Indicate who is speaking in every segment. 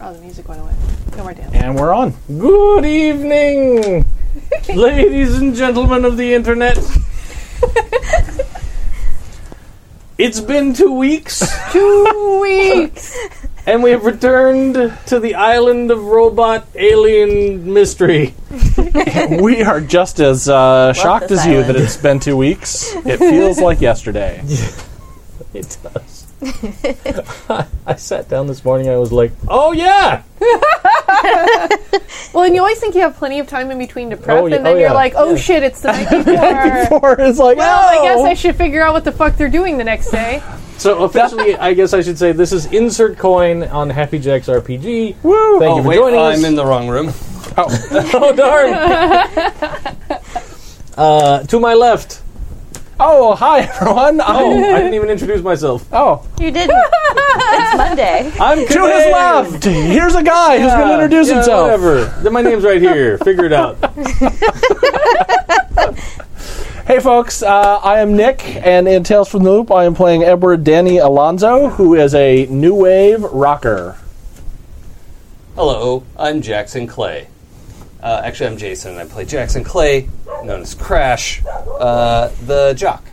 Speaker 1: Oh, the music went away. No more dance.
Speaker 2: And we're on. Good evening, ladies and gentlemen of the internet. it's been two weeks,
Speaker 1: Two weeks!
Speaker 2: and we have returned to the island of robot alien mystery. we are just as uh, shocked
Speaker 3: this
Speaker 2: as you that
Speaker 3: island.
Speaker 2: it's been two weeks. It feels like yesterday.
Speaker 4: It does. I sat down this morning. I was like,
Speaker 2: Oh yeah,
Speaker 1: well, and you always think you have plenty of time in between to prep,
Speaker 4: Oh, yeah-
Speaker 1: and then
Speaker 4: oh,
Speaker 1: you're
Speaker 4: yeah.
Speaker 1: like, oh shit, it's the night before.
Speaker 4: or it's like,
Speaker 1: well, I guess
Speaker 4: "Oh."
Speaker 1: I should figure out what the fuck they're doing the next day.
Speaker 2: So officially, I guess I should say this is insert coin on Happy Jack's RPG. Woo! Thank you
Speaker 5: oh,
Speaker 2: for
Speaker 5: wait,
Speaker 2: joining
Speaker 5: I'm
Speaker 2: us.
Speaker 5: in the wrong room.
Speaker 2: oh darn! uh, to my left. Oh hi everyone! Oh, I didn't even introduce myself.
Speaker 4: oh,
Speaker 3: You didn't. it's Monday.
Speaker 2: I'm
Speaker 4: to his left. Here's a guy who's going to introduce himself.
Speaker 2: Whatever. My name's right here. Figure it out.
Speaker 4: Hey, folks. Uh, I am Nick, and in Tales from the Loop, I am playing Edward Danny Alonzo, who is a new wave rocker.
Speaker 5: Hello, I'm Jackson Clay. Uh, actually, I'm Jason, and I play Jackson Clay, known as Crash, uh, the jock.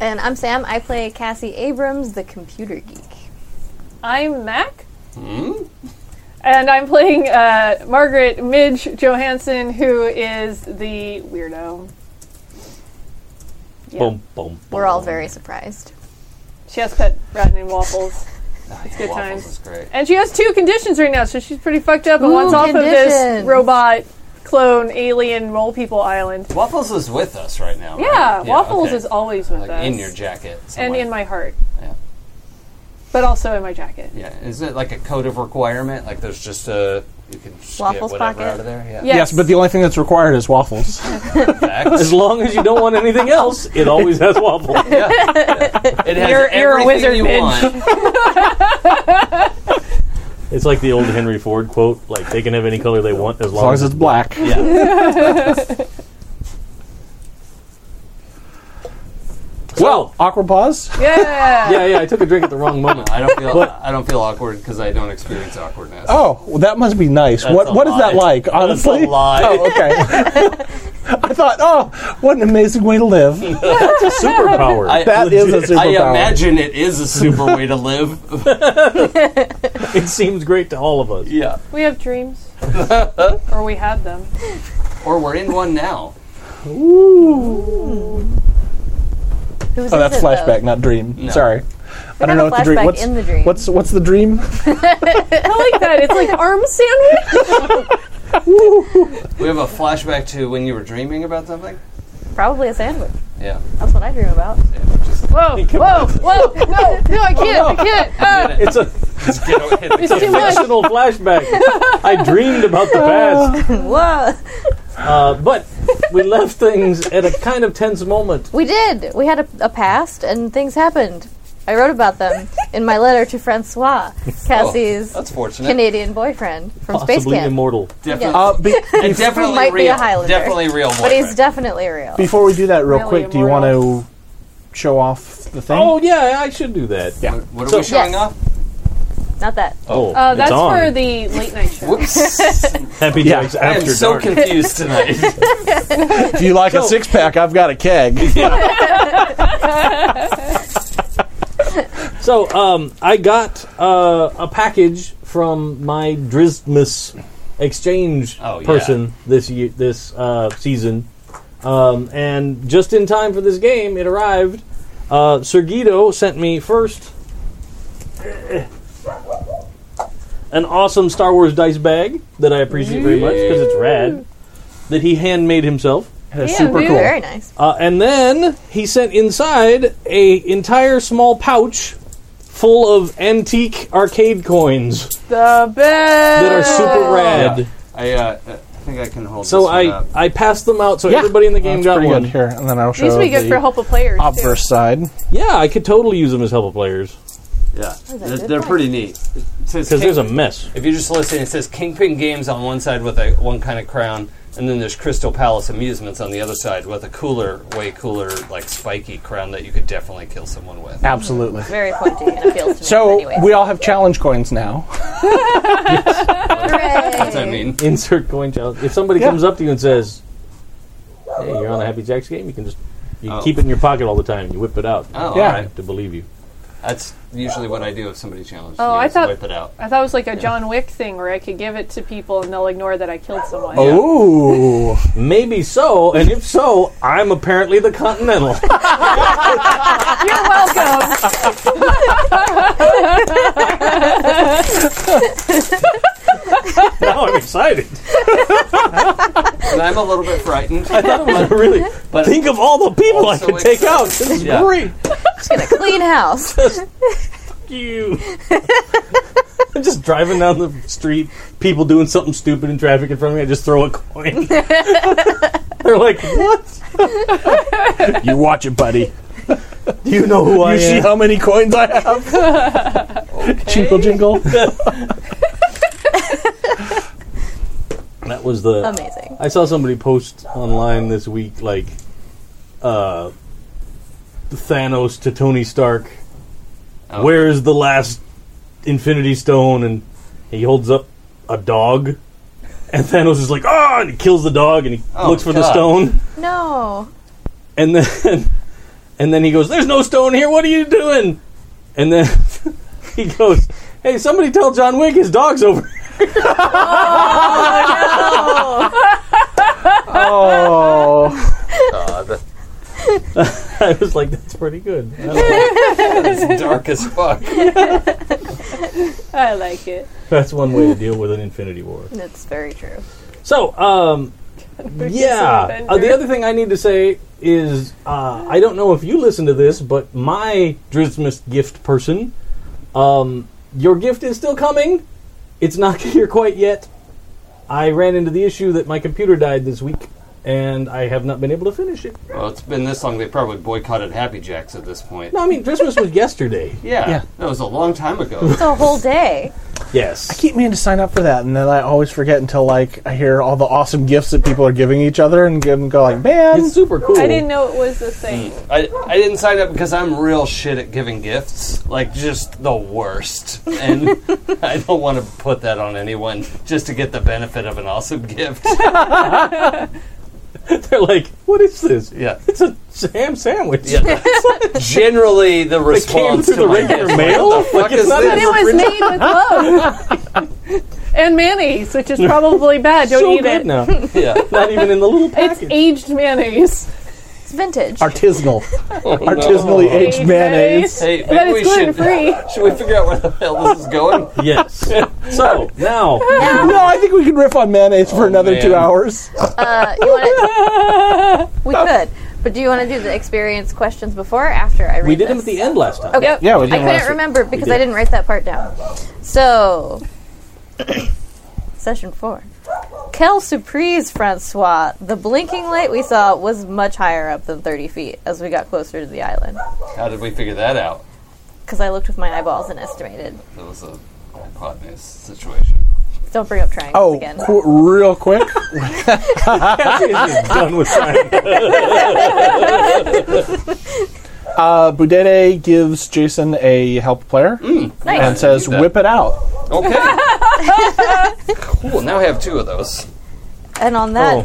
Speaker 3: And I'm Sam. I play Cassie Abrams, the computer geek.
Speaker 1: I'm Mac. And I'm playing uh, Margaret Midge Johansson, who is the weirdo. Yeah.
Speaker 5: Boom, boom.
Speaker 3: We're all very surprised.
Speaker 1: She has pet rat and waffles.
Speaker 5: It's
Speaker 1: good times.
Speaker 5: waffles is great.
Speaker 1: And she has two conditions right now, so she's pretty fucked up. And
Speaker 3: Ooh,
Speaker 1: one's off of this
Speaker 3: conditions.
Speaker 1: robot clone alien mole people island.
Speaker 5: Waffles is with us right now. right?
Speaker 1: Yeah, waffles
Speaker 5: okay.
Speaker 1: is always with
Speaker 5: like
Speaker 1: us.
Speaker 5: in your jacket.
Speaker 1: and
Speaker 5: somewhere.
Speaker 1: in my heart.
Speaker 5: Yeah.
Speaker 1: But also in my jacket.
Speaker 5: yeah. Is it like a code of requirement? Like there's just a you can just
Speaker 3: Waffles
Speaker 5: get whatever
Speaker 3: pocket.
Speaker 5: out of there. Yeah.
Speaker 1: Yes.
Speaker 4: Yes, but the only thing that's required is waffles.
Speaker 5: Facts.
Speaker 2: As long as you don't want anything else, it always has waffle.
Speaker 5: It has
Speaker 1: You're- you're a
Speaker 5: everything
Speaker 1: wizard,
Speaker 5: you
Speaker 1: bitch.
Speaker 5: want.
Speaker 2: It's like the old Henry Ford quote: "Like they can have any color they want as
Speaker 4: As long as it's black.
Speaker 2: Yeah. well,
Speaker 4: Awkward pause.
Speaker 1: yeah.
Speaker 2: yeah, yeah. I took a drink at the wrong moment.
Speaker 5: I don't feel I don't feel awkward because I don't experience awkwardness.
Speaker 4: Oh, well, that must be nice.
Speaker 5: That's
Speaker 4: what
Speaker 5: a
Speaker 4: What is that
Speaker 5: lie.
Speaker 4: like? Honestly,
Speaker 5: lie.
Speaker 4: Oh, okay. I thought, oh, what an amazing way to live.
Speaker 2: It's a superpower.
Speaker 5: I,
Speaker 4: That is a
Speaker 5: I
Speaker 4: superpower.
Speaker 5: imagine it is a super way to live.
Speaker 2: it seems great to all of us.
Speaker 5: yeah.
Speaker 1: We have dreams. or we had them.
Speaker 5: Or we're in one now.
Speaker 3: Who's
Speaker 4: Oh, that's flashback, not dream. Sorry, I don't know
Speaker 3: a
Speaker 4: what the dream.
Speaker 3: flashback
Speaker 4: What's
Speaker 3: in the dream.
Speaker 4: What's what's the dream?
Speaker 1: I like that. It's like arm sandwich.
Speaker 5: We have a flashback to when you were dreaming about something.
Speaker 3: Probably a sandwich.
Speaker 5: Yeah.
Speaker 3: That's what I dream about.
Speaker 5: yeah just
Speaker 1: Whoa, whoa, whoa. No, no, I can't. I can't.
Speaker 3: Ah!
Speaker 1: Uh,
Speaker 2: It's a
Speaker 5: just get over- hit the
Speaker 1: it's too
Speaker 5: kid.
Speaker 1: much.
Speaker 2: fictional flashback. I dreamed about the past,
Speaker 3: Whoa!
Speaker 2: uh, but we left things at a kind of tense moment.
Speaker 3: We did. We had a, a past, and things happened. I wrote about them in my letter to Francois,
Speaker 4: Oh.
Speaker 3: Cassie's
Speaker 5: That's fortunate.
Speaker 3: Canadian boyfriend from space
Speaker 2: Possibly
Speaker 3: camp.
Speaker 2: immortal.
Speaker 5: Definitely,
Speaker 4: Uh, be,
Speaker 5: and
Speaker 2: Oh,
Speaker 5: definitely
Speaker 3: might be a
Speaker 5: real.
Speaker 3: Highlander.
Speaker 5: Definitely real.
Speaker 3: But he's
Speaker 5: boyfriend.
Speaker 3: definitely real.
Speaker 4: before we do that, real
Speaker 1: Really
Speaker 4: quick, do you want
Speaker 1: immortal.
Speaker 4: to show off the thing?
Speaker 2: Oh yeah, I should do that.
Speaker 4: Yeah.
Speaker 5: What are
Speaker 2: So-
Speaker 5: we showing
Speaker 3: Yes.
Speaker 5: off?
Speaker 3: Not that.
Speaker 2: Oh,
Speaker 1: Uh,
Speaker 2: it's
Speaker 1: that's
Speaker 2: on.
Speaker 1: for the late night show.
Speaker 5: Whoops.
Speaker 2: Happy
Speaker 4: Yeah.
Speaker 2: Jack's
Speaker 5: I am
Speaker 2: After
Speaker 5: so
Speaker 2: Dark.
Speaker 5: confused tonight.
Speaker 4: If you like a six pack, I've got a keg.
Speaker 2: So um, I got uh, a package from my Drismas exchange
Speaker 5: Oh, yeah.
Speaker 2: person this year, this uh, season, um, and just in time for this game, it arrived. Uh, Sergito sent me first an awesome Star Wars dice bag that I appreciate very much because it's rad that he handmade himself.
Speaker 4: That's
Speaker 1: Yeah,
Speaker 4: super
Speaker 1: dude.
Speaker 4: cool.
Speaker 3: Very nice.
Speaker 2: Uh, and then he sent inside a entire small pouch full of antique arcade coins
Speaker 1: The best.
Speaker 2: that are super rad.
Speaker 5: Yeah. I, uh, I think I can hold.
Speaker 2: So
Speaker 5: this one
Speaker 2: I
Speaker 5: up.
Speaker 2: I passed them out so
Speaker 4: Yeah.
Speaker 2: everybody in the game
Speaker 4: That's
Speaker 2: got
Speaker 4: pretty
Speaker 2: one.
Speaker 4: good here, and then I'll show
Speaker 1: These would be good
Speaker 4: the
Speaker 1: for help of players. too.
Speaker 4: obverse side.
Speaker 2: Yeah, I could totally use them as helper players
Speaker 5: yeah,
Speaker 3: Oh, that a
Speaker 5: they're,
Speaker 3: good
Speaker 5: they're
Speaker 3: point?
Speaker 5: pretty neat. It says
Speaker 2: because there's a
Speaker 5: King-
Speaker 2: mess.
Speaker 5: If you just listen, it says Kingpin Games on one side with a one kind of crown, And then there's Crystal Palace Amusements on the other side with a cooler, way cooler, like spiky crown that you could definitely kill someone with.
Speaker 4: Absolutely.
Speaker 3: Very pointy and appeals to me.
Speaker 4: So
Speaker 3: anyway.
Speaker 4: we all have challenge coins now.
Speaker 5: That's what I mean.
Speaker 2: Insert coin challenge. If somebody
Speaker 4: Yeah.
Speaker 2: comes up to you and says, "Hey, you're on the Happy Jacks game," you can just you
Speaker 5: Oh.
Speaker 2: keep it in your pocket all the time. You whip it out.
Speaker 5: Oh,
Speaker 4: Yeah.
Speaker 5: all right.
Speaker 2: To believe you.
Speaker 5: That's usually what I do if somebody challenges
Speaker 1: Oh,
Speaker 5: me.
Speaker 1: I
Speaker 5: is
Speaker 1: thought-
Speaker 5: whip it out.
Speaker 1: I thought it was like a John Wick thing where I could give it to people and they'll ignore that I killed someone.
Speaker 4: Oh. Ooh.
Speaker 2: Maybe so, and if so, I'm apparently the Continental.
Speaker 1: You're welcome.
Speaker 2: now I'm excited.
Speaker 5: And I'm a little bit frightened.
Speaker 2: really,
Speaker 5: But-
Speaker 2: think of all the people I
Speaker 5: Also
Speaker 2: could take out. This is
Speaker 5: Yeah.
Speaker 2: great.
Speaker 3: Just gonna clean house.
Speaker 2: you. I'm just driving down the street, people doing something stupid in traffic in front of me. I just throw a coin. They're like, "What?
Speaker 4: you watch it, buddy.
Speaker 2: Do you know who I
Speaker 4: You see
Speaker 2: am?"
Speaker 4: how many coins I have? Jingle, jingle.
Speaker 2: That was the.
Speaker 3: Amazing.
Speaker 2: I saw somebody post online this week, like, uh, Thanos to Tony Stark.
Speaker 5: Oh.
Speaker 2: Where is the last Infinity Stone? And he holds up a dog, and Thanos is like, "Ah!" and he kills the dog, and he
Speaker 5: Oh,
Speaker 2: looks for the
Speaker 5: God.
Speaker 2: stone.
Speaker 3: No.
Speaker 2: and then and then he goes, "There's no stone here. What are you doing?" And then he goes, "Hey, somebody tell John Wick his dog's over." here."
Speaker 4: Oh.
Speaker 5: God.
Speaker 2: I was like, "That's pretty good."
Speaker 5: It's dark as fuck.
Speaker 1: I like it.
Speaker 2: That's one way to deal with an Infinity War.
Speaker 3: That's very true.
Speaker 2: So, um, yeah. Uh, the other thing I need to say is uh, I don't know if you listen to this, but my Drismas gift person, um, your gift is still coming. It's not here quite yet. I ran into the issue that my computer died this week, and I have not been able to finish it.
Speaker 5: Well, it's been this long. They probably boycotted Happy Jacks at this point.
Speaker 2: No, I mean, Christmas was yesterday.
Speaker 5: Yeah,
Speaker 4: Yeah.
Speaker 5: that was a long time ago.
Speaker 3: It's a whole day.
Speaker 4: I
Speaker 2: Yes.
Speaker 4: keep meaning to sign up for that, and then I always forget until like I hear all the awesome gifts that people are giving each other, and give and go like, man,
Speaker 2: It's super cool.
Speaker 1: I didn't know it was a thing.
Speaker 5: I, I didn't sign up because I'm real shit at giving gifts, like just the worst, and I don't want to put that on anyone just to get the benefit of an awesome gift.
Speaker 2: They're like, what is this?
Speaker 5: Yeah,
Speaker 2: It's a ham sandwich.
Speaker 5: yeah. that's generally the response
Speaker 2: through
Speaker 5: to
Speaker 2: the
Speaker 5: my
Speaker 2: regular
Speaker 5: gift,
Speaker 2: mail?
Speaker 5: What the fuck
Speaker 2: Like, it's
Speaker 5: is
Speaker 2: not
Speaker 1: But
Speaker 5: this?
Speaker 1: it was made with love and mayonnaise, which is probably bad. Don't
Speaker 2: so
Speaker 1: eat
Speaker 2: good
Speaker 1: it.
Speaker 2: now.
Speaker 5: Yeah,
Speaker 2: Not even in the little
Speaker 1: It's
Speaker 2: package.
Speaker 1: aged mayonnaise.
Speaker 3: It's vintage.
Speaker 4: artisanal,
Speaker 2: Oh,
Speaker 4: artisanally aged mayonnaise.
Speaker 5: Hey,
Speaker 1: But
Speaker 5: maybe we
Speaker 1: it's gluten
Speaker 5: should uh,
Speaker 1: free.
Speaker 5: should we figure out where the hell this is going?
Speaker 2: Yes. So now,
Speaker 4: No, I think we can riff on mayonnaise for another
Speaker 5: Oh, man.
Speaker 4: two hours.
Speaker 3: Uh, you want We could, but do you want to do the experience questions before or after I read?
Speaker 2: we did them
Speaker 3: this?
Speaker 2: at the end last time.
Speaker 3: Okay.
Speaker 4: Yeah, we did
Speaker 3: I
Speaker 4: them last
Speaker 3: couldn't
Speaker 4: week.
Speaker 3: remember because
Speaker 2: did.
Speaker 3: I didn't write that part down. So, session four. Quelle surprise, Francois! The blinking light we saw was much higher up than 30 feet as we got closer to the island.
Speaker 5: How did we figure that out?
Speaker 3: Because I looked with my eyeballs and estimated.
Speaker 5: That was a hypotenuse situation.
Speaker 3: Don't bring up triangles
Speaker 4: Oh,
Speaker 3: again.
Speaker 4: qu- real quick.
Speaker 2: It's done with time.
Speaker 4: Uh, Budede gives Jason a help player
Speaker 3: Nice.
Speaker 4: and says,
Speaker 5: do Mm, that.
Speaker 4: "Whip it out."
Speaker 5: Okay. cool. Now I have two of those.
Speaker 3: And on
Speaker 4: Oh.
Speaker 3: that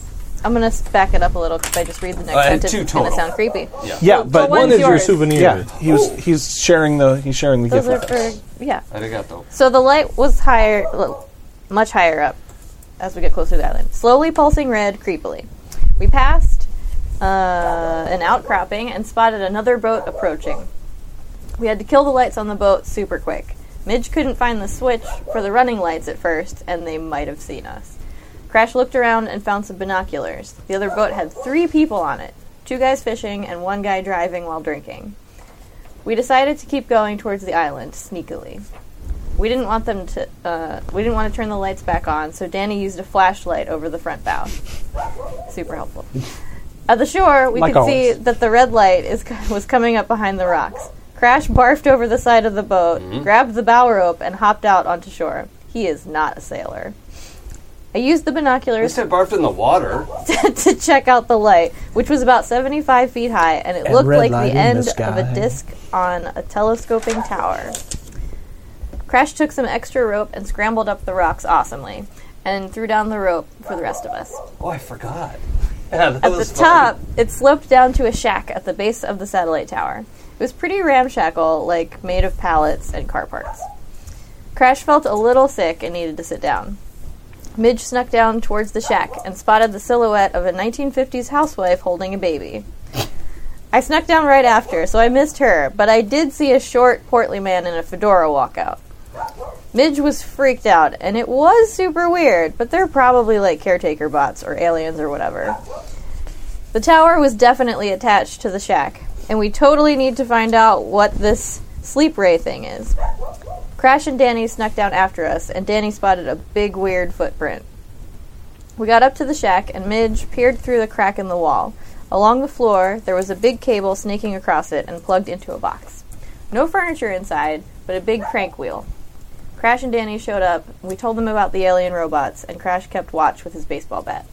Speaker 3: note, I'm gonna s- back it up a little because I just read the next
Speaker 5: I had
Speaker 3: sentence.
Speaker 5: two
Speaker 3: It's gonna
Speaker 5: total.
Speaker 3: sound creepy.
Speaker 4: Yeah, but
Speaker 1: one-
Speaker 2: One is your
Speaker 1: yours.
Speaker 2: souvenir.
Speaker 4: yeah, he was he's sharing the he's sharing the
Speaker 3: Those
Speaker 4: gift.
Speaker 3: are
Speaker 4: with us.
Speaker 3: for yeah.
Speaker 5: Arigato.
Speaker 3: So the light was higher, l- much higher up as we get closer to the island. Slowly pulsing red, creepily. We passed uh, an outcropping and spotted another boat approaching. We had to kill the lights on the boat super quick. Midge couldn't find the switch for the running lights at first, and they might have seen us. Crash looked around and found some binoculars. The other boat had three people on it two guys fishing and one guy driving while drinking. We decided to keep going towards the island sneakily. We didn't want them to. Uh, we didn't want to turn the lights back on, so Danny used a flashlight over the front bow. Super helpful. At the shore, we
Speaker 4: Like
Speaker 3: could
Speaker 4: always.
Speaker 3: see that the red light is, was coming up behind the rocks. Crash barfed over the side of the
Speaker 4: Mm-hmm.
Speaker 3: boat, grabbed the bow rope, and hopped out onto shore. He is not a sailor. I used the
Speaker 5: I
Speaker 3: binoculars
Speaker 5: said barfed in the water.
Speaker 3: to, to check out the light, which was about 75 feet high, and it
Speaker 4: And
Speaker 3: looked
Speaker 4: red
Speaker 3: like
Speaker 4: light in
Speaker 3: the
Speaker 4: the
Speaker 3: end of
Speaker 4: sky.
Speaker 3: a disc on a telescoping tower. Crash took some extra rope and scrambled up the rocks awesomely, and threw down the rope for the rest of us.
Speaker 5: Oh, I forgot. Yeah, that
Speaker 3: At the
Speaker 5: was
Speaker 3: top, it sloped down to a shack at the base of the satellite tower. It was pretty ramshackle, like made of pallets and car parts. Crash felt a little sick and needed to sit down. Midge snuck down towards the shack and spotted the silhouette of a 1950s housewife holding a baby. I snuck down right after, so I missed her, but I did see a short, portly man in a fedora walk out. Midge was freaked out, and it was super weird, but they're probably like caretaker bots or aliens or whatever. The tower was definitely attached to the shack, and we totally need to find out what this sleep ray thing is. Crash and Danny snuck down after us, and Danny spotted a big weird footprint. We got up to the shack, and Midge peered through the crack in the wall. Along the floor, there was a big cable snaking across it and plugged into a box. No furniture inside, but a big crank wheel. Crash and Danny showed up. We told them about the alien robots, and Crash kept watch with his baseball bat.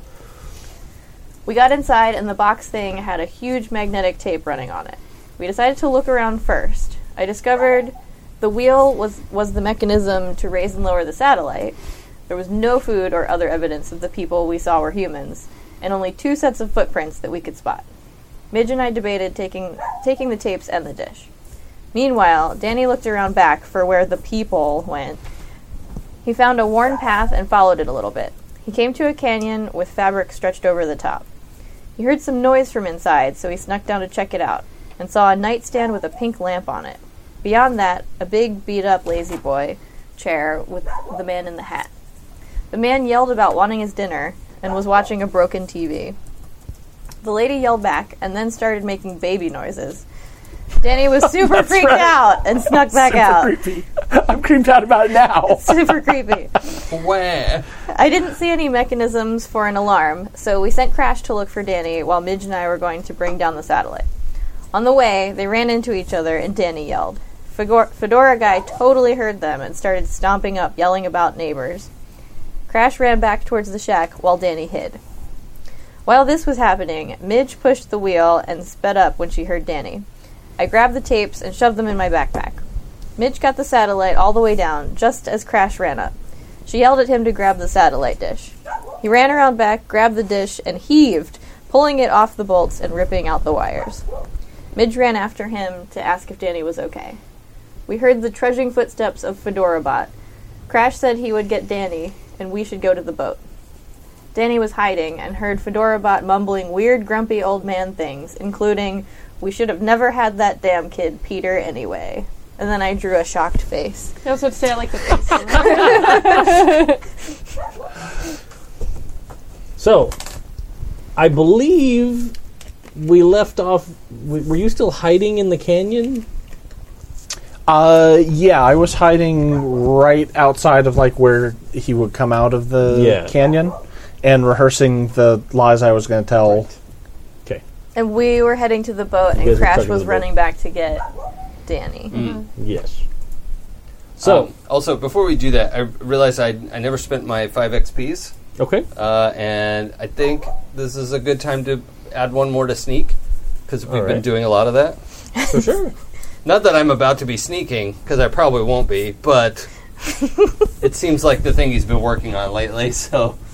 Speaker 3: We got inside, and the box thing had a huge magnetic tape running on it. We decided to look around first. I discovered the wheel was, was the mechanism to raise and lower the satellite. There was no food or other evidence of the people we saw were humans, and only two sets of footprints that we could spot. Midge and I debated taking, taking the tapes and the dish. Meanwhile, Danny looked around back for where the people went. He found a worn path and followed it a little bit. He came to a canyon with fabric stretched over the top. He heard some noise from inside, so he snuck down to check it out and saw a nightstand with a pink lamp on it. Beyond that, a big beat up lazy boy chair with the man in the hat. The man yelled about wanting his dinner and was watching a broken TV. The lady yelled back and then started making baby noises. Danny was super freaked
Speaker 4: Oh, right.
Speaker 3: out and snuck back
Speaker 4: Super
Speaker 3: out.
Speaker 4: creepy. I'm creeped out about it now.
Speaker 3: super creepy.
Speaker 5: Top. Where?
Speaker 3: I didn't see any mechanisms for an alarm, so we sent Crash to look for Danny while Midge and I were going to bring down the satellite. On the way, they ran into each other and Danny yelled. Fedor- Fedora guy totally heard them and started stomping up, yelling about neighbors. Crash ran back towards the shack while Danny hid. While this was happening, Midge pushed the wheel and sped up when she heard Danny. I grabbed the tapes and shoved them in my backpack. Midge got the satellite all the way down, just as Crash ran up. She yelled at him to grab the satellite dish. He ran around back, grabbed the dish, and heaved, pulling it off the bolts and ripping out the wires. Midge ran after him to ask if Danny was okay. We heard the trudging footsteps of Fedora Bot. Crash said he would get Danny, and we should go to the boat. Danny was hiding and heard Fedora Bot mumbling weird, grumpy old man things, including, We should have never had that damn kid, Peter, anyway. And then I drew a shocked face.
Speaker 1: That's what say I like the face.
Speaker 2: So, I believe we left off. w- Were you still hiding in the canyon?
Speaker 4: Uh, yeah, I was hiding right outside of like where he would come out of the
Speaker 2: Yeah.
Speaker 4: canyon, and rehearsing the lies I was going to tell.
Speaker 2: Okay.
Speaker 3: And we were heading to the boat,
Speaker 2: guys
Speaker 3: and
Speaker 2: were
Speaker 3: Crash
Speaker 2: stuck in
Speaker 3: was
Speaker 2: the boat.
Speaker 3: running back to get Danny.
Speaker 2: Yes. So,
Speaker 5: Um, also, before we do that, I realized I, I never spent my 5 XPs,
Speaker 2: okay.
Speaker 5: uh, and I think this is a good time to add one more to sneak, because we've been
Speaker 2: right.
Speaker 5: doing a lot of that.
Speaker 2: So sure.
Speaker 5: Not that I'm about to be sneaking, because I probably won't be, but it seems like the thing he's been working on lately, so.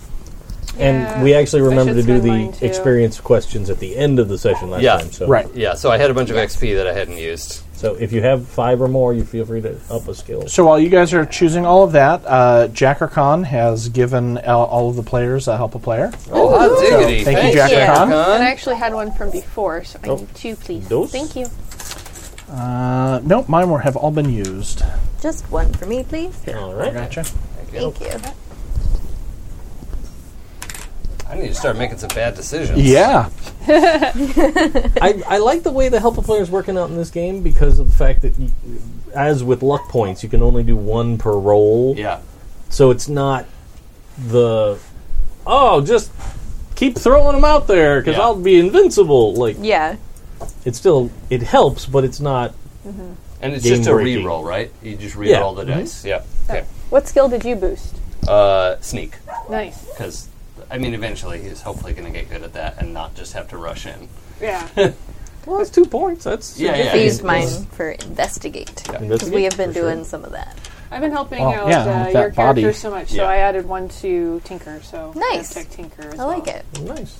Speaker 2: And we actually remember to
Speaker 1: should
Speaker 2: do
Speaker 1: spend mine,
Speaker 2: the
Speaker 1: too.
Speaker 2: experience questions at the end of the session last
Speaker 5: Yeah.
Speaker 2: time. So,
Speaker 4: Right.
Speaker 5: Yeah, so I had a bunch of XP that I hadn't used.
Speaker 2: So if you have five or more, you feel free to up a skill.
Speaker 4: So while you guys are choosing all of that, uh, Jacker Khan has given uh, all of the players a help a player.
Speaker 5: Oh, hot diggity.
Speaker 4: Thank you, Uh,
Speaker 5: Thanks,
Speaker 4: Jack Khan.
Speaker 1: And I actually had one from before, so I need two, please.
Speaker 2: Dos.
Speaker 1: Thank you.
Speaker 4: Uh, nope, mine were have all been used.
Speaker 3: Just one for me, please.
Speaker 2: All right.
Speaker 4: Gotcha.
Speaker 3: Thank you.
Speaker 5: I need to start making some bad decisions.
Speaker 4: Yeah.
Speaker 2: I, I like the way the help a player is working out in this game because of the fact that, you, as with luck points, you can only do one per roll.
Speaker 5: Yeah.
Speaker 2: So it's not the oh, just keep throwing them out there because
Speaker 5: Yeah.
Speaker 2: I'll be invincible. Like
Speaker 3: Yeah.
Speaker 2: it's still it helps, but it's not.
Speaker 5: And it's
Speaker 2: Game
Speaker 5: just a
Speaker 2: breaking.
Speaker 5: re-roll, right? You just re-roll
Speaker 2: Yeah. Mm-hmm.
Speaker 5: the dice. Yeah. Okay.
Speaker 1: What skill did you boost?
Speaker 5: uh, sneak
Speaker 1: Nice.
Speaker 5: because I mean eventually he's hopefully going to get good at that and not just have to rush in.
Speaker 1: Yeah.
Speaker 2: Well, that's two points. That's
Speaker 5: Yeah, yeah.
Speaker 3: I
Speaker 5: it's-
Speaker 3: used mine for investigate. Because we have been doing some of that.
Speaker 1: I've been helping
Speaker 4: Oh,
Speaker 1: out
Speaker 4: yeah,
Speaker 1: uh, your
Speaker 4: with that body.
Speaker 1: character so much, so
Speaker 5: Yeah.
Speaker 1: I added one to Tinker. So
Speaker 3: Nice.
Speaker 1: I'll check Tinker. As
Speaker 3: I like it.
Speaker 2: nice.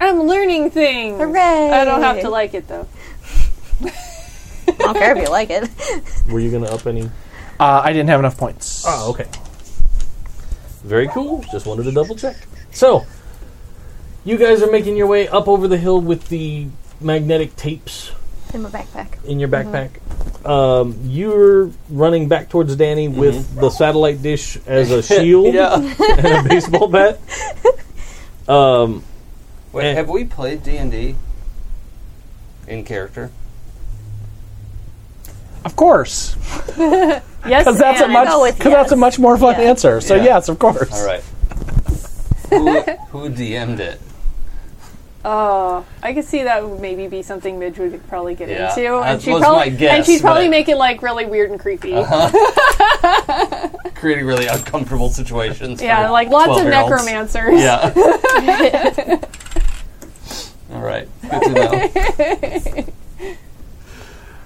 Speaker 1: I'm learning things.
Speaker 3: Hooray.
Speaker 1: I don't have to like it though.
Speaker 3: I don't care if you like it.
Speaker 2: Were you gonna up any?
Speaker 4: Uh, I didn't have enough points.
Speaker 2: Oh, okay. Very cool. Just wanted to double check. So, you guys are making your way up over the hill with the magnetic tapes
Speaker 3: In my backpack.
Speaker 2: in your backpack. Um, you're running back towards Danny with the satellite dish as a shield
Speaker 5: Yeah.
Speaker 2: and a baseball bat. Um,
Speaker 5: Wait, have we played D and D in character?
Speaker 4: Of course,
Speaker 1: Yes,
Speaker 4: because that's a
Speaker 1: and-
Speaker 4: much
Speaker 3: go with
Speaker 4: 'cause that's a
Speaker 3: yes.
Speaker 4: much more fun
Speaker 3: Yeah.
Speaker 4: answer. So
Speaker 5: Yeah.
Speaker 4: yes, of course.
Speaker 5: All right. who, who DM'd it?
Speaker 1: Oh, I could see that would maybe be something Midge would probably get
Speaker 5: Yeah,
Speaker 1: into,
Speaker 5: that
Speaker 1: and she
Speaker 5: was my
Speaker 1: probably
Speaker 5: guess,
Speaker 1: and she'd probably
Speaker 5: but- Uh-huh.
Speaker 1: make it like really weird and creepy.
Speaker 5: Creating really uncomfortable situations.
Speaker 1: Yeah,
Speaker 5: for
Speaker 1: like lots of
Speaker 5: 12-year-olds.
Speaker 1: necromancers.
Speaker 5: Yeah. All right. Good to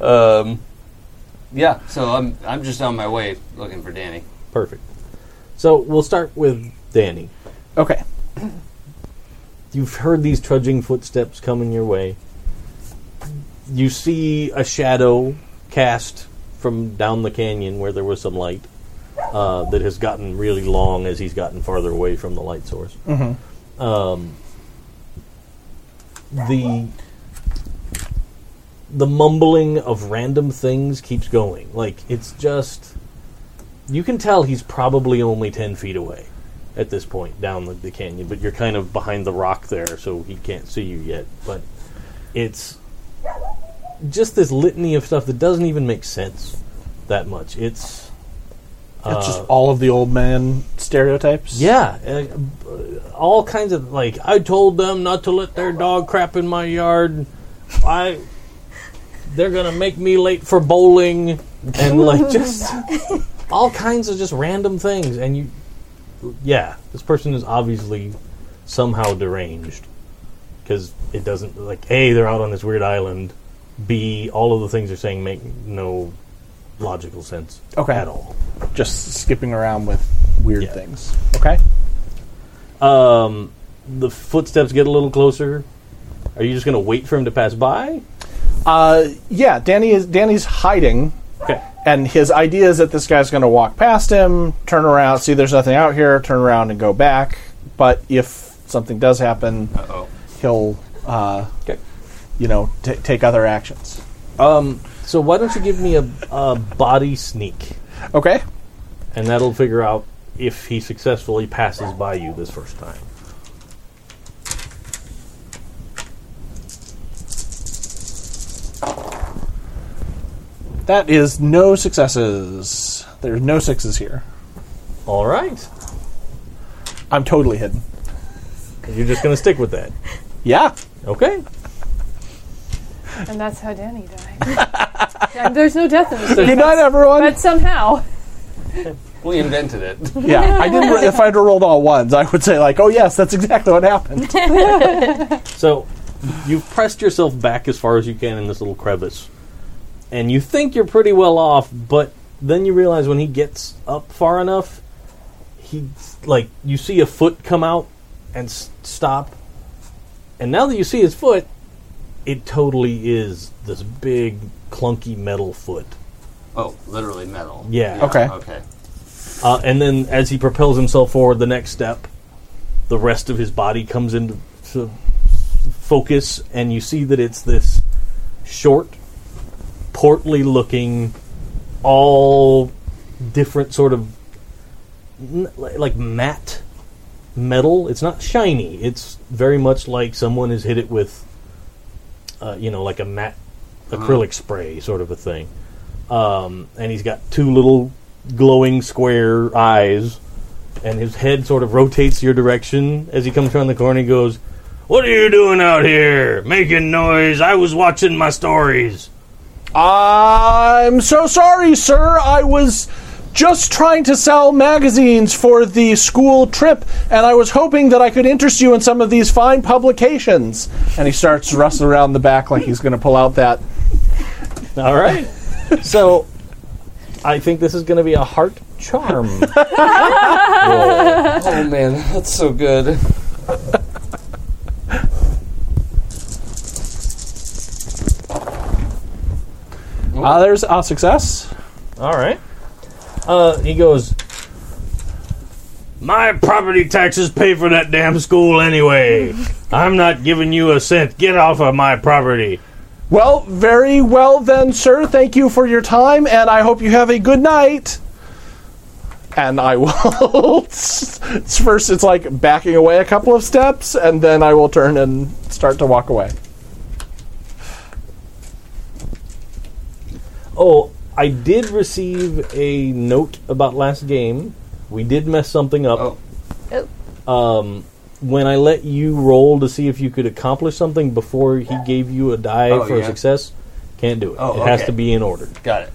Speaker 5: know. um, yeah. So I'm I'm just on my way looking for Danny.
Speaker 2: perfect. So we'll start with Danny.
Speaker 4: Okay.
Speaker 2: You've heard these trudging footsteps coming your way. You see a shadow cast from down the canyon where there was some light uh, that has gotten really long as he's gotten farther away from the light source. Um, the the mumbling of random things keeps going. Like it's just you can tell he's probably only 10 feet away at this point down the, the canyon but you're kind of behind the rock there so he can't see you yet but it's just this litany of stuff that doesn't even make sense that much it's
Speaker 4: It's just all of the old man stereotypes.
Speaker 2: yeah uh, all kinds of like i told them not to let their dog crap in my yard i they're gonna make me late for bowling and like just all kinds of just random things and you yeah this person is obviously somehow deranged because it doesn't like a they're out on this weird island b all of the things they're saying make no logical sense
Speaker 4: Okay.
Speaker 2: at all
Speaker 4: Just skipping around with weird
Speaker 2: Yeah.
Speaker 4: things. Okay.
Speaker 2: um the footsteps get a little closer are you just gonna wait for him to pass by
Speaker 4: Uh, yeah, Danny is Danny's hiding,
Speaker 2: okay
Speaker 4: and his idea is that this guy's going to walk past him, turn around, see there's nothing out here, turn around and go back. But if something does happen,
Speaker 5: Oh.
Speaker 4: he'll, uh,
Speaker 2: okay
Speaker 4: you know, t- take other actions.
Speaker 2: so why don't you give me a, a body sneak
Speaker 4: Okay.
Speaker 2: and that'll figure out if he successfully passes by you this first time.
Speaker 4: That is no successes. There's no sixes here.
Speaker 2: All right,
Speaker 4: I'm totally hidden.
Speaker 2: you're just gonna stick with that,
Speaker 4: Yeah.
Speaker 2: okay?
Speaker 1: and that's how Danny died. and there's no death in this,
Speaker 4: Good night, everyone.
Speaker 1: but somehow
Speaker 5: We invented it.
Speaker 4: Yeah, I didn't. If I'd have rolled all ones, I would say like, "Oh yes, that's exactly what happened."
Speaker 2: So you've pressed yourself back as far as you can in this little crevice, and you think you're pretty well off, but then you realize when he gets up far enough, he like you see a foot come out and s- stop, and now that you see his foot, it totally is this big clunky metal foot.
Speaker 5: Oh, literally metal.
Speaker 2: Yeah.
Speaker 4: Okay.
Speaker 5: Okay.
Speaker 2: Uh, and then as he propels himself forward, the next step, the rest of his body comes into to focus, and you see that it's this short, portly looking, all different sort of n- li- like matte metal. It's not shiny, it's very much like someone has hit it with, uh, you know, like a matte acrylic spray sort of a thing um, and he's got two little glowing square eyes, and his head sort of rotates your direction as he comes around the corner. He goes, "What are you doing out here, making noise? I was watching my stories."
Speaker 4: I'm so sorry, sir. I was just trying to sell magazines for the school trip, and I was hoping that I could interest you in some of these fine publications. And he starts rustling around the back like he's going to pull out that.
Speaker 2: All right. so, I think this is going to be a heart charm. Roll.
Speaker 5: Oh man, that's so good.
Speaker 4: Ah, there's a success.
Speaker 2: All right. Uh, he goes. My property taxes pay for that damn school anyway. I'm not giving you a cent. Get off of my property.
Speaker 4: Well, very well then, sir. Thank you for your time, and I hope you have a good night. And I will. it's first, it's like backing away a couple of steps, and then I will turn and start to walk away.
Speaker 2: Oh, I did receive a note about last game. We did mess something up.
Speaker 5: Oh.
Speaker 2: Um, when I let you roll to see if you could accomplish something before he gave you a die
Speaker 5: Oh,
Speaker 2: for
Speaker 5: yeah.
Speaker 2: success, can't do it.
Speaker 5: Oh,
Speaker 2: it has
Speaker 5: okay.
Speaker 2: to be in order.
Speaker 5: Got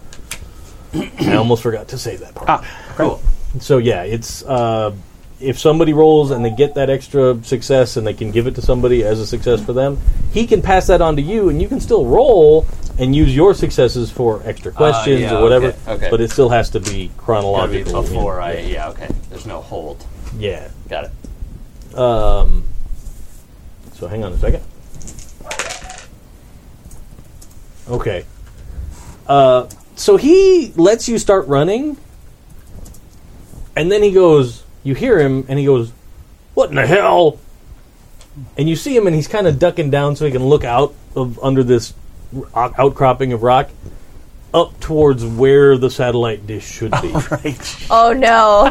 Speaker 5: it.
Speaker 2: I almost forgot to say that part.
Speaker 5: Ah. Cool.
Speaker 2: So yeah, it's uh, if somebody rolls and they get that extra success and they can give it to somebody as a success for them, he can pass that on to you, and you can still roll and use your successes for extra questions
Speaker 5: Ah, yeah,
Speaker 2: or whatever.
Speaker 5: okay, okay.
Speaker 2: But it still has to be
Speaker 5: Gotta be
Speaker 2: chronological.
Speaker 5: before I. Yeah. Okay. There's no hold.
Speaker 2: Yeah.
Speaker 5: Got it.
Speaker 2: Um, so hang on a second. Okay. Uh, so he lets you start running, and then he goes. You hear him, and he goes, "What in the hell?" And you see him, and he's kind of ducking down so he can look out of under this rock, outcropping of rock, up towards where the satellite dish should be.
Speaker 3: Oh no.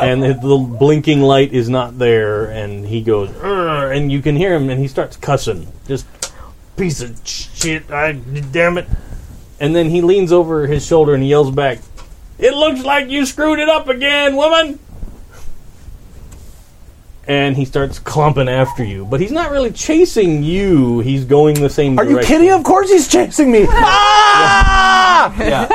Speaker 2: and the, the blinking light is not there, and he goes, "Urgh," and you can hear him, and he starts cussing, just piece of shit, I damn it. And then he leans over his shoulder and yells back, "It looks like you screwed it up again, woman." And he starts clumping after you, but he's not really chasing you. He's going the same.
Speaker 4: Are you
Speaker 2: direction.
Speaker 4: kidding? Of course he's chasing me. ah!
Speaker 5: Yeah.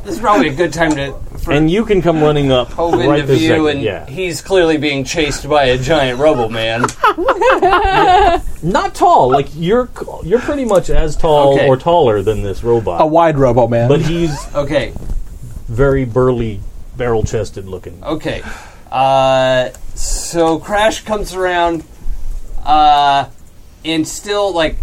Speaker 5: this is probably a good time to for
Speaker 2: And you can come running up
Speaker 5: Hove
Speaker 2: right
Speaker 5: into
Speaker 2: this
Speaker 5: view,
Speaker 2: second.
Speaker 5: and
Speaker 2: yeah,
Speaker 5: he's clearly being chased by a giant rubble man.
Speaker 2: not tall. Like you're you're pretty much as tall
Speaker 5: Okay.
Speaker 2: or taller than this robot.
Speaker 4: A wide robo man.
Speaker 2: but he's
Speaker 5: Okay.
Speaker 2: very burly, barrel chested looking.
Speaker 5: Okay. Uh, so Crash comes around, uh, and still like,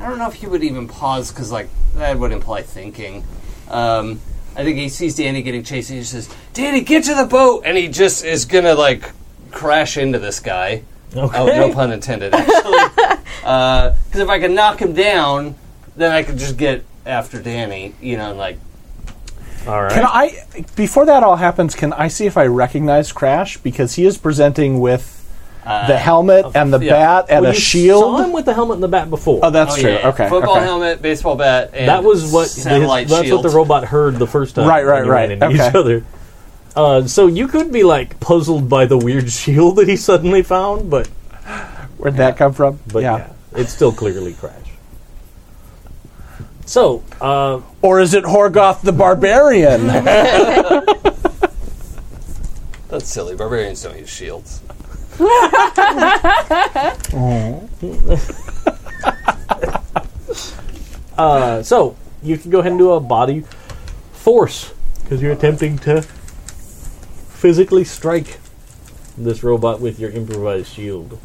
Speaker 5: I don't know if he would even pause because like that would imply thinking. Um, I think he sees Danny getting chased and he says, "Danny, get to the boat!" And he just is gonna like crash into this guy.
Speaker 2: Okay.
Speaker 5: Oh, no pun intended. Actually, because if I can knock him down, then I could just get after Danny. You know, and like
Speaker 2: All right.
Speaker 4: Can I, before that all happens, can I see if I recognize Crash? Because he is presenting with the helmet and the
Speaker 5: Uh, yeah.
Speaker 4: bat and
Speaker 2: Well,
Speaker 4: a
Speaker 2: you
Speaker 4: shield.
Speaker 2: Saw him with the helmet and the bat before.
Speaker 4: Oh, that's
Speaker 5: oh,
Speaker 4: true.
Speaker 5: yeah,
Speaker 4: Okay.
Speaker 5: football
Speaker 4: okay.
Speaker 5: helmet, baseball bat, and
Speaker 2: that was what his-
Speaker 5: satellite
Speaker 2: that's
Speaker 5: shield.
Speaker 2: what the robot heard the first time.
Speaker 4: Right, right,
Speaker 2: when they ran
Speaker 4: right.
Speaker 2: into Each
Speaker 4: Okay.
Speaker 2: other. Uh, so you could be like puzzled by the weird shield that he suddenly found, but
Speaker 4: Where'd that come from?
Speaker 2: but yeah, it's still clearly Crash. So uh,
Speaker 4: Or is it Horgoth the Barbarian?
Speaker 5: That's silly. Barbarians don't use shields.
Speaker 2: uh, so you can go ahead and do a body force because you're attempting to physically strike this robot with your improvised shield.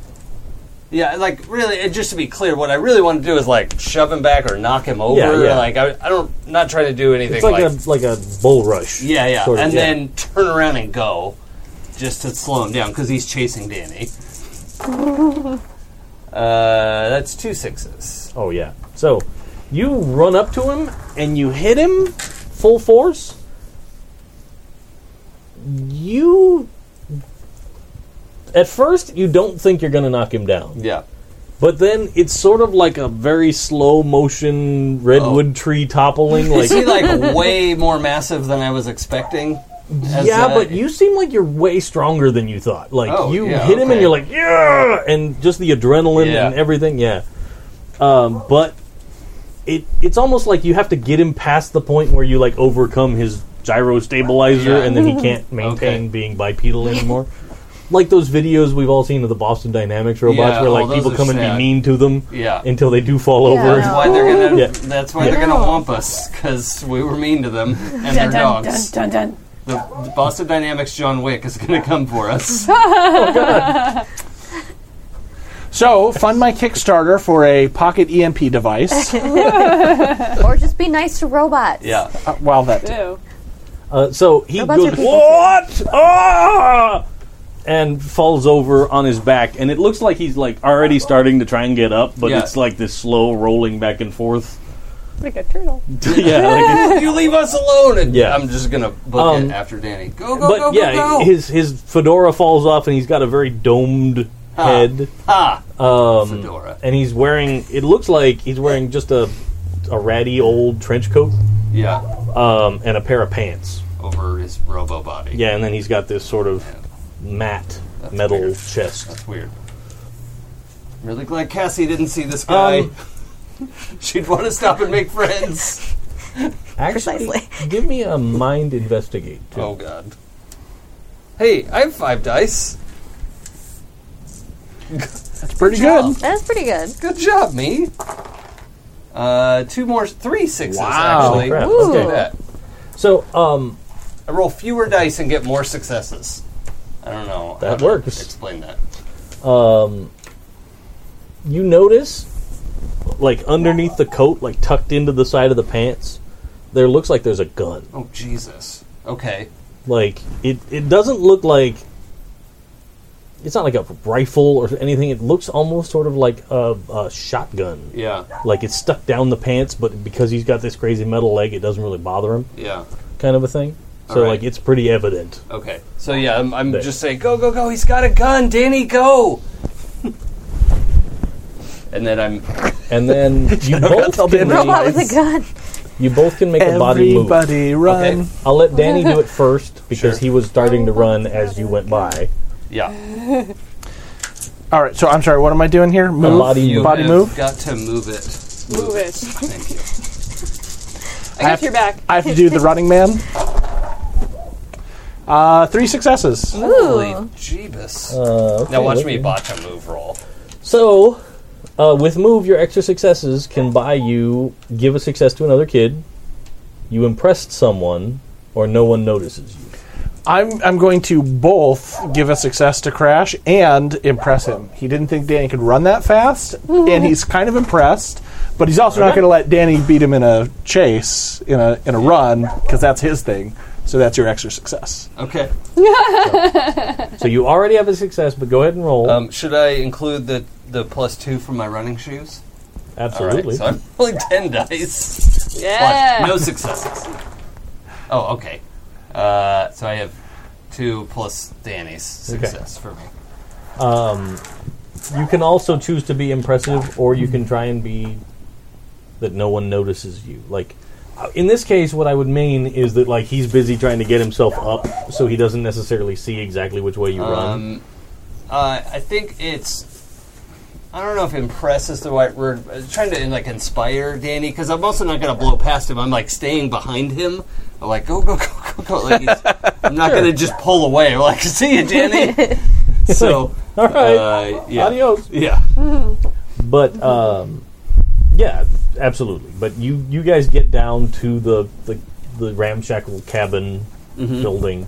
Speaker 5: Yeah, like really. And just to be clear, what I really want to do is like shove him back or knock him over.
Speaker 2: Yeah, yeah.
Speaker 5: Like I, I don't, not trying to do anything.
Speaker 2: It's like, a like a bull rush.
Speaker 5: yeah, yeah,
Speaker 2: sort of,
Speaker 5: and
Speaker 2: yeah.
Speaker 5: then turn around and go, just to slow him down because he's chasing Danny. Uh, that's two sixes.
Speaker 2: oh yeah. So you run up to him and you hit him full force. You at first you don't think you're going to knock him down,
Speaker 5: Yeah.
Speaker 2: but then it's sort of like a very slow motion redwood
Speaker 5: Oh.
Speaker 2: tree toppling. Like
Speaker 5: Is he like way more massive than I was expecting? As,
Speaker 2: yeah,
Speaker 5: uh,
Speaker 2: but you seem like you're way stronger than you thought. Like
Speaker 5: Oh,
Speaker 2: you
Speaker 5: yeah,
Speaker 2: hit him and
Speaker 5: okay.
Speaker 2: you're like, yeah, and just the adrenaline
Speaker 5: Yeah.
Speaker 2: and everything. Yeah, um, but it it's almost like you have to get him past the point where you like overcome his gyro stabilizer
Speaker 5: Yeah.
Speaker 2: and then he can't maintain
Speaker 5: Okay.
Speaker 2: being bipedal anymore. like those videos we've all seen of the Boston Dynamics robots
Speaker 5: Yeah,
Speaker 2: where
Speaker 5: oh,
Speaker 2: like
Speaker 5: those
Speaker 2: people
Speaker 5: are
Speaker 2: come and
Speaker 5: sad.
Speaker 2: be mean to them
Speaker 5: Yeah.
Speaker 2: until they do fall
Speaker 3: Yeah.
Speaker 2: over.
Speaker 5: That's why they're gonna.
Speaker 2: Yeah.
Speaker 5: That's why they're gonna womp us because we were mean to them and
Speaker 1: Dun, dun,
Speaker 5: their
Speaker 1: dun,
Speaker 5: dogs.
Speaker 1: dun, dun.
Speaker 5: The, the Boston Dynamics John Wick is gonna come for us.
Speaker 4: So, fund my Kickstarter for a pocket EMP device.
Speaker 3: or just be nice to robots.
Speaker 5: yeah.
Speaker 4: Uh, well, that
Speaker 1: Ew.
Speaker 2: Uh, so he
Speaker 3: Robots are
Speaker 2: goes,
Speaker 3: people, too.
Speaker 2: What? Ah! And falls over on his back, and it looks like he's like already starting to try and get up, but
Speaker 5: Yeah.
Speaker 2: it's like this slow rolling back and forth.
Speaker 1: Like a turtle.
Speaker 2: yeah, like it's-
Speaker 5: you leave us alone. And
Speaker 2: Yeah.
Speaker 5: I'm just gonna book
Speaker 2: Um,
Speaker 5: it after Danny. Go go
Speaker 2: but
Speaker 5: go go
Speaker 2: yeah,
Speaker 5: go.
Speaker 2: his his fedora falls off, and he's got a very domed head,
Speaker 5: ah,
Speaker 2: um,
Speaker 5: fedora.
Speaker 2: and he's wearing. It looks like he's wearing just a a ratty old trench coat
Speaker 5: Yeah,
Speaker 2: um, and a pair of pants.
Speaker 5: over his robo body.
Speaker 2: Yeah, and then he's got this sort of matte
Speaker 5: That's
Speaker 2: metal
Speaker 5: weird.
Speaker 2: chest.
Speaker 5: That's weird. I'm really glad Cassie didn't see this guy.
Speaker 2: Um,
Speaker 5: She'd want to stop and make friends.
Speaker 2: Actually,
Speaker 3: Precisely.
Speaker 2: give me a mind investigate. too.
Speaker 5: Oh god. Hey, I have five dice.
Speaker 4: That's pretty good.
Speaker 5: job.
Speaker 3: That's pretty good.
Speaker 5: Good job, me. Uh, two more, three sixes
Speaker 4: Wow.
Speaker 5: actually.
Speaker 2: Crap,
Speaker 5: Let's
Speaker 3: okay.
Speaker 5: do that.
Speaker 2: So, um,
Speaker 5: I roll fewer dice and get more successes. I don't know.
Speaker 2: That
Speaker 5: how to
Speaker 2: works.
Speaker 5: Explain that.
Speaker 2: you notice, like underneath the coat, like tucked into the side of the pants, there looks like there's a gun.
Speaker 5: Oh Jesus. Okay.
Speaker 2: Like it, it doesn't look like. It's not like a rifle or anything. It looks almost sort of like a, a shotgun.
Speaker 5: Yeah.
Speaker 2: Like it's stuck down the pants, but because he's got this crazy metal leg, it doesn't really bother him,
Speaker 5: Yeah.
Speaker 2: kind of a thing. So
Speaker 5: Alright.
Speaker 2: like it's pretty evident.
Speaker 5: Okay. So yeah, I'm, I'm
Speaker 2: There.
Speaker 5: just saying, go, go, go. He's got a gun, Danny. Go. and then I'm
Speaker 2: And then you both
Speaker 4: tell
Speaker 2: can
Speaker 4: me.
Speaker 3: Robot
Speaker 4: Nice.
Speaker 2: make,
Speaker 3: with a gun.
Speaker 2: you both can make a body move.
Speaker 4: Everybody run.
Speaker 5: Okay.
Speaker 2: I'll let Danny do it first
Speaker 5: Sure.
Speaker 2: because he was starting to run as you went by.
Speaker 5: yeah.
Speaker 4: All right, so I'm sorry, what am I doing here? Move?
Speaker 2: body
Speaker 5: You
Speaker 4: body
Speaker 5: have
Speaker 4: move?
Speaker 5: Got to move it.
Speaker 1: Move it.
Speaker 5: Thank you.
Speaker 1: I got
Speaker 4: have-
Speaker 1: your back.
Speaker 4: I have to do the running man. Uh, three successes.
Speaker 5: Holy Jeebus.
Speaker 2: Uh, okay,
Speaker 5: now watch
Speaker 2: let's-
Speaker 5: me botch a move roll.
Speaker 2: So, uh, with move, your extra successes can buy you give a success to another kid. You impressed someone, or no one notices you.
Speaker 4: I'm I'm going to both give a success to Crash and impress him. He didn't think Danny could run that fast, and he's kind of impressed. But he's also not going to let Danny beat him in a chase, in a in a run, because that's his thing. So that's your extra success.
Speaker 5: Okay.
Speaker 2: So you already have a success, but go ahead and roll.
Speaker 5: Um, should I include the the plus two from my running shoes?
Speaker 2: Absolutely.
Speaker 5: All right. So I'm rolling ten dice. Watch.
Speaker 1: Yeah.
Speaker 5: No successes. Oh, okay. Uh, so I have two plus Danny's success for me.
Speaker 2: you can also choose to be impressive, or you can try and be that no one notices you. Like uh, in this case, what I would mean is that like he's busy trying to get himself up, so he doesn't necessarily see exactly which way you run.
Speaker 5: Um, uh, I think it's. I don't know if impress is the right word. but it's trying to like inspire Danny because I'm also not going to blow past him. I'm like staying behind him. I'm like go go go go go. Like he's, I'm not going to just pull away. I'm like see you, Danny. so
Speaker 2: All right,
Speaker 5: uh, yeah,
Speaker 2: adios.
Speaker 5: yeah.
Speaker 2: But um, yeah, absolutely. But you you guys get down to the the, the ramshackle cabin building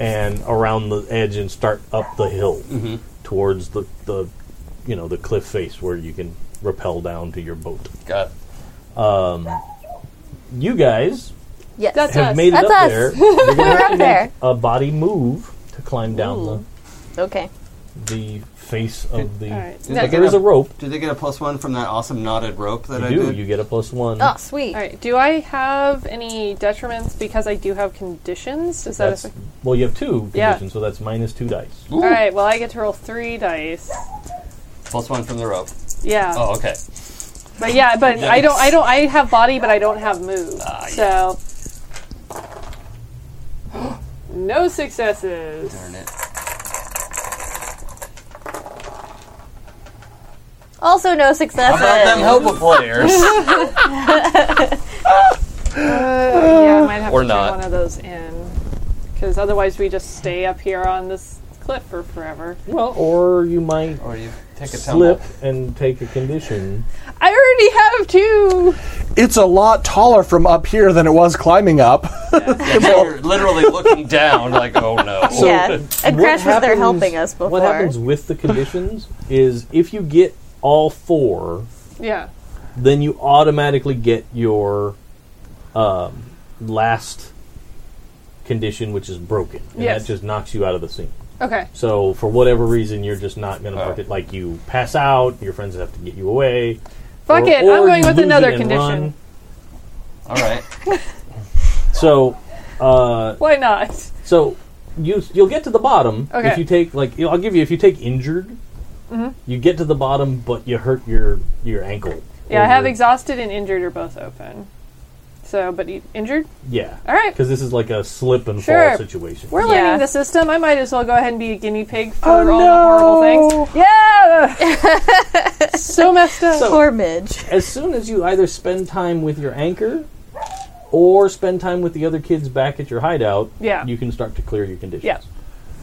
Speaker 2: and around the edge and start up the hill towards the the you know the cliff face where you can rappel down to your boat.
Speaker 5: Got
Speaker 2: You guys
Speaker 3: Yes.
Speaker 1: That's
Speaker 2: have
Speaker 1: us.
Speaker 2: made it
Speaker 3: That's
Speaker 2: up
Speaker 3: us.
Speaker 2: there. You're gonna
Speaker 3: We're
Speaker 2: have
Speaker 3: up
Speaker 2: to
Speaker 3: there.
Speaker 2: make a body move to climb
Speaker 3: Ooh.
Speaker 2: down
Speaker 3: Okay.
Speaker 2: the, the face of the.
Speaker 1: All right.
Speaker 5: Did
Speaker 1: No.
Speaker 5: I
Speaker 2: But
Speaker 5: get
Speaker 2: there is a rope.
Speaker 5: Do they get a plus one from that awesome knotted rope that
Speaker 2: You
Speaker 5: I
Speaker 2: do.
Speaker 5: did?
Speaker 2: You get a plus one.
Speaker 3: Oh, sweet.
Speaker 1: All right. Do I have any detriments because I do have conditions? Does that
Speaker 2: That's,
Speaker 1: affect?
Speaker 2: well, you have two conditions,
Speaker 1: Yeah.
Speaker 2: so that's minus two dice.
Speaker 5: Ooh,
Speaker 1: All right. Well, I get to roll three dice.
Speaker 5: Plus one from the rope.
Speaker 1: Yeah.
Speaker 5: Oh, okay.
Speaker 1: But yeah, but I don't.
Speaker 5: Yikes.
Speaker 1: I don't. I have body, but I don't have move.
Speaker 2: Ah,
Speaker 1: so. No successes.
Speaker 5: Darn it.
Speaker 3: Also, no successes.
Speaker 5: About them HOPA players.
Speaker 1: Uh, yeah, I might have
Speaker 5: Or
Speaker 1: to
Speaker 5: not.
Speaker 1: turn one of those in. Because otherwise, we just stay up here on this cliff for forever.
Speaker 2: Well, or you might
Speaker 5: or you take a tumble.
Speaker 2: slip and take a condition.
Speaker 1: I already have two!
Speaker 4: It's a lot taller from up here than it was climbing up.
Speaker 5: Yeah, you're literally looking down, like, oh no.
Speaker 3: yeah, and
Speaker 2: What
Speaker 3: Crash was there
Speaker 2: happens-
Speaker 3: helping us before.
Speaker 2: What happens with the conditions is if you get all four,
Speaker 1: Yeah.
Speaker 2: then you automatically get your um, last condition, which is broken, and
Speaker 1: Yes.
Speaker 2: that just knocks you out of the scene.
Speaker 1: Okay.
Speaker 2: So for whatever reason, you're just not going to
Speaker 5: Oh.
Speaker 2: work it. Like you pass out, your friends have to get you away.
Speaker 1: Fuck
Speaker 2: or-
Speaker 1: it,
Speaker 2: or
Speaker 1: I'm going
Speaker 2: you
Speaker 1: with
Speaker 2: lose
Speaker 1: another
Speaker 2: it and
Speaker 1: condition.
Speaker 2: run.
Speaker 5: All right.
Speaker 2: So, uh,
Speaker 1: Why not?
Speaker 2: so you you'll get to the bottom
Speaker 1: Okay. Mm-hmm.
Speaker 2: if you take like I'll give you if you take injured, you get to the bottom, but you hurt your your ankle.
Speaker 1: Yeah,
Speaker 2: or
Speaker 1: I have
Speaker 2: your-
Speaker 1: exhausted and injured are both open. So, but e- injured?
Speaker 2: Yeah,
Speaker 1: All right.
Speaker 2: because this is like a slip and
Speaker 1: Sure.
Speaker 2: fall situation.
Speaker 1: We're
Speaker 3: Yeah.
Speaker 1: learning the system. I might as well go ahead and be a guinea pig for
Speaker 4: Oh,
Speaker 1: all the
Speaker 4: no.
Speaker 1: horrible things. Yeah! so messed up.
Speaker 2: So-
Speaker 3: Poor Midge.
Speaker 2: as soon as you either spend time with your anchor or spend time with the other kids back at your hideout,
Speaker 1: Yeah.
Speaker 2: you can start to clear your conditions.
Speaker 1: Yeah.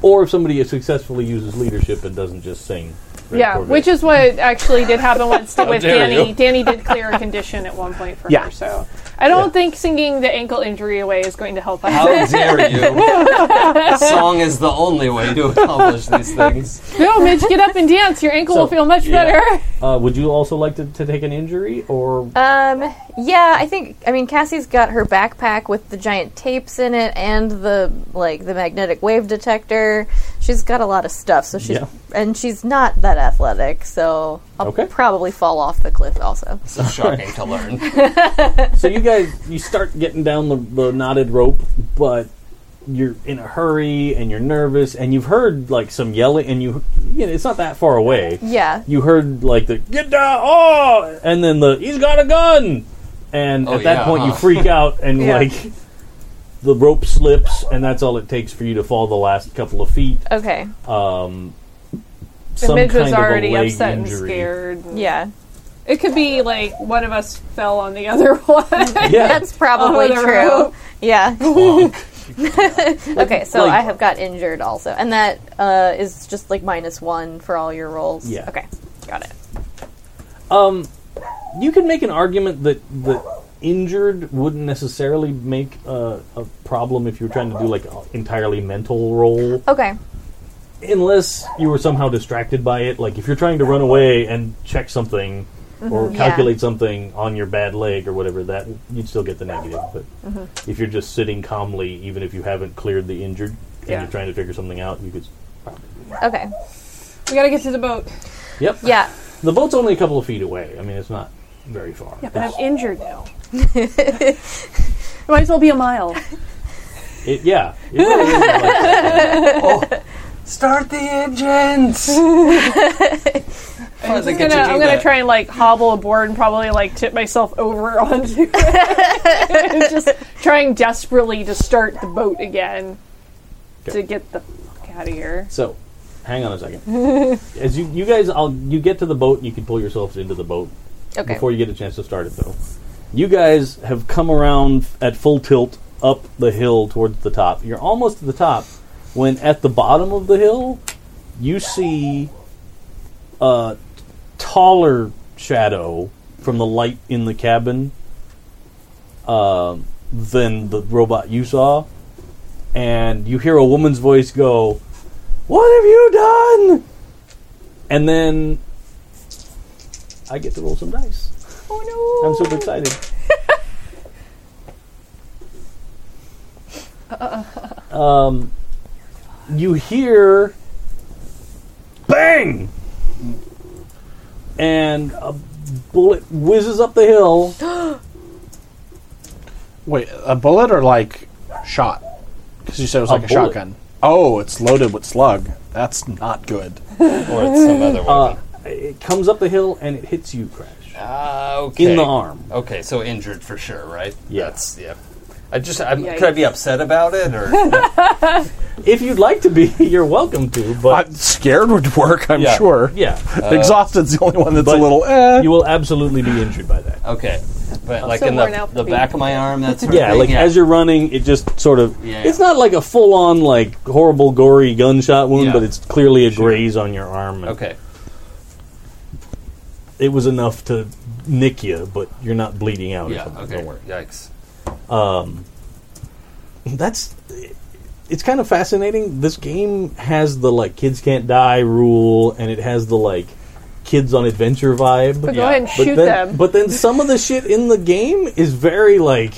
Speaker 2: Or if somebody successfully uses leadership and doesn't just sing. Red
Speaker 1: yeah,
Speaker 2: Corvette.
Speaker 1: which is what actually did happen with,
Speaker 2: Oh,
Speaker 1: with
Speaker 5: dare
Speaker 1: Danny.
Speaker 5: you.
Speaker 1: Danny did clear a condition at one point for
Speaker 4: Yeah.
Speaker 1: her, so I don't
Speaker 2: Yeah.
Speaker 1: think singing the ankle injury away is going to help us.
Speaker 5: How dare you? Song is the only way to accomplish these things.
Speaker 1: no, Midge, get up and dance. Your ankle
Speaker 2: So,
Speaker 1: will feel much
Speaker 2: yeah.
Speaker 1: better.
Speaker 2: Uh, would you also like to, to take an injury or
Speaker 3: Um, yeah, I think I mean Cassie's got her backpack with the giant tapes in it and the like the magnetic wave detector. She's got a lot of stuff, so she's
Speaker 2: Yeah.
Speaker 3: and she's not that athletic, so I'll
Speaker 2: Okay.
Speaker 3: probably fall off the cliff also.
Speaker 5: So shocking to learn.
Speaker 2: so you guys you start getting down the, the knotted rope, but you're in a hurry and you're nervous and you've heard like some yelling and you you know it's not that far away.
Speaker 3: Yeah.
Speaker 2: you heard like the get down oh and then the he's got a gun and
Speaker 5: Oh,
Speaker 2: at that
Speaker 5: yeah,
Speaker 2: point you
Speaker 5: huh.
Speaker 2: freak out and
Speaker 1: Yeah.
Speaker 2: like the rope slips and that's all it takes for you to fall the last couple of feet
Speaker 3: Okay.
Speaker 2: um
Speaker 1: The
Speaker 2: some
Speaker 1: Midge
Speaker 2: kind
Speaker 1: was
Speaker 2: of a
Speaker 1: already
Speaker 2: leg
Speaker 1: upset and
Speaker 2: injury.
Speaker 1: scared. and-
Speaker 3: Yeah.
Speaker 1: It could be like one of us fell on the other one.
Speaker 2: yeah
Speaker 3: That's probably
Speaker 1: Oh, the
Speaker 3: true.
Speaker 1: rope.
Speaker 3: Yeah.
Speaker 5: Bonk.
Speaker 3: Okay, so
Speaker 2: Like-
Speaker 3: I have got injured also. And that uh, is just like minus one for all your rolls.
Speaker 2: Yeah.
Speaker 3: Okay. Got it.
Speaker 2: you can make an argument that that injured wouldn't necessarily make a, a problem if you were trying to do like an entirely mental role
Speaker 3: Okay.
Speaker 2: unless you were somehow distracted by it like if you're trying to run away and check something
Speaker 1: Mm-hmm.
Speaker 2: or
Speaker 3: Yeah.
Speaker 2: calculate something on your bad leg or whatever that you'd still get the negative but
Speaker 1: Mm-hmm.
Speaker 2: if you're just sitting calmly even if you haven't cleared the injured and
Speaker 1: Yeah.
Speaker 2: you're trying to figure something out you could
Speaker 3: Okay.
Speaker 1: we gotta get to the boat.
Speaker 2: yep
Speaker 3: Yeah.
Speaker 2: the boat's only a couple of feet away i mean it's not very far
Speaker 1: Yeah, but I'm
Speaker 2: It's-
Speaker 1: injured now. Might as well be a mile.
Speaker 2: it, yeah it really is like that.
Speaker 5: Start the engines!
Speaker 1: I'm, just gonna, I'm gonna try and like hobble aboard and probably like tip myself over onto it. just trying desperately to start the boat again to get the fuck out of here.
Speaker 2: so hang on a second as you you guys i'll you get to the boat and you can pull yourselves into the boat
Speaker 3: Okay.
Speaker 2: before you get a chance to start it though. You guys have come around at full tilt up the hill towards the top. You're almost to the top when at the bottom of the hill you see a taller shadow from the light in the cabin um, than the robot you saw and you hear a woman's voice go, "What have you done?" And then I get to roll some dice.
Speaker 1: Oh no!
Speaker 2: I'm super excited. um, you hear bang, and a bullet whizzes up the hill.
Speaker 4: Wait, a bullet or like shot? Because you said it was
Speaker 2: A
Speaker 4: like a
Speaker 2: bullet.
Speaker 4: shotgun. Oh, it's loaded with slug. That's not good.
Speaker 5: Or it's some other
Speaker 2: Uh,
Speaker 5: one.
Speaker 2: it comes up the hill and it hits you, Crash,
Speaker 5: Ah, okay.
Speaker 2: in the arm.
Speaker 5: Okay, so injured for sure, right?
Speaker 2: Yeah.
Speaker 5: That's, yeah. I just, I'm, could I be upset about it? Or
Speaker 2: If you'd like to be, you're welcome to. But
Speaker 4: I'm scared would work, I'm
Speaker 2: yeah,
Speaker 4: sure.
Speaker 2: yeah,
Speaker 4: Exhausted's the only one that's a
Speaker 2: but
Speaker 4: little eh.
Speaker 2: you will absolutely be injured by that.
Speaker 5: Okay, but like
Speaker 1: so
Speaker 5: in the,
Speaker 1: worn out for
Speaker 5: the
Speaker 1: being-
Speaker 5: back of my arm, that's
Speaker 2: Yeah, like as you're running, it just sort of.
Speaker 5: Yeah.
Speaker 2: It's not like a full on, like, horrible, gory gunshot wound,
Speaker 5: Yeah.
Speaker 2: but it's clearly a graze on your arm. and
Speaker 5: okay.
Speaker 2: It was enough to nick you, but you're not bleeding out. or
Speaker 5: Yeah,
Speaker 2: something,
Speaker 5: okay.
Speaker 2: Don't worry.
Speaker 5: Yikes.
Speaker 2: That's. It's kind of fascinating. This game has the, like, kids can't die rule, and it has the, like, kids on adventure vibe.
Speaker 1: But go
Speaker 5: Yeah,
Speaker 1: ahead and
Speaker 2: But
Speaker 1: shoot
Speaker 2: then,
Speaker 1: them.
Speaker 2: But then some of the shit in the game is very like,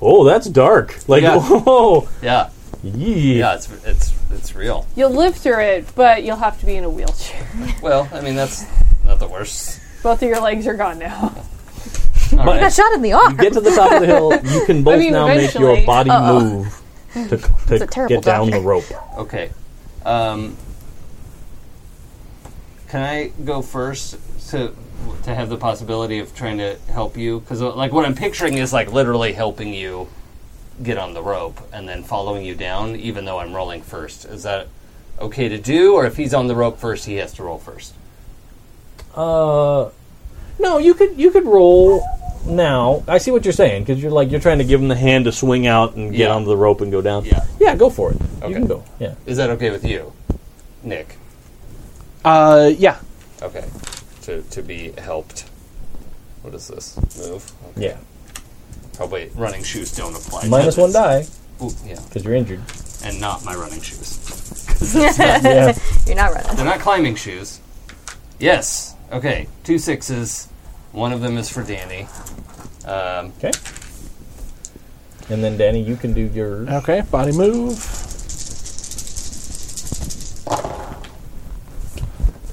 Speaker 2: oh, that's dark. Like,
Speaker 5: Yeah.
Speaker 2: oh,
Speaker 5: Yeah, yeah,
Speaker 2: yeah.
Speaker 5: it's it's it's real.
Speaker 1: You'll live through it, but you'll have to be in a wheelchair.
Speaker 5: Well, I mean that's not the worst.
Speaker 1: Both of your legs are gone now.
Speaker 5: All
Speaker 2: But-
Speaker 3: Got
Speaker 5: right.
Speaker 3: shot in the arm.
Speaker 2: You get to the top of the hill, you can both
Speaker 1: mean,
Speaker 2: now make your
Speaker 1: eventually.
Speaker 2: body
Speaker 3: Uh-oh.
Speaker 2: move to, to
Speaker 3: a terrible
Speaker 2: get down
Speaker 3: doctor.
Speaker 2: the rope.
Speaker 5: Okay. Um, can I go first to to have the possibility of trying to help you? Because like what I'm picturing is like literally helping you get on the rope and then following you down, even though I'm rolling first. Is that okay to do? Or if he's on the rope first, he has to roll first.
Speaker 2: Uh, no, you could you could roll now. I see what you're saying because you're like you're trying to give him the hand to swing out and get
Speaker 5: Yeah.
Speaker 2: onto the rope and go down.
Speaker 5: Yeah.
Speaker 2: yeah, go for it.
Speaker 5: Okay.
Speaker 2: You can go. Yeah,
Speaker 5: Is that okay with you, Nick?
Speaker 4: Uh, yeah.
Speaker 5: Okay. To to be helped. What is this move? Okay.
Speaker 2: yeah.
Speaker 5: Oh wait, running shoes don't apply. to
Speaker 2: Minus one
Speaker 5: this.
Speaker 2: die
Speaker 5: Ooh, yeah,
Speaker 2: because you're injured.
Speaker 5: and not my running shoes.
Speaker 2: Yeah.
Speaker 3: You're not running.
Speaker 5: They're not climbing shoes. Yes. Okay. Two sixes. One of them is for Danny. Um,
Speaker 2: Okay. And then Danny, you can do your
Speaker 4: Okay, body move.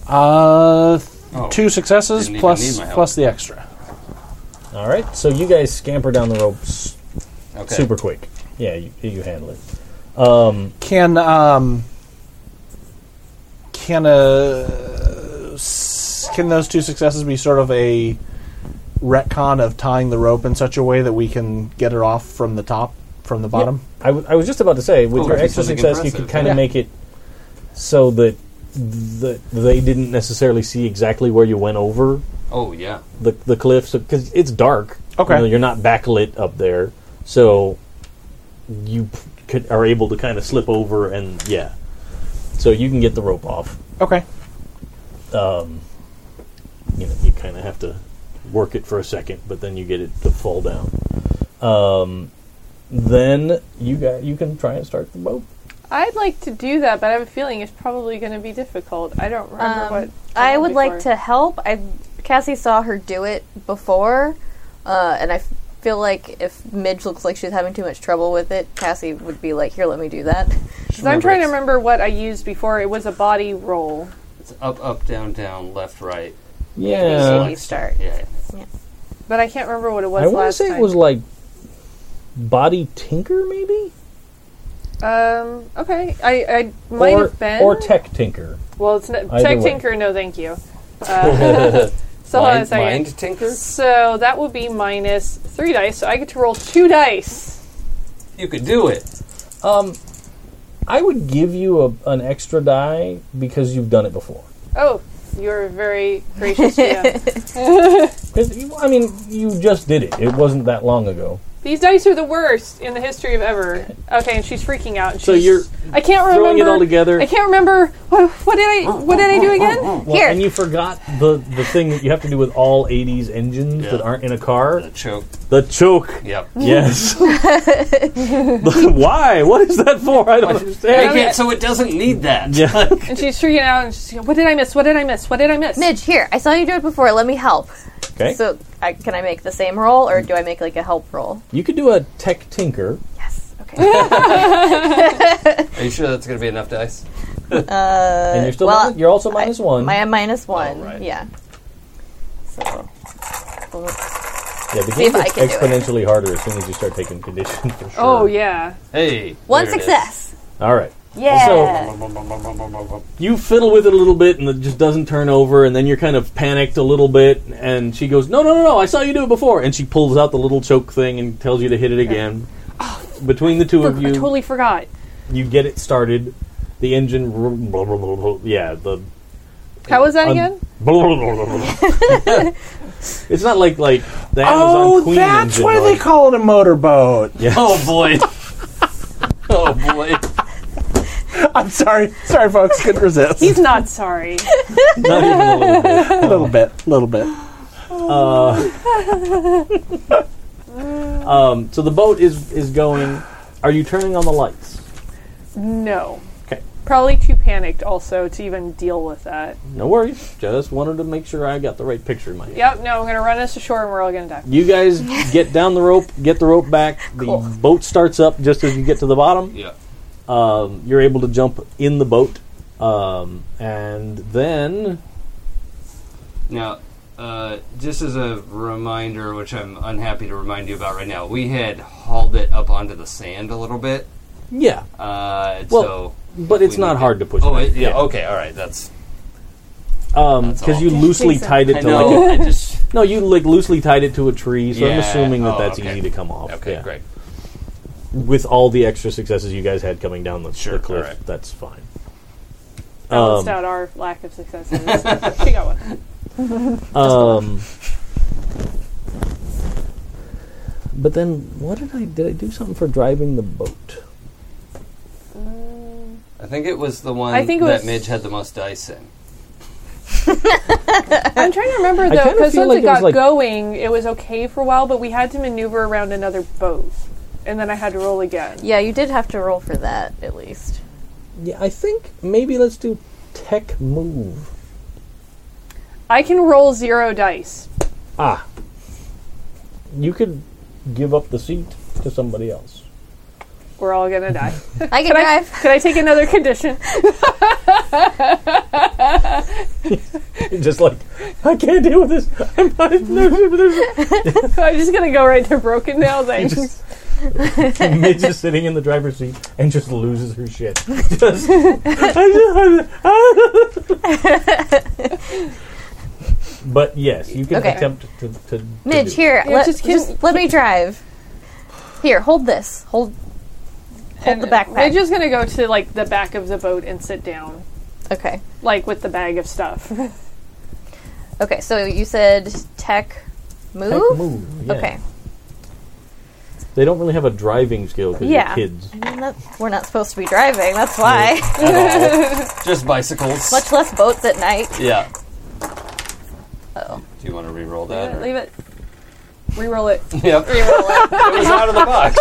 Speaker 4: Uh,
Speaker 5: oh,
Speaker 4: two successes
Speaker 5: Didn't even
Speaker 4: plus
Speaker 5: need my help.
Speaker 4: plus the extra.
Speaker 2: All right, so you guys scamper down the ropes
Speaker 5: Okay.
Speaker 2: super quick. Yeah, you, you handle it.
Speaker 4: Can um can uh s- can those two successes be sort of a retcon of tying the rope in such a way that we can get it off from the top from the bottom?
Speaker 2: I, w- I was just about to say, with
Speaker 5: Oh,
Speaker 2: your
Speaker 5: that'd be
Speaker 2: extra
Speaker 5: something
Speaker 2: success, you
Speaker 5: impressive.
Speaker 2: could kind of
Speaker 4: Yeah.
Speaker 2: make it so that the, they didn't necessarily see exactly where you went over
Speaker 5: Oh yeah.
Speaker 2: the the cliffs because it's dark.
Speaker 4: Okay.
Speaker 2: you know, you're not backlit up there, so you p- could, are able to kind of slip over and yeah, so you can get the rope off.
Speaker 4: Okay.
Speaker 2: you know, you kind of have to work it for a second, but then you get it to fall down. Um, then you got you can try and start the boat.
Speaker 1: I'd like to do that, but I have a feeling it's probably going to be difficult. I don't remember what.
Speaker 3: Um, I
Speaker 1: did
Speaker 3: would like
Speaker 1: before.
Speaker 3: to help. I Cassie saw her do it before, uh, and I f- feel like if Midge looks like she's having too much trouble with it, Cassie would be like, "Here, let me do that."
Speaker 1: 'Cause I'm trying to remember what I used before. It was a body roll.
Speaker 5: It's up, up, down, down, left, right.
Speaker 2: Yeah,
Speaker 3: you start.
Speaker 5: Yeah.
Speaker 1: But I can't remember what it was
Speaker 2: I want to
Speaker 1: last
Speaker 2: say
Speaker 1: time.
Speaker 2: it was like body tinker, maybe,
Speaker 1: um, okay. I, I might
Speaker 2: or
Speaker 1: have been.
Speaker 2: or tech tinker.
Speaker 1: Well, it's not,
Speaker 2: Either
Speaker 1: Tech
Speaker 2: way.
Speaker 1: Tinker, no thank you. Uh, so hold on a
Speaker 5: mind,
Speaker 1: second.
Speaker 5: mind tinker.
Speaker 1: So that would be minus three dice, so I get to roll two dice.
Speaker 5: You could do it.
Speaker 2: I would give you a, an extra die because you've done it before.
Speaker 1: Oh, you're very gracious. Yeah.
Speaker 2: 'Cause you- I mean, you just did it. It wasn't that long ago.
Speaker 1: These dice are the worst in the history of ever. Okay, and she's freaking out. And
Speaker 2: So
Speaker 1: she's-
Speaker 2: you're
Speaker 1: I can't remember
Speaker 2: throwing it all together. Oh,
Speaker 1: I can't remember what, what did I what did I do again?
Speaker 2: Well,
Speaker 3: Here.
Speaker 2: and you forgot the the thing that you have to do with all '80s engines
Speaker 5: Yeah.
Speaker 2: that aren't in a car.
Speaker 5: The choke.
Speaker 2: The choke.
Speaker 5: Yep.
Speaker 2: Yes. Why? What is that for? I don't
Speaker 5: Make
Speaker 2: understand.
Speaker 5: it so it doesn't need that.
Speaker 2: Yeah.
Speaker 1: And she's freaking out. And she's what did I miss? What did I miss? What did I miss?
Speaker 3: Midge, here. I saw you do it before. Let me help.
Speaker 2: Okay.
Speaker 3: So, I, can I make the same roll, or do I make like a help roll?
Speaker 2: you could do a tech tinker.
Speaker 3: Yes. Okay.
Speaker 5: Are you sure that's going to be enough dice?
Speaker 1: Uh,
Speaker 2: and you're still
Speaker 3: Uh, well,
Speaker 2: minus- you're also minus one.
Speaker 3: I am minus one.
Speaker 5: right.
Speaker 3: Yeah. So,
Speaker 2: yeah, the
Speaker 3: if
Speaker 2: game
Speaker 3: I
Speaker 2: gets
Speaker 3: can do it.
Speaker 2: exponentially harder as soon as you start taking condition for sure.
Speaker 1: Oh yeah.
Speaker 5: Hey.
Speaker 3: one
Speaker 5: there it is.
Speaker 3: success.
Speaker 2: All right.
Speaker 3: Yeah.
Speaker 2: You fiddle with it a little bit and it just doesn't turn over and then you're kind of panicked a little bit and she goes, "No, no, no, no. I saw you do it before." And she pulls out the little choke thing and tells you to hit it again. Between the two
Speaker 1: Look,
Speaker 2: of
Speaker 1: I
Speaker 2: you,
Speaker 1: totally forgot.
Speaker 2: you get it started. The engine, r- blah, blah, blah, blah, yeah, the
Speaker 1: How was that
Speaker 2: um,
Speaker 1: again?
Speaker 2: blah, blah, blah, blah, blah. it's not like like the Amazon
Speaker 4: Oh,
Speaker 2: Queen
Speaker 4: that's
Speaker 2: engine,
Speaker 4: why
Speaker 2: like,
Speaker 4: they call it a motorboat.
Speaker 2: Yeah.
Speaker 5: Oh boy. oh boy.
Speaker 4: I'm sorry, sorry, folks, couldn't resist.
Speaker 1: He's not sorry.
Speaker 2: Not even a little bit.
Speaker 4: a little bit, a little bit.
Speaker 2: Um, so the boat is is going. Are you turning on the lights?
Speaker 1: No.
Speaker 2: 'Kay.
Speaker 1: Probably too panicked also to even deal with that.
Speaker 2: No worries. Just wanted to make sure I got the right picture in my head.
Speaker 1: Yep, no, I'm gonna run us ashore and we're all gonna die.
Speaker 2: You guys get down the rope, get the rope back. The
Speaker 3: Cool.
Speaker 2: boat starts up just as you get to the bottom.
Speaker 5: Yeah.
Speaker 2: Um, you're able to jump in the boat, um, and then
Speaker 5: Now, uh, just as a reminder, which I'm unhappy to remind you about right now, we had hauled it up onto the sand a little bit.
Speaker 2: yeah,
Speaker 5: Uh,
Speaker 2: Well,
Speaker 5: so
Speaker 2: but it's
Speaker 5: we
Speaker 2: not
Speaker 5: need
Speaker 2: hard to push.
Speaker 5: Oh,
Speaker 2: back.
Speaker 5: it, yeah, Okay. All right. That's.
Speaker 2: Um,
Speaker 5: That's
Speaker 2: because
Speaker 5: all.
Speaker 2: you loosely
Speaker 1: Jason.
Speaker 2: tied
Speaker 5: I
Speaker 2: it to like
Speaker 5: know. I just.
Speaker 2: No, you like loosely tied it to a tree, so I'm
Speaker 5: Yeah.
Speaker 2: assuming that
Speaker 5: Oh,
Speaker 2: that's
Speaker 5: okay.
Speaker 2: easy to come off.
Speaker 5: Okay.
Speaker 2: yeah.
Speaker 5: Great.
Speaker 2: With all the extra successes you guys had coming down the, the
Speaker 5: Sure,
Speaker 2: cliff,
Speaker 5: alright.
Speaker 2: that's fine.
Speaker 1: Balanced out our lack of success. in this. she got one.
Speaker 2: Um, but then, what did I did I do something for driving the boat?
Speaker 5: I think it was the one
Speaker 1: I think it
Speaker 5: that
Speaker 1: was-
Speaker 5: Midge had the most dice in.
Speaker 1: I'm trying to remember though,
Speaker 2: kinda
Speaker 1: because
Speaker 2: feel
Speaker 1: once
Speaker 2: like
Speaker 1: it
Speaker 2: it was
Speaker 1: got
Speaker 2: like-
Speaker 1: going, it was okay for a while, but we had to maneuver around another boat. And then I had to roll again.
Speaker 3: Yeah, you did have to roll for that at least.
Speaker 2: Yeah, I think maybe let's do tech move.
Speaker 1: I can roll zero dice.
Speaker 2: Ah, you could give up the seat to somebody else.
Speaker 1: We're all gonna die.
Speaker 3: I can drive.
Speaker 1: Could I take another condition?
Speaker 2: Just like I can't deal with this. I'm not.
Speaker 1: I'm just gonna go right to broken now. Then
Speaker 2: just Midge is sitting in the driver's seat and just loses her shit. Just- but yes, you can
Speaker 3: Okay.
Speaker 2: attempt to, to, to
Speaker 3: Midge,
Speaker 2: do-
Speaker 3: here.
Speaker 1: Yeah,
Speaker 3: let,
Speaker 1: just
Speaker 3: just,
Speaker 1: give-
Speaker 3: let me drive. Here, hold this. Hold. Hold the backpack.
Speaker 1: I'm just gonna go to like the back of the boat and sit down,
Speaker 3: okay.
Speaker 1: like with the bag of stuff.
Speaker 3: Okay. So you said tech move.
Speaker 2: Tech move. yeah.
Speaker 3: Okay.
Speaker 2: They don't really have a driving skill because
Speaker 3: Yeah.
Speaker 2: you're kids.
Speaker 3: I mean, that, we're not supposed to be driving. That's why.
Speaker 5: At all. just bicycles.
Speaker 3: Much less boats at night.
Speaker 5: Yeah.
Speaker 3: Oh.
Speaker 5: Do you want to re-roll that?
Speaker 1: Leave
Speaker 5: Or?
Speaker 1: it. Reroll it.
Speaker 5: Yep. it was out of the box.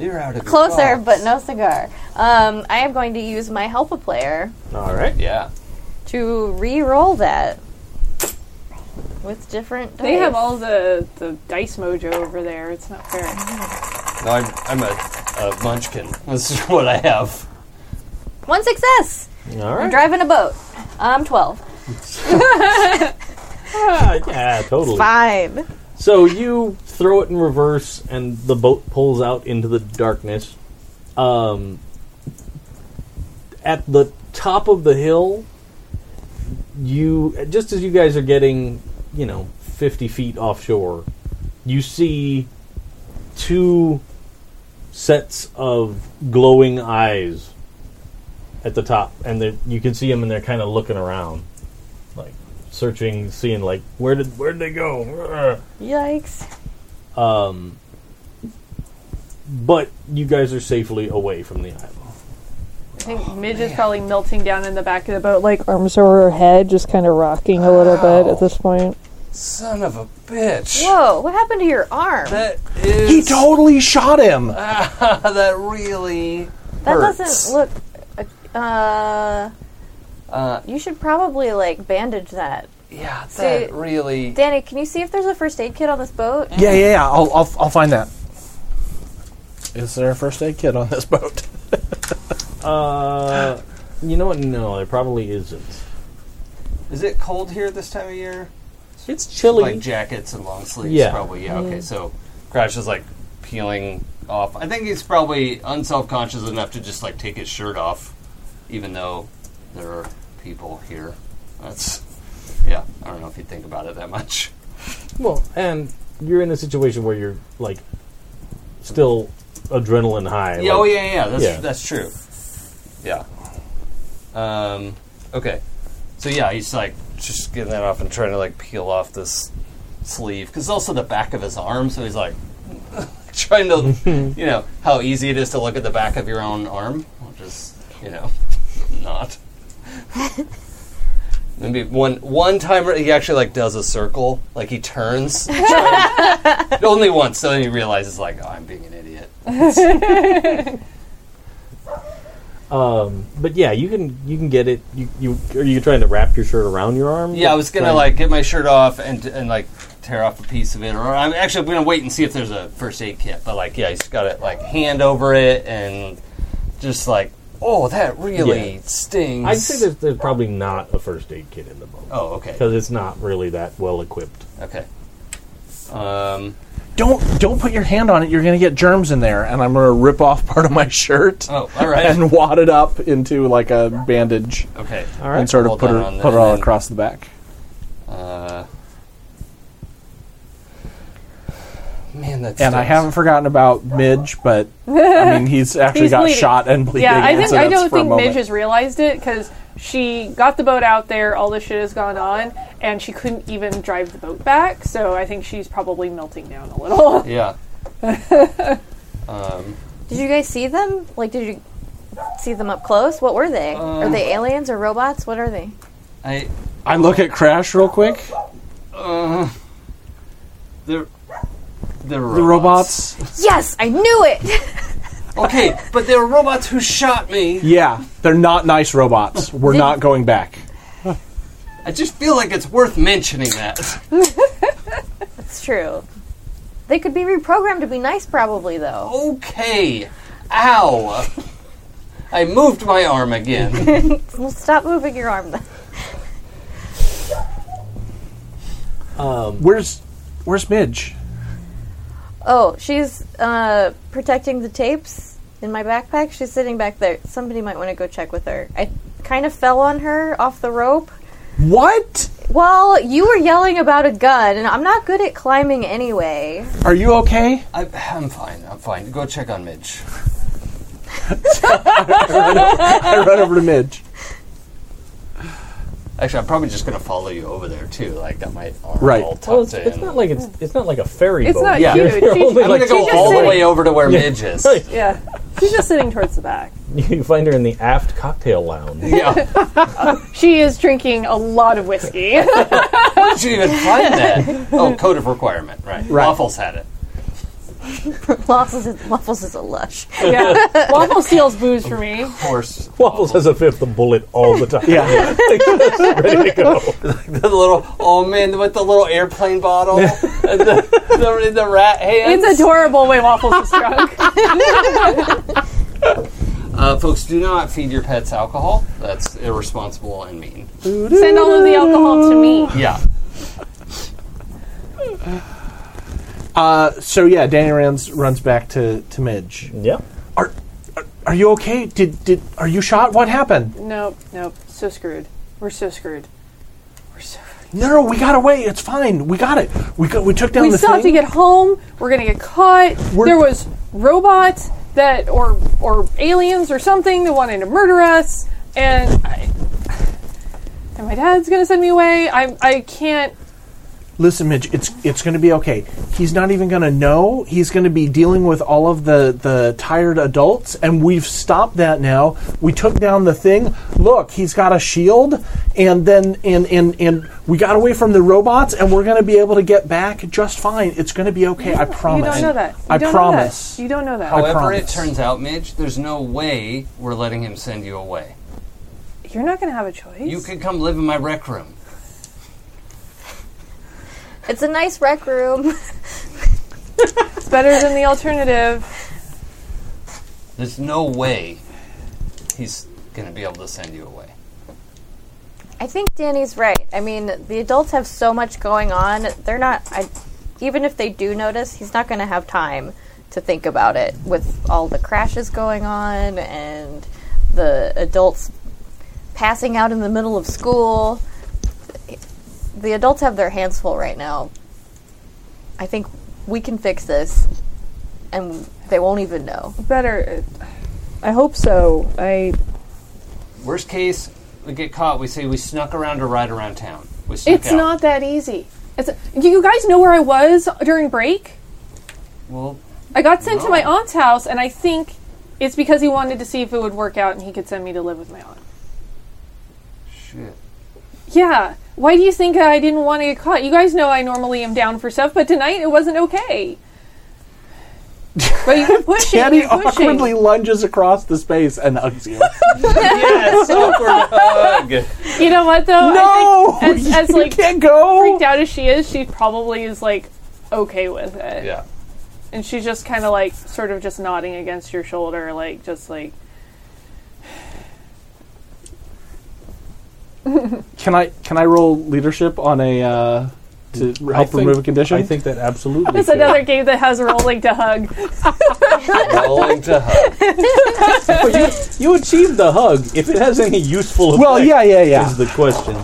Speaker 5: You're out of the
Speaker 3: Closer,
Speaker 5: box.
Speaker 3: but no cigar. Um, I am going to use my help a player
Speaker 2: All right.
Speaker 5: Yeah.
Speaker 3: to re-roll that with different.
Speaker 1: They have
Speaker 3: dice.
Speaker 1: all the the dice mojo over there. It's not fair.
Speaker 5: No, I'm, I'm a, a munchkin. This is what I have.
Speaker 3: one success.
Speaker 2: All right.
Speaker 3: Driving a boat. I'm twelve.
Speaker 2: Yeah, yeah, totally.
Speaker 3: Fine.
Speaker 2: So you throw it in reverse, and the boat pulls out into the darkness. Um, at the top of the hill, you just as you guys are getting, you know, fifty feet offshore, you see two sets of glowing eyes at the top, and they're- you can see them, and they're kind of looking around, like searching, seeing like where did where did they go? Rrr.
Speaker 3: Yikes.
Speaker 2: Um, but you guys are safely away from the island.
Speaker 1: I think Midge is probably melting down in the back of the boat, like arms over her head, just kind of rocking a little bit at this point.
Speaker 5: Son of a bitch.
Speaker 3: Whoa! What happened to your arm? That,
Speaker 5: That is.
Speaker 4: He totally shot him.
Speaker 5: that really. hurts.
Speaker 3: doesn't look. Uh,
Speaker 5: Uh,
Speaker 3: you should probably like bandage that.
Speaker 5: yeah, that
Speaker 3: See-
Speaker 5: really.
Speaker 3: Danny, can you see if there's a first aid kit on this boat?
Speaker 4: Yeah, yeah, yeah. I'll, I'll, I'll find that. Is there a first aid kit on this boat?
Speaker 2: Uh, you know what? No, there probably isn't.
Speaker 5: Is it cold here this time of year?
Speaker 2: It's chilly.
Speaker 5: Like jackets and long sleeves,
Speaker 2: Yeah.
Speaker 5: probably. Yeah, okay. So Crash is like peeling off. I think he's probably unself conscious enough to just like take his shirt off, even though there are people here. That's. Yeah, I don't know if you think about it that much.
Speaker 2: well, and you're in a situation where you're like still adrenaline high.
Speaker 5: Yeah,
Speaker 2: like-
Speaker 5: oh yeah, yeah. That's
Speaker 2: Yeah.
Speaker 5: that's true. Yeah. Um. Okay. So yeah, he's like just getting that off and trying to like peel off this sleeve because also the back of his arm. So he's like trying to, you know, how easy it is to look at the back of your own arm, which is you know not. Maybe one one time he actually like does a circle, like he turns only once. So then he realizes like, oh, I'm being an idiot.
Speaker 2: Um, but yeah, you can you can get it. You you are you trying to wrap your shirt around your arm?
Speaker 5: Yeah, I was gonna
Speaker 2: Trying-
Speaker 5: like get my shirt off and and like tear off a piece of it, or I'm actually I'm gonna wait and see if there's a first aid kit. But like, yeah, he's got it like hand over it and just like, oh, that really
Speaker 2: Yeah.
Speaker 5: stings.
Speaker 2: I'd say there's, there's probably not a first aid kit in the boat
Speaker 5: Oh, okay,
Speaker 2: because it's not really that well equipped.
Speaker 5: okay. Um,
Speaker 4: Don't don't put your hand on it. You're gonna get germs in there, and I'm gonna rip off part of my shirt
Speaker 5: oh, all right,
Speaker 4: and wad it up into like a bandage
Speaker 5: okay.
Speaker 2: All
Speaker 4: and
Speaker 2: right.
Speaker 4: sort
Speaker 5: Well
Speaker 4: of put
Speaker 5: done
Speaker 4: her
Speaker 5: on
Speaker 4: put
Speaker 5: that,
Speaker 4: her all
Speaker 5: then.
Speaker 4: across the back.
Speaker 5: Uh, man, that's
Speaker 4: And I haven't forgotten about Midge, but I mean he's actually
Speaker 1: He's
Speaker 4: got
Speaker 1: bleeding.
Speaker 4: shot and bleeding.
Speaker 1: Yeah, I
Speaker 4: and
Speaker 1: think
Speaker 4: so
Speaker 1: I
Speaker 4: that's
Speaker 1: don't
Speaker 4: for a
Speaker 1: think
Speaker 4: moment.
Speaker 1: Midge has realized it because she got the boat out there, all this shit has gone on, and she couldn't even drive the boat back. So I think she's probably melting down a little.
Speaker 5: yeah. um,
Speaker 3: Did you guys see them? Like, did you see them up close? What were they? are they aliens or robots? What are they?
Speaker 5: I
Speaker 4: I look at Crash real quick.
Speaker 5: uh, they're
Speaker 4: The
Speaker 5: they're
Speaker 4: robots.
Speaker 3: Yes, I knew it.
Speaker 5: Okay, but they were robots who shot me.
Speaker 4: Yeah, they're not nice robots. We're not going back.
Speaker 5: I just feel like it's worth mentioning that.
Speaker 3: it's true. They could be reprogrammed to be nice, probably though.
Speaker 5: Okay. Ow. I moved my arm again.
Speaker 3: Well, stop moving your arm. Then.
Speaker 4: Where's Where's Midge?
Speaker 3: Oh, she's uh, protecting the tapes in my backpack. She's sitting back there. Somebody might want to go check with her. I kind of fell on her off the rope.
Speaker 4: What?
Speaker 3: Well, you were yelling about a gun, and I'm not good at climbing anyway.
Speaker 4: Are you okay?
Speaker 5: I, I'm fine. I'm fine. Go check on Midge.
Speaker 4: I run over to Midge.
Speaker 5: Actually, I'm probably just gonna follow you over there too. Like got my arm
Speaker 4: Right.
Speaker 5: all tucked
Speaker 2: Well, it's,
Speaker 5: in.
Speaker 2: it's not like it's it's not like a ferry
Speaker 1: It's
Speaker 2: boat.
Speaker 1: not
Speaker 5: Yeah.
Speaker 1: huge.
Speaker 5: You're
Speaker 1: She's,
Speaker 2: only
Speaker 5: I'm
Speaker 2: like
Speaker 5: gonna go
Speaker 1: she's
Speaker 5: all the
Speaker 1: sitting-
Speaker 5: way over to where Midge is.
Speaker 1: Yeah, she's just sitting towards the back.
Speaker 2: You find her in the aft cocktail lounge.
Speaker 5: Yeah.
Speaker 1: She is drinking a lot of whiskey.
Speaker 5: Where did you even find that? Oh, code of requirement. Right.
Speaker 4: Right.
Speaker 5: Waffles had it.
Speaker 3: Waffles is, Waffles is a lush.
Speaker 1: yeah, Waffle steals booze for me.
Speaker 5: Of course.
Speaker 2: Waffles has a fifth of bullet all the time.
Speaker 4: Yeah.
Speaker 2: ready to go.
Speaker 5: The little oh man with the little airplane bottle and the, the, the rat hands.
Speaker 1: It's adorable way Waffles is drunk.
Speaker 5: Uh, folks, do not feed your pets alcohol. That's irresponsible and mean.
Speaker 1: Send all of the alcohol to me.
Speaker 5: Yeah.
Speaker 4: Uh, so yeah, Danny runs runs back to to Midge.
Speaker 2: Yep.
Speaker 4: Are, are Are you okay? Did did Are you shot? What happened?
Speaker 1: Nope, nope. So screwed. We're so screwed. We're so.
Speaker 4: No, no, we got away. It's fine. We got it. We got, we took down
Speaker 1: We
Speaker 4: the
Speaker 1: still have to
Speaker 4: thing.
Speaker 1: get home. We're gonna get caught.
Speaker 4: We're-
Speaker 1: there was robots that or or aliens or something that wanted to murder us, and I, and my dad's gonna send me away. I I can't.
Speaker 4: Listen, Midge, it's it's going to be okay. He's not even going to know. He's going to be dealing with all of the the tired adults, and we've stopped that now. We took down the thing. Look, he's got a shield, and then and and and we got away from the robots, and we're going to be able to get back just fine. It's going to be okay. I
Speaker 1: You don't
Speaker 4: promise.
Speaker 1: know that. You
Speaker 4: I
Speaker 1: don't
Speaker 4: promise.
Speaker 1: Know that. You don't know that.
Speaker 5: However, it
Speaker 4: promise.
Speaker 5: turns out, Midge, there's no way we're letting him send you away.
Speaker 1: You're not gonna have a choice.
Speaker 5: You could come live in my rec room.
Speaker 3: It's a nice rec room.
Speaker 1: it's better than the alternative.
Speaker 5: There's no way he's going to be able to send you away.
Speaker 3: I think Danny's right. I mean, the adults have so much going on. They're not. I, even if they do notice, he's not going to have time to think about it with all the crashes going on and the adults passing out in the middle of school. The adults have their hands full right now. I think we can fix this. and they won't even know.
Speaker 1: Better. I hope so. I
Speaker 5: Worst case, we get caught. We say we snuck around a ride around town. We snuck
Speaker 1: It's
Speaker 5: out.
Speaker 1: not that easy. It's, do you guys know where I was during break?
Speaker 5: Well,
Speaker 1: I got sent to my
Speaker 5: No.
Speaker 1: aunt's house, and I think it's because he wanted to see if it would work out and he could send me to live with my aunt.
Speaker 5: shit.
Speaker 1: Yeah. Why do you think I didn't want to get caught? You guys know I normally am down for stuff, but tonight it wasn't okay. But you keep pushing.
Speaker 4: Danny
Speaker 1: you keep pushing.
Speaker 4: awkwardly lunges across the space and hugs you.
Speaker 5: Yes, awkward hug.
Speaker 1: You know what though?
Speaker 4: no,
Speaker 1: I think as, as
Speaker 4: you
Speaker 1: like
Speaker 4: can't go.
Speaker 1: freaked out as she is, she probably is like okay with it.
Speaker 5: Yeah.
Speaker 1: and she's just kind of like sort of just nodding against your shoulder like just like
Speaker 4: Can I can I roll leadership on a uh, to
Speaker 2: I
Speaker 4: help remove a condition?
Speaker 2: I think that absolutely.
Speaker 1: it's
Speaker 2: should.
Speaker 1: another game that has rolling to hug
Speaker 5: Rolling to hug.
Speaker 2: But you, you achieved the hug. If it has any useful
Speaker 4: Well,
Speaker 2: effect
Speaker 4: yeah, yeah, yeah.
Speaker 2: is the question.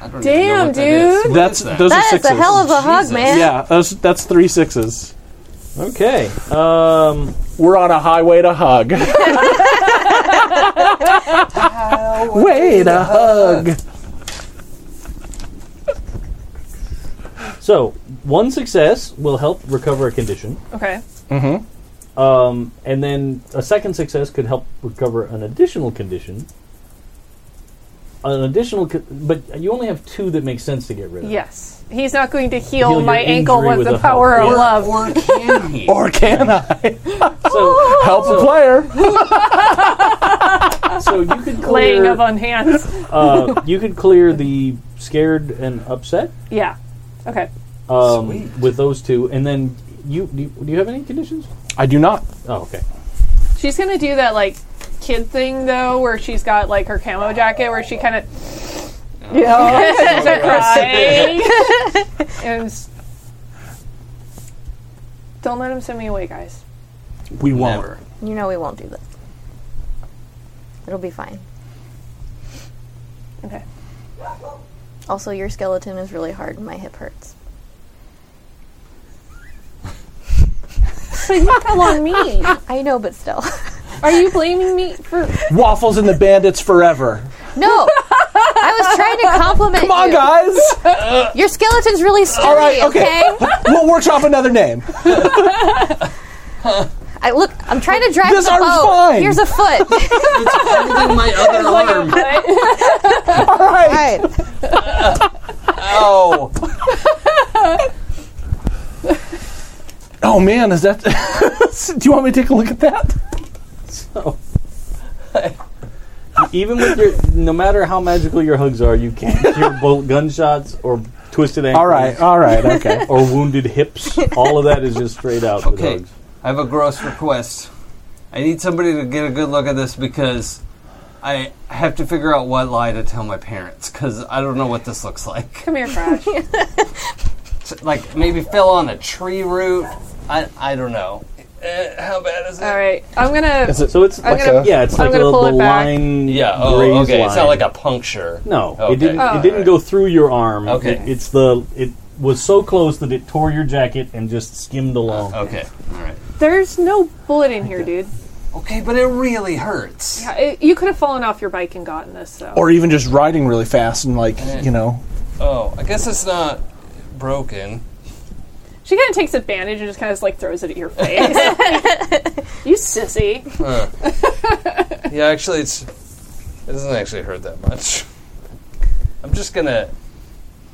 Speaker 5: I don't even know
Speaker 1: Damn,
Speaker 5: what that is.
Speaker 1: dude.
Speaker 5: What
Speaker 4: That's
Speaker 5: is that?
Speaker 4: those are
Speaker 3: That is
Speaker 4: sixes.
Speaker 3: a hell of a hug,
Speaker 5: Jesus.
Speaker 3: man.
Speaker 4: yeah, those, that's three sixes.
Speaker 2: Okay. Um,
Speaker 4: We're on a highway to hug. Way to hug.
Speaker 2: so one success will help recover a condition,
Speaker 1: okay
Speaker 2: um, and then a second success could help recover an additional condition. An additional, co- but you only have two that make sense to get rid of.
Speaker 1: yes he's not going to heal,
Speaker 2: Heal your
Speaker 1: my ankle
Speaker 2: injury
Speaker 1: with,
Speaker 2: with a
Speaker 1: the
Speaker 2: hug,
Speaker 1: power of
Speaker 2: yeah.
Speaker 1: love
Speaker 5: Or can he?
Speaker 4: Or can I
Speaker 2: So,
Speaker 4: help a player?
Speaker 2: so you could clear,
Speaker 1: laying of on hands
Speaker 2: uh, you could clear the scared and upset
Speaker 1: yeah okay
Speaker 2: um,
Speaker 5: Sweet.
Speaker 2: with those two, and then you do. You, do you have any conditions?
Speaker 4: I do not.
Speaker 2: Oh, okay.
Speaker 1: she's gonna do that like kid thing though where she's got like her camo jacket where she kind of you know crying and s- don't let him send me away guys
Speaker 4: We won't.
Speaker 5: Never.
Speaker 3: You know we won't do that. It'll be fine.
Speaker 1: okay
Speaker 3: Also, your skeleton is really hard and my hip hurts.
Speaker 1: But you fell on me.
Speaker 3: I know, but still.
Speaker 1: Are you blaming me for?
Speaker 4: Waffles and the bandits forever.
Speaker 3: no! I was trying to compliment
Speaker 4: Come on,
Speaker 3: you.
Speaker 4: guys.
Speaker 3: Your skeleton's really sturdy,
Speaker 4: All right,
Speaker 3: okay?
Speaker 4: okay. we'll workshop another name.
Speaker 3: I look, I'm trying to drive
Speaker 4: This
Speaker 3: the
Speaker 4: arm's
Speaker 3: boat.
Speaker 4: fine.
Speaker 3: Here's a foot.
Speaker 5: It's holding my other arm.
Speaker 4: All right.
Speaker 3: right.
Speaker 5: Ow.
Speaker 4: Oh man, is that? do you want me to take a look at that?
Speaker 2: Even with your, no matter how magical your hugs are, you can't hear both gunshots or twisted ankles
Speaker 4: All right. All right. Okay.
Speaker 2: or wounded hips. All of that is just straight out with
Speaker 5: Okay.
Speaker 2: hugs.
Speaker 5: I have a gross request. I need somebody to get a good look at this because I have to figure out what lie to tell my parents because I don't know what this looks like.
Speaker 1: Come here, Crash.
Speaker 5: It's Like maybe fell on a tree root. I I don't know. Uh, how bad is it?
Speaker 1: All right, I'm gonna.
Speaker 4: Is it-
Speaker 2: So it's
Speaker 1: I'm
Speaker 2: like
Speaker 1: gonna-
Speaker 2: a, yeah, it's
Speaker 1: I'm
Speaker 2: like
Speaker 1: gonna
Speaker 2: a
Speaker 1: pull
Speaker 2: the
Speaker 1: it back.
Speaker 2: line.
Speaker 5: Yeah. Oh,
Speaker 2: raised
Speaker 5: okay. It's not
Speaker 2: line.
Speaker 5: like a puncture.
Speaker 2: No,
Speaker 5: Okay.
Speaker 2: it didn't.
Speaker 1: Oh.
Speaker 2: It didn't go through your arm.
Speaker 5: Okay.
Speaker 2: It- it's the it was so close that it tore your jacket and just skimmed along.
Speaker 5: Uh, Okay. All right.
Speaker 1: There's no bullet in here, dude.
Speaker 5: Okay, but it really hurts.
Speaker 1: Yeah, it- you could have fallen off your bike and gotten this. So.
Speaker 4: or even just riding really fast and like you know.
Speaker 5: Oh, I guess it's not broken.
Speaker 1: she kind of takes advantage and just kind of like throws it at your face. you sissy.
Speaker 5: Yeah, actually, it's it doesn't actually hurt that much. I'm just gonna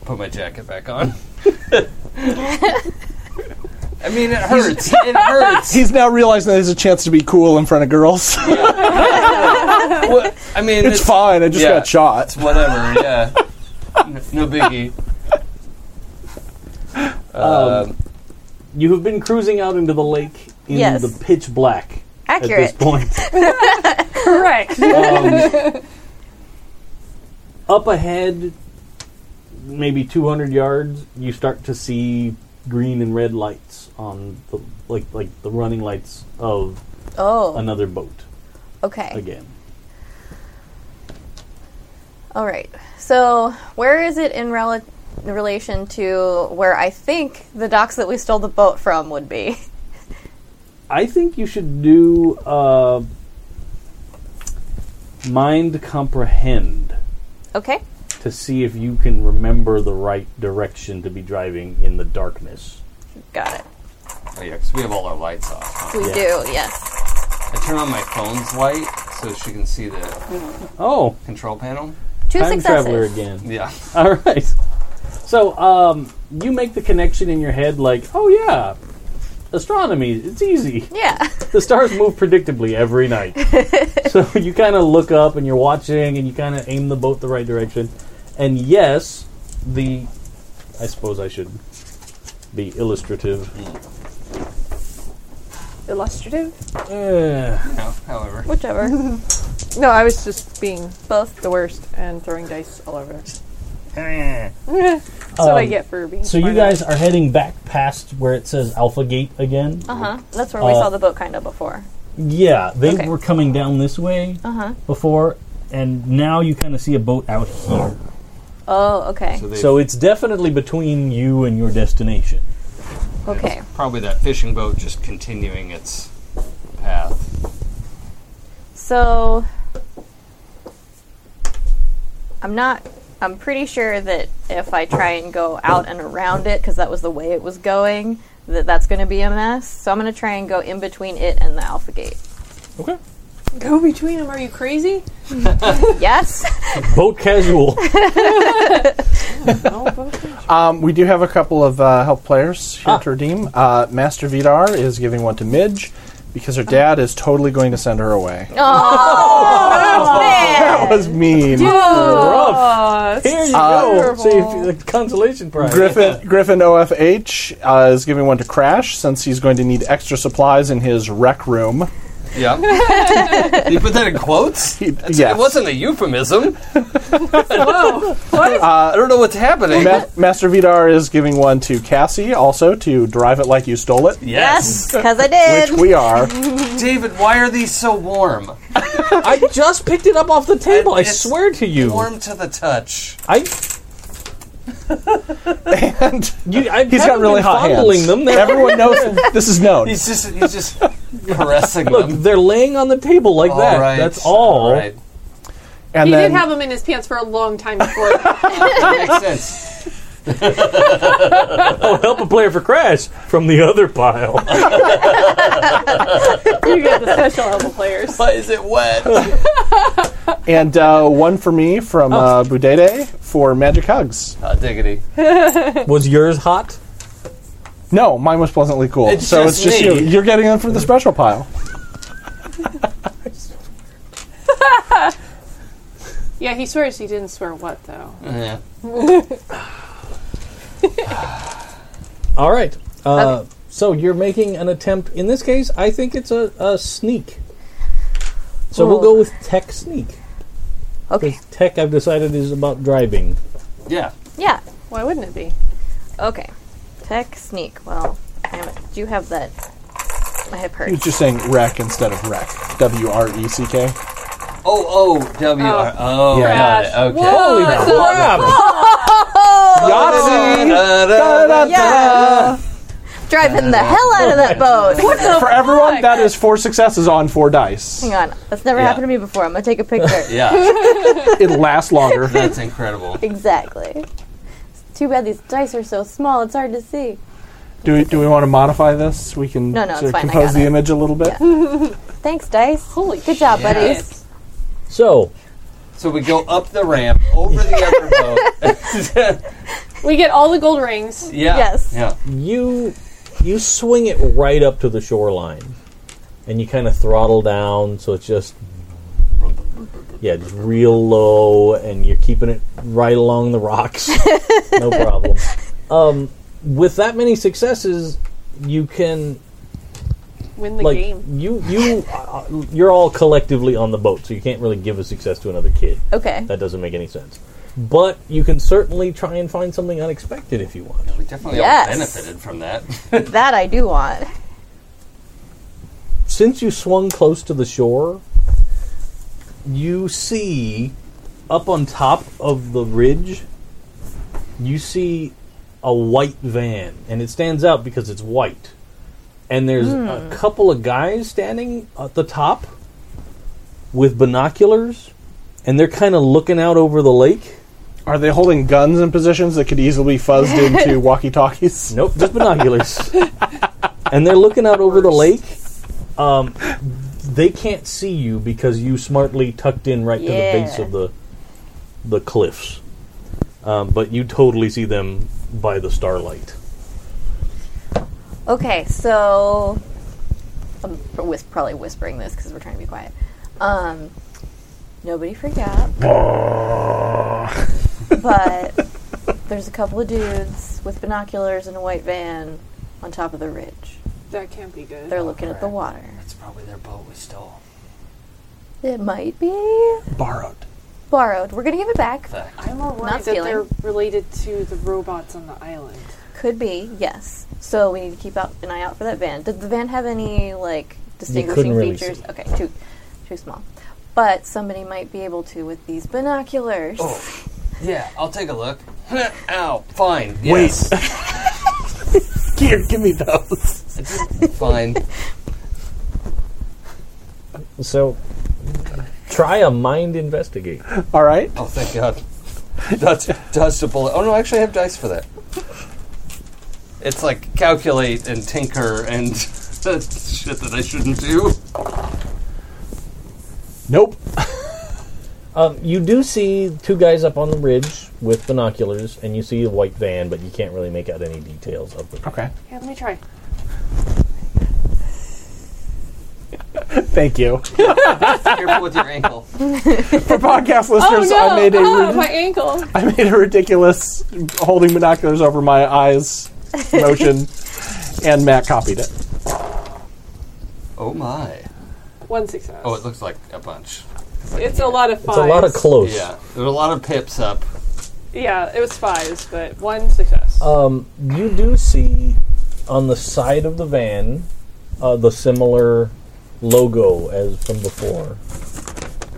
Speaker 5: put my jacket back on. I mean, it hurts. It hurts.
Speaker 4: He's now realizing that there's a chance to be cool in front of girls.
Speaker 5: What- I mean,
Speaker 4: it's fine. I just
Speaker 5: yeah.
Speaker 4: got shot.
Speaker 5: Whatever. Yeah. N- No biggie. Um,
Speaker 2: You have been cruising out into the lake in
Speaker 3: Yes.
Speaker 2: the pitch black
Speaker 3: Accurate.
Speaker 2: at this point.
Speaker 1: Correct.
Speaker 2: Um, up ahead, maybe 200 yards, you start to see green and red lights on the like like the running lights of
Speaker 3: Oh,
Speaker 2: another boat
Speaker 3: okay.
Speaker 2: again.
Speaker 3: All right. So, where is it in rel- in relation to where I think the docks that we stole the boat from would be.
Speaker 2: I think you should do uh, mind comprehend
Speaker 3: Okay.
Speaker 2: to see if you can remember the right direction to be driving in the darkness.
Speaker 3: Got it.
Speaker 5: Oh, yeah, because we have all our lights off. huh?
Speaker 3: We
Speaker 2: Yeah.
Speaker 3: do, yes.
Speaker 5: I turn on my phone's light so she can see the
Speaker 2: Oh,
Speaker 5: control panel.
Speaker 3: Two
Speaker 2: time
Speaker 3: successes.
Speaker 2: traveler again.
Speaker 5: Yeah.
Speaker 2: All right. So um, you make the connection in your head, like, oh yeah, astronomy. It's easy.
Speaker 3: Yeah.
Speaker 2: the stars move predictably every night. so you kind of look up and you're watching and you kind of aim the boat the right direction. And yes, the. I suppose I should be illustrative.
Speaker 1: Illustrative?
Speaker 2: Eh,
Speaker 5: No, however.
Speaker 3: Whichever.
Speaker 1: No, I was just being
Speaker 3: Both.
Speaker 1: the worst and throwing dice all over. That's
Speaker 5: Eh.
Speaker 1: what I
Speaker 2: Um,
Speaker 1: get for being.
Speaker 2: so you
Speaker 1: smart
Speaker 2: guys are heading back past where it says Alpha Gate again.
Speaker 3: Uh huh. That's where we
Speaker 2: Uh,
Speaker 3: saw the boat kind of before.
Speaker 2: Yeah, they
Speaker 3: Okay.
Speaker 2: were coming down this way
Speaker 3: Uh-huh.
Speaker 2: before, and now you kind of see a boat out here.
Speaker 3: Oh, okay.
Speaker 5: So, they,
Speaker 2: So it's definitely between you and your destination.
Speaker 3: Okay.
Speaker 5: probably that fishing boat just continuing its path.
Speaker 3: So I'm not I'm pretty sure that if I try and go out and around it cuz that was the way it was going that that's going to be a mess. So I'm going to try and go in between it and the alpha gate.
Speaker 2: Okay.
Speaker 1: Go between them. Are you crazy?
Speaker 3: Yes.
Speaker 2: Boat casual.
Speaker 4: Um, we do have a couple of uh, help players here to redeem. Uh, Master Vidar is giving one to Midge because her dad is totally going to send her away. That was mean.
Speaker 2: rough. Here you go.
Speaker 1: terrible.
Speaker 2: Uh, See if the consolation prize.
Speaker 4: Griffin Griffin OFH uh, is giving one to Crash since he's going to need extra supplies in his rec room.
Speaker 5: Yeah. Did you put that in quotes?
Speaker 4: He,
Speaker 5: It wasn't a euphemism. Uh,
Speaker 1: Whoa. What?
Speaker 5: I don't know what's happening.
Speaker 4: Ma- Master Vidar is giving one to Cassie also to drive it like you stole it,
Speaker 3: yes, cuz I did.
Speaker 4: which we are.
Speaker 5: David, why are these so warm?
Speaker 2: I just picked it up off the table. I
Speaker 5: It's
Speaker 2: swear to you.
Speaker 5: Warm to the touch.
Speaker 2: I.
Speaker 4: and
Speaker 2: You, I
Speaker 4: he's got
Speaker 2: haven't
Speaker 4: really
Speaker 2: been
Speaker 4: hot
Speaker 2: fondling
Speaker 4: hands.
Speaker 2: them. They're-
Speaker 4: Everyone knows this is known.
Speaker 5: He's just he's just caressing
Speaker 2: Look,
Speaker 5: them.
Speaker 2: they're laying on the table like
Speaker 5: All
Speaker 2: that.
Speaker 5: right,
Speaker 2: That's all.
Speaker 5: right.
Speaker 4: and
Speaker 1: He
Speaker 4: then
Speaker 1: did have them in his pants for a long time before. that.
Speaker 5: That makes sense.
Speaker 2: Oh, help a player for crash from the other pile.
Speaker 1: you get the special level players.
Speaker 5: Why is it wet?
Speaker 4: and uh, one for me from uh, Budede for magic hugs.
Speaker 5: Oh, diggity.
Speaker 2: Was yours hot?
Speaker 4: No, mine was pleasantly cool.
Speaker 5: It's
Speaker 4: so it's
Speaker 5: just
Speaker 4: just
Speaker 5: me.
Speaker 4: you. You're getting them from the special pile.
Speaker 1: Yeah, he swears he didn't swear what though.
Speaker 5: Yeah.
Speaker 2: All right. Uh, So you're making an attempt. In this case, I think it's a, a sneak. So we'll
Speaker 3: Ooh.
Speaker 2: go with tech sneak. 'Cause
Speaker 3: Okay.
Speaker 2: Tech, I've decided, is about driving.
Speaker 5: Yeah.
Speaker 3: Yeah.
Speaker 1: Why wouldn't it be?
Speaker 3: Okay. Tech sneak. Well, damn it. Do you have that? My hip
Speaker 4: He was
Speaker 3: hurts.
Speaker 4: just saying wreck instead of wreck. W R E C K.
Speaker 5: Oh, oh, W R. Oh,
Speaker 4: Yeah.
Speaker 5: got it. Okay.
Speaker 2: Holy crap!
Speaker 5: Ah!
Speaker 3: Yeah. Driving the hell out of
Speaker 5: Oh
Speaker 3: that boat.
Speaker 4: For everyone, that is four successes on four dice.
Speaker 3: Oh Hang on. That's never
Speaker 5: Yeah.
Speaker 3: happened to me before. I'm going to take a picture.
Speaker 5: Yeah,
Speaker 4: It lasts longer.
Speaker 5: that's incredible.
Speaker 3: Exactly. It's too bad these dice are so small. It's hard to see.
Speaker 4: Do we, do we want to modify this? We can
Speaker 3: No, no,
Speaker 4: sort
Speaker 3: it's
Speaker 4: of
Speaker 3: fine, I
Speaker 4: compose
Speaker 3: got
Speaker 4: the
Speaker 3: it.
Speaker 4: image a little bit.
Speaker 3: Thanks, dice.
Speaker 1: Holy
Speaker 3: Good job,
Speaker 5: shit.
Speaker 3: buddies.
Speaker 2: So,
Speaker 5: So we go up the ramp, over the other boat.
Speaker 1: We get all the gold rings.
Speaker 5: yeah.
Speaker 3: Yes.
Speaker 5: Yeah.
Speaker 2: you you swing it right up to the shoreline and you kind of throttle down so it's just yeah just real low and you're keeping it right along the rocks no problem um, with that many successes you can
Speaker 1: Win the
Speaker 2: like
Speaker 1: game.
Speaker 2: you you uh, you're all collectively on the boat so you can't really give a success to another kid
Speaker 3: Okay.
Speaker 2: that doesn't make any sense but you can certainly try and find something unexpected if you want
Speaker 5: We definitely
Speaker 3: Yes.
Speaker 5: all benefited from that.
Speaker 3: That I do want.
Speaker 2: since you swung close to the shore, you see up on top of the ridge you see a white van, and it stands out because it's white. And there's a couple of guys standing at the top with binoculars, and they're kind of looking out over the lake.
Speaker 4: Are they holding guns in positions that could easily be fuzzed into walkie talkies?
Speaker 2: Nope, just binoculars. and they're looking out over the lake. Um, they can't see you because you smartly tucked in right to the base
Speaker 3: Yeah.
Speaker 2: of the the cliffs. Um, but you totally see them by the starlight.
Speaker 3: Okay, so I'm pr- whis- probably whispering this because we're trying to be quiet. Um, nobody freak out. but there's a couple of dudes with binoculars in a white van on top of the ridge.
Speaker 1: That can't be good.
Speaker 3: They're looking at the water.
Speaker 5: That's probably their boat we stole.
Speaker 3: It might be
Speaker 4: Borrowed.
Speaker 3: borrowed. We're gonna give it back.
Speaker 1: I'm more worried that
Speaker 3: Not stealing.
Speaker 1: they're related to the robots on the island.
Speaker 3: Could be yes. So we need to keep out an eye out for that van. Did the van have any like distinguishing
Speaker 2: couldn't really
Speaker 3: features?
Speaker 2: see.
Speaker 3: Okay, too too small. But somebody might be able to with these binoculars.
Speaker 5: Yeah, I'll take a look. Ow, fine. Yes.
Speaker 4: Here, give me those.
Speaker 5: fine.
Speaker 2: So try a mind investigate.
Speaker 4: All right.
Speaker 5: Oh, thank God. That's dust a bullet. Oh no, I actually have dice for that. It's like calculate and tinker and shit that I shouldn't do.
Speaker 4: Nope.
Speaker 2: Um, you do see two guys up on the ridge with binoculars, and you see a white van, but you can't really make out any details of it.
Speaker 4: Okay.
Speaker 1: Yeah, let me try.
Speaker 4: Thank you.
Speaker 5: Careful with your ankle.
Speaker 4: For
Speaker 3: Oh,
Speaker 4: podcast listeners, I made a
Speaker 1: Ah,
Speaker 4: rid-
Speaker 1: my ankle.
Speaker 4: I made a ridiculous holding binoculars over my eyes motion, and Matt copied it.
Speaker 5: Oh my.
Speaker 1: One success.
Speaker 5: Oh, it looks like a bunch.
Speaker 1: it's a lot of
Speaker 2: It's
Speaker 1: fives.
Speaker 2: a lot of close.
Speaker 5: Yeah, there's a lot of pips up.
Speaker 1: Yeah, it was fives, but one success.
Speaker 2: Um, you do see on the side of the van uh, the similar logo as from before.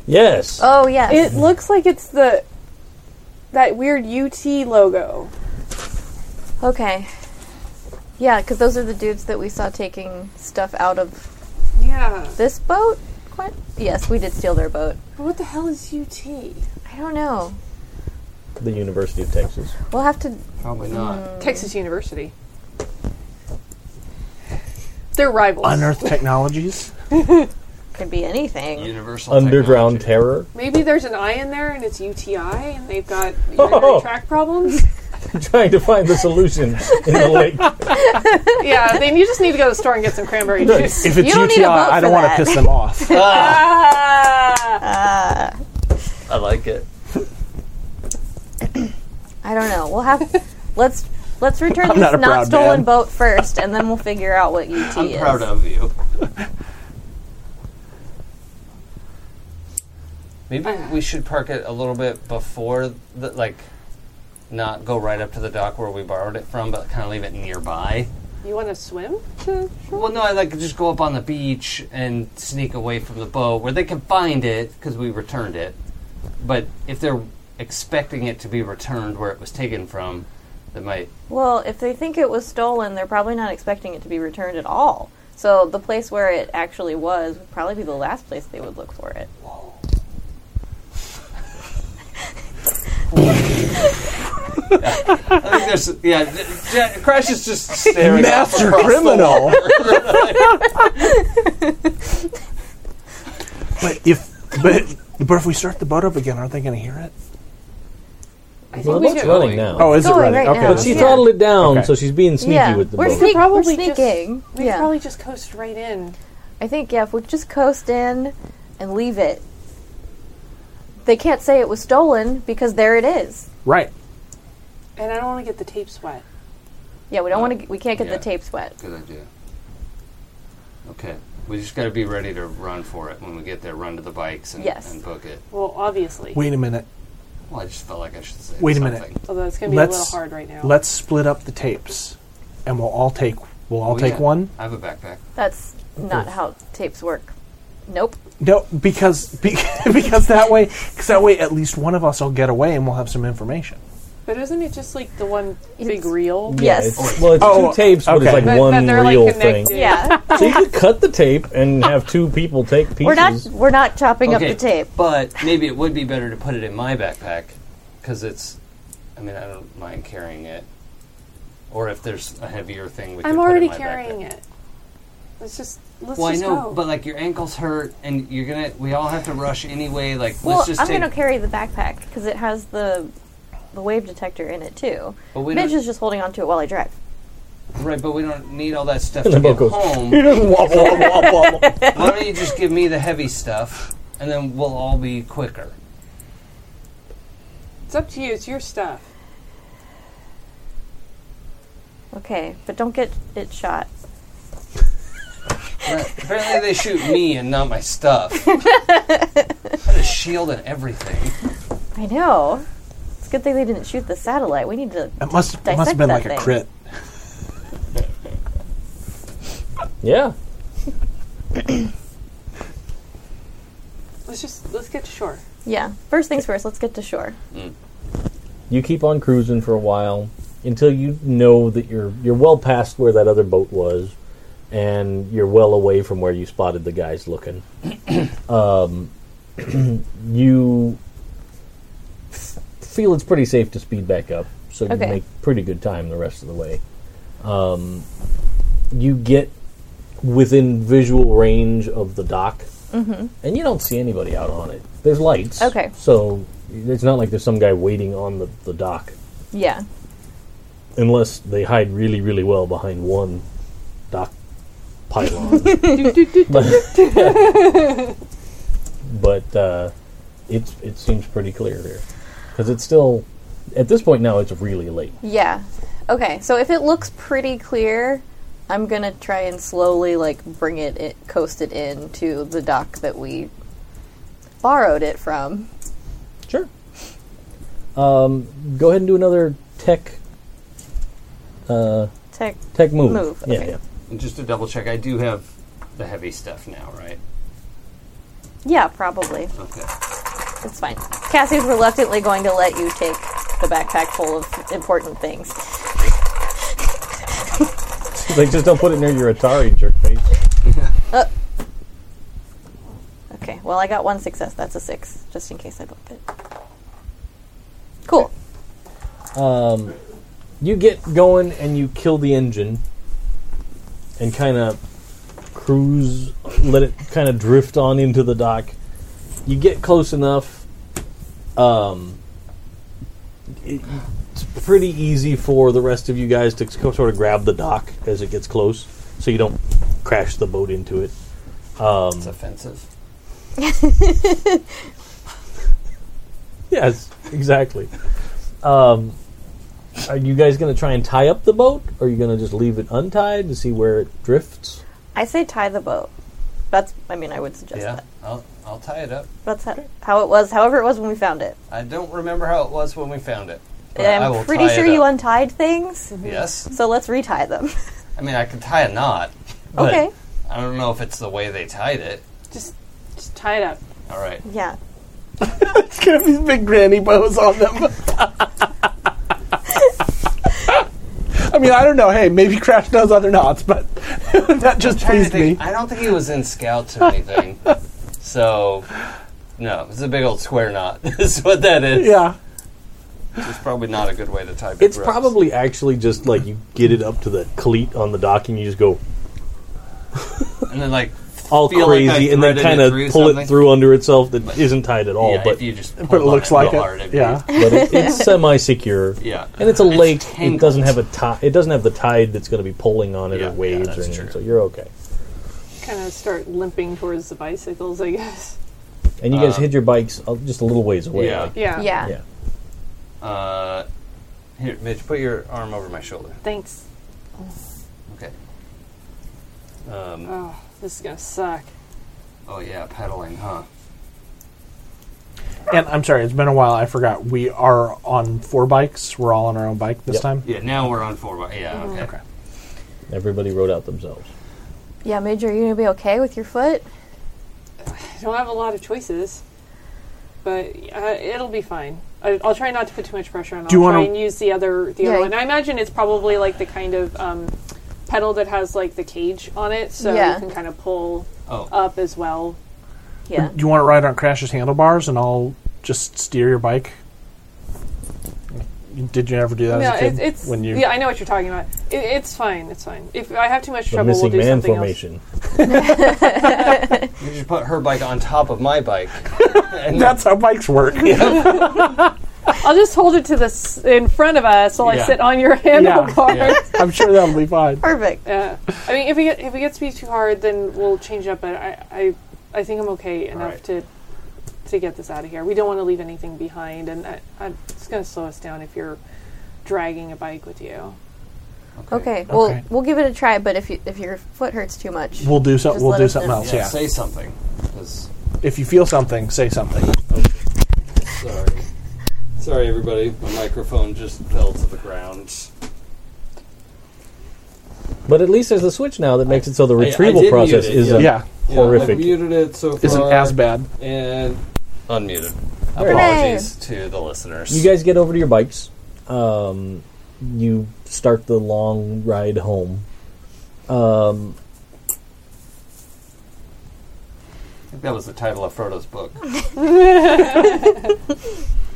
Speaker 2: Yes.
Speaker 3: Oh yes.
Speaker 1: it looks like it's the that weird UT logo.
Speaker 3: Okay. Yeah, because those are the dudes that we saw taking stuff out of
Speaker 1: Yeah.
Speaker 3: this boat. Quite- Yes, we did steal their boat.
Speaker 1: What the hell is UT?
Speaker 3: I don't know.
Speaker 2: The University of Texas.
Speaker 3: We'll have to.
Speaker 5: Probably not.
Speaker 1: Texas University. They're rivals.
Speaker 4: Unearth Technologies.
Speaker 3: Could be anything.
Speaker 5: Universal
Speaker 2: Underground
Speaker 5: technology.
Speaker 2: terror.
Speaker 1: Maybe there's an I in there and it's UTI and they've got
Speaker 2: Oh.
Speaker 1: urinary tract problems.
Speaker 2: Trying to find the solution in the lake.
Speaker 1: yeah, then you just need to go to the store and get some cranberry juice.
Speaker 4: If it's
Speaker 3: You don't need a
Speaker 4: UTI,
Speaker 3: boat
Speaker 4: I don't
Speaker 3: for
Speaker 4: want to
Speaker 3: that.
Speaker 4: piss them off.
Speaker 5: Ah,
Speaker 1: Ah!
Speaker 3: Uh,
Speaker 5: I like it.
Speaker 3: I don't know. We'll have. let's let's return this
Speaker 4: not a
Speaker 3: not,
Speaker 4: proud
Speaker 3: stolen
Speaker 4: man.
Speaker 3: boat first, and then we'll figure out what UT
Speaker 5: I'm
Speaker 3: is.
Speaker 5: proud of you. Maybe we should park it a little bit before, the, like, not go right up to the dock where we borrowed it from, but kind of leave it nearby.
Speaker 1: You want to swim? to-
Speaker 5: Well, no, I like just go up on the beach and sneak away from the boat where they can find it because we returned it. But if they're expecting it to be returned where it was taken from, they might.
Speaker 3: Well, if they think it was stolen, they're probably not expecting it to be returned at all. So the place where it actually was would probably be the last place they would look for it.
Speaker 5: I think there's yeah. th- Jack- Crash is just staring. off
Speaker 4: Master
Speaker 5: across the
Speaker 4: criminal. but if but but if we start the boat up again, aren't they going to hear it?
Speaker 1: I
Speaker 2: Well,
Speaker 1: think we
Speaker 2: the boat's
Speaker 1: should.
Speaker 2: running
Speaker 5: going.
Speaker 2: now.
Speaker 4: Oh, is it
Speaker 3: Going
Speaker 4: running?
Speaker 3: right
Speaker 4: okay.
Speaker 3: now.
Speaker 2: but she
Speaker 3: Yeah.
Speaker 2: throttled it down,
Speaker 4: Okay.
Speaker 2: so she's being sneaky
Speaker 3: yeah,
Speaker 2: with the
Speaker 3: we're,
Speaker 2: boat.
Speaker 3: sneak- we're
Speaker 1: Probably just-
Speaker 3: sneaking.
Speaker 1: We
Speaker 3: yeah.
Speaker 1: probably just coast right in.
Speaker 3: I think yeah, if we just coast in and leave it, they can't say it was stolen because there it is.
Speaker 4: Right.
Speaker 1: And I don't want to get the tapes wet.
Speaker 3: Yeah, we don't want to. We can't get
Speaker 5: Yeah.
Speaker 3: the tapes wet.
Speaker 5: Good idea. Okay, we just got to be ready to run for it when we get there. Run to the bikes and,
Speaker 3: Yes.
Speaker 5: and book it.
Speaker 1: Well, obviously.
Speaker 4: Wait a minute.
Speaker 5: Well, I just felt like I should say.
Speaker 4: Wait a minute.
Speaker 5: something.
Speaker 1: Although it's going to be a
Speaker 4: Let's-
Speaker 1: little hard right now.
Speaker 4: Let's split up the tapes, and we'll all take we'll all
Speaker 5: Oh,
Speaker 4: take
Speaker 5: yeah.
Speaker 4: one.
Speaker 5: I have a backpack.
Speaker 3: That's not how tapes work. Nope.
Speaker 4: No, because be, because that way because that way at least one of us will get away and we'll have some information.
Speaker 1: But isn't it just like the one big
Speaker 3: It's-
Speaker 1: reel?
Speaker 3: Yes.
Speaker 2: It's, well, it's
Speaker 4: Oh,
Speaker 2: two tapes, but
Speaker 4: okay.
Speaker 2: it's like
Speaker 1: But- but
Speaker 2: one
Speaker 1: they're, like,
Speaker 2: real thing.
Speaker 1: connected.
Speaker 3: Yeah.
Speaker 2: So you could cut the tape and have two people take pieces.
Speaker 3: we're not we're not chopping
Speaker 5: Okay,
Speaker 3: up the tape.
Speaker 5: But maybe it would be better to put it in my backpack because it's. I mean, I don't mind carrying it. Or if there's a heavier thing, we
Speaker 1: I'm
Speaker 5: can
Speaker 1: already
Speaker 5: put it in my
Speaker 1: carrying
Speaker 5: backpack.
Speaker 1: it. Let's just let's
Speaker 5: Well, I
Speaker 1: just
Speaker 5: know,
Speaker 1: go.
Speaker 5: but like your ankles hurt, and you're gonna. We all have to rush anyway. Like,
Speaker 3: Well,
Speaker 5: let's just
Speaker 3: I'm
Speaker 5: take.
Speaker 3: gonna carry the backpack because it has the the wave detector in it too.
Speaker 5: But we
Speaker 3: Midge
Speaker 5: don't-
Speaker 3: is just holding onto it while I drive.
Speaker 5: Right, but we don't need all that stuff
Speaker 2: And
Speaker 5: to
Speaker 2: the
Speaker 5: get
Speaker 2: boat goes,
Speaker 5: home.
Speaker 2: Wah, wah, wah, wah, wah.
Speaker 5: Why don't you just give me the heavy stuff, and then we'll all be quicker.
Speaker 1: it's up to you. It's your stuff.
Speaker 3: Okay, but don't get it shot.
Speaker 5: Right, Apparently, they shoot me and not my stuff. Put a shield and everything.
Speaker 3: I know. It's a good thing they didn't shoot the satellite. We need to.
Speaker 6: It must, it must
Speaker 3: Dissect
Speaker 6: have been
Speaker 3: that thing.
Speaker 6: like a crit.
Speaker 2: yeah.
Speaker 1: Let's just let's get to shore.
Speaker 3: Yeah. First things first. Let's get to shore.
Speaker 2: You keep on cruising for a while until you know that you're you're well past where that other boat was, and you're well away from where you spotted the guys looking. um, you f- feel it's pretty safe to speed back up, so you
Speaker 3: Okay.
Speaker 2: make pretty good time the rest of the way. Um, you get within visual range of the dock, and you don't see anybody out on it. There's lights,
Speaker 3: Mm-hmm. Okay.
Speaker 2: So it's not like there's some guy waiting on the, the dock,
Speaker 3: Yeah.
Speaker 2: unless they hide really, really well behind one dock pylon. but but uh, it's it seems pretty clear here because it's still at this point now it's really late.
Speaker 3: Yeah. Okay. So if it looks pretty clear, I'm gonna try and slowly like bring it, it coast it in to the dock that we borrowed it from.
Speaker 2: Sure. Um, go ahead and do another tech
Speaker 3: Tech.
Speaker 2: tech move.
Speaker 3: Move,
Speaker 2: Yeah,
Speaker 3: okay.
Speaker 2: yeah.
Speaker 5: And just to double check, I do have the heavy stuff now, right?
Speaker 3: Yeah, probably.
Speaker 5: Okay.
Speaker 3: It's fine. Cassie's reluctantly going to let you take the backpack full of important things.
Speaker 2: Like just don't put it near your Atari jerk face.
Speaker 3: Okay. Well, I got one success. That's a six, just in case I bump it. Cool.
Speaker 2: you get going and you kill the engine and kind of cruise let it kind of drift on into the dock you get close enough um it- it's pretty easy for the rest of you guys to sc- sort of grab the dock as it gets close so you don't crash the boat into it
Speaker 5: It's offensive.
Speaker 2: yes exactly um are you guys going to try and tie up the boat or are you going to just leave it untied to see where it drifts
Speaker 3: I say tie the boat. That's. I mean, I would suggest
Speaker 5: Yeah,
Speaker 3: that.
Speaker 5: I'll, I'll tie it up.
Speaker 3: That's ho- how it was. However, it was when we found it.
Speaker 5: I don't remember how it was when we found it. but I will
Speaker 3: I'm pretty
Speaker 5: tie
Speaker 3: sure
Speaker 5: it
Speaker 3: you
Speaker 5: up.
Speaker 3: untied things,
Speaker 5: Yes.
Speaker 3: so let's retie them.
Speaker 5: I mean, I can tie a knot. but
Speaker 3: okay.
Speaker 5: I don't know if it's the way they tied it.
Speaker 1: Just just tie it up.
Speaker 5: All right.
Speaker 3: Yeah.
Speaker 6: It's got these big granny bows on them.
Speaker 4: I mean, I don't know. Hey, maybe Crash knows other knots, but that just
Speaker 5: Trying to
Speaker 4: pleased me.
Speaker 5: think, I don't think he was in scouts or anything. so, no, it's a big old square knot. is what that is.
Speaker 4: Yeah.
Speaker 5: It's probably not a good way to tie. big
Speaker 2: It's
Speaker 5: ropes.
Speaker 2: probably actually just like you get it up to the cleat on the dock and you just go
Speaker 5: and then like
Speaker 2: all
Speaker 5: Feel like I
Speaker 2: crazy and then
Speaker 5: threaded it
Speaker 2: kind of
Speaker 5: through
Speaker 2: pull
Speaker 5: something.
Speaker 2: it through under itself that isn't tied at all,
Speaker 5: yeah,
Speaker 2: Oh, but,
Speaker 5: if you just
Speaker 4: But it
Speaker 5: pull on
Speaker 4: looks like
Speaker 5: real
Speaker 4: it.
Speaker 5: hard, it'd be-
Speaker 4: yeah.
Speaker 2: but it, it's semi-secure.
Speaker 5: yeah.
Speaker 2: And it's a lake; it
Speaker 5: tangled.
Speaker 2: doesn't have a tide. It doesn't have the tide that's going to be pulling on it
Speaker 5: Yeah,
Speaker 2: or
Speaker 5: yeah,
Speaker 2: waves or
Speaker 5: that's
Speaker 2: anything.
Speaker 5: true.
Speaker 2: So you're okay.
Speaker 1: Kind of start limping towards the bicycles, I guess.
Speaker 2: And you guys hid your bikes uh, just a little ways away.
Speaker 5: Yeah.
Speaker 2: like-
Speaker 1: Yeah.
Speaker 3: Yeah.
Speaker 2: yeah.
Speaker 5: Uh, here, Mitch, put your arm over my shoulder.
Speaker 1: Thanks.
Speaker 5: Okay.
Speaker 1: Oh, this is gonna suck.
Speaker 5: Oh yeah, pedaling, huh?
Speaker 4: And I'm sorry, it's been a while. I forgot. We are on four bikes. We're all on our own bike this
Speaker 2: Yep.
Speaker 4: time.
Speaker 5: Yeah. Now we're on four. by- Yeah. Okay.
Speaker 4: Mm-hmm. Okay.
Speaker 2: Everybody rode out themselves.
Speaker 3: Yeah, Major, you gonna be okay with your foot?
Speaker 1: I don't have a lot of choices, but uh, it'll be fine. I, I'll try not to put too much pressure on. I'll
Speaker 4: Do you
Speaker 1: try
Speaker 4: wanna-
Speaker 1: and use the other the
Speaker 3: Yeah.
Speaker 1: other one. I imagine it's probably like the kind of um, pedal that has like the cage on it, so
Speaker 3: Yeah.
Speaker 1: you can kind of pull
Speaker 5: Oh.
Speaker 1: up as well.
Speaker 3: Yeah.
Speaker 4: Do you want it right on Crash's handlebars, and I'll just steer your bike? Did you ever do that
Speaker 1: No,
Speaker 4: as a kid?
Speaker 1: it, it's
Speaker 4: when you
Speaker 1: yeah. I know what you're talking about. It, it's fine. It's fine. If I have too much
Speaker 2: The
Speaker 1: trouble, we'll
Speaker 2: missing
Speaker 1: do
Speaker 2: man
Speaker 1: something
Speaker 2: formation.
Speaker 5: You should put her bike on top of my bike. and
Speaker 4: that's how bikes work.
Speaker 1: else. I'll just hold it to this in front of us while
Speaker 4: Yeah.
Speaker 1: I sit on your handlebar.
Speaker 5: Yeah.
Speaker 4: I'm sure that'll be fine.
Speaker 3: Perfect.
Speaker 1: Yeah. I mean, if it get, if it gets to be too hard, then we'll change it up. But I I, I think I'm okay enough
Speaker 5: right.
Speaker 1: to to get this out of here. We don't want to leave anything behind, and I, I, it's going to slow us down if you're dragging a bike with you.
Speaker 3: Okay. Well,
Speaker 4: Okay.
Speaker 3: we'll give it a try. But if you, if your foot hurts too much,
Speaker 4: We'll do something.
Speaker 3: Just
Speaker 4: We'll
Speaker 3: let
Speaker 4: do
Speaker 3: us
Speaker 4: something
Speaker 3: know.
Speaker 4: else.
Speaker 5: yeah,
Speaker 4: Yeah.
Speaker 5: say something. 'cause-
Speaker 4: If you feel something, say something.
Speaker 5: Sorry. Sorry, everybody. My microphone just fell to the ground.
Speaker 2: But at least there's a switch now that makes it so the
Speaker 5: I- I did
Speaker 2: retrieval
Speaker 5: mute
Speaker 2: process uh,
Speaker 5: it,
Speaker 2: isn't.
Speaker 4: Yeah,
Speaker 2: Horrific.
Speaker 5: I muted it so far.
Speaker 4: isn't as bad.
Speaker 5: And unmuted.
Speaker 2: There it
Speaker 5: Apologies
Speaker 2: is.
Speaker 5: to the listeners.
Speaker 2: You guys get over to your bikes. Um, you start the long ride home. Um,
Speaker 5: I think that was the title of Frodo's book.
Speaker 2: it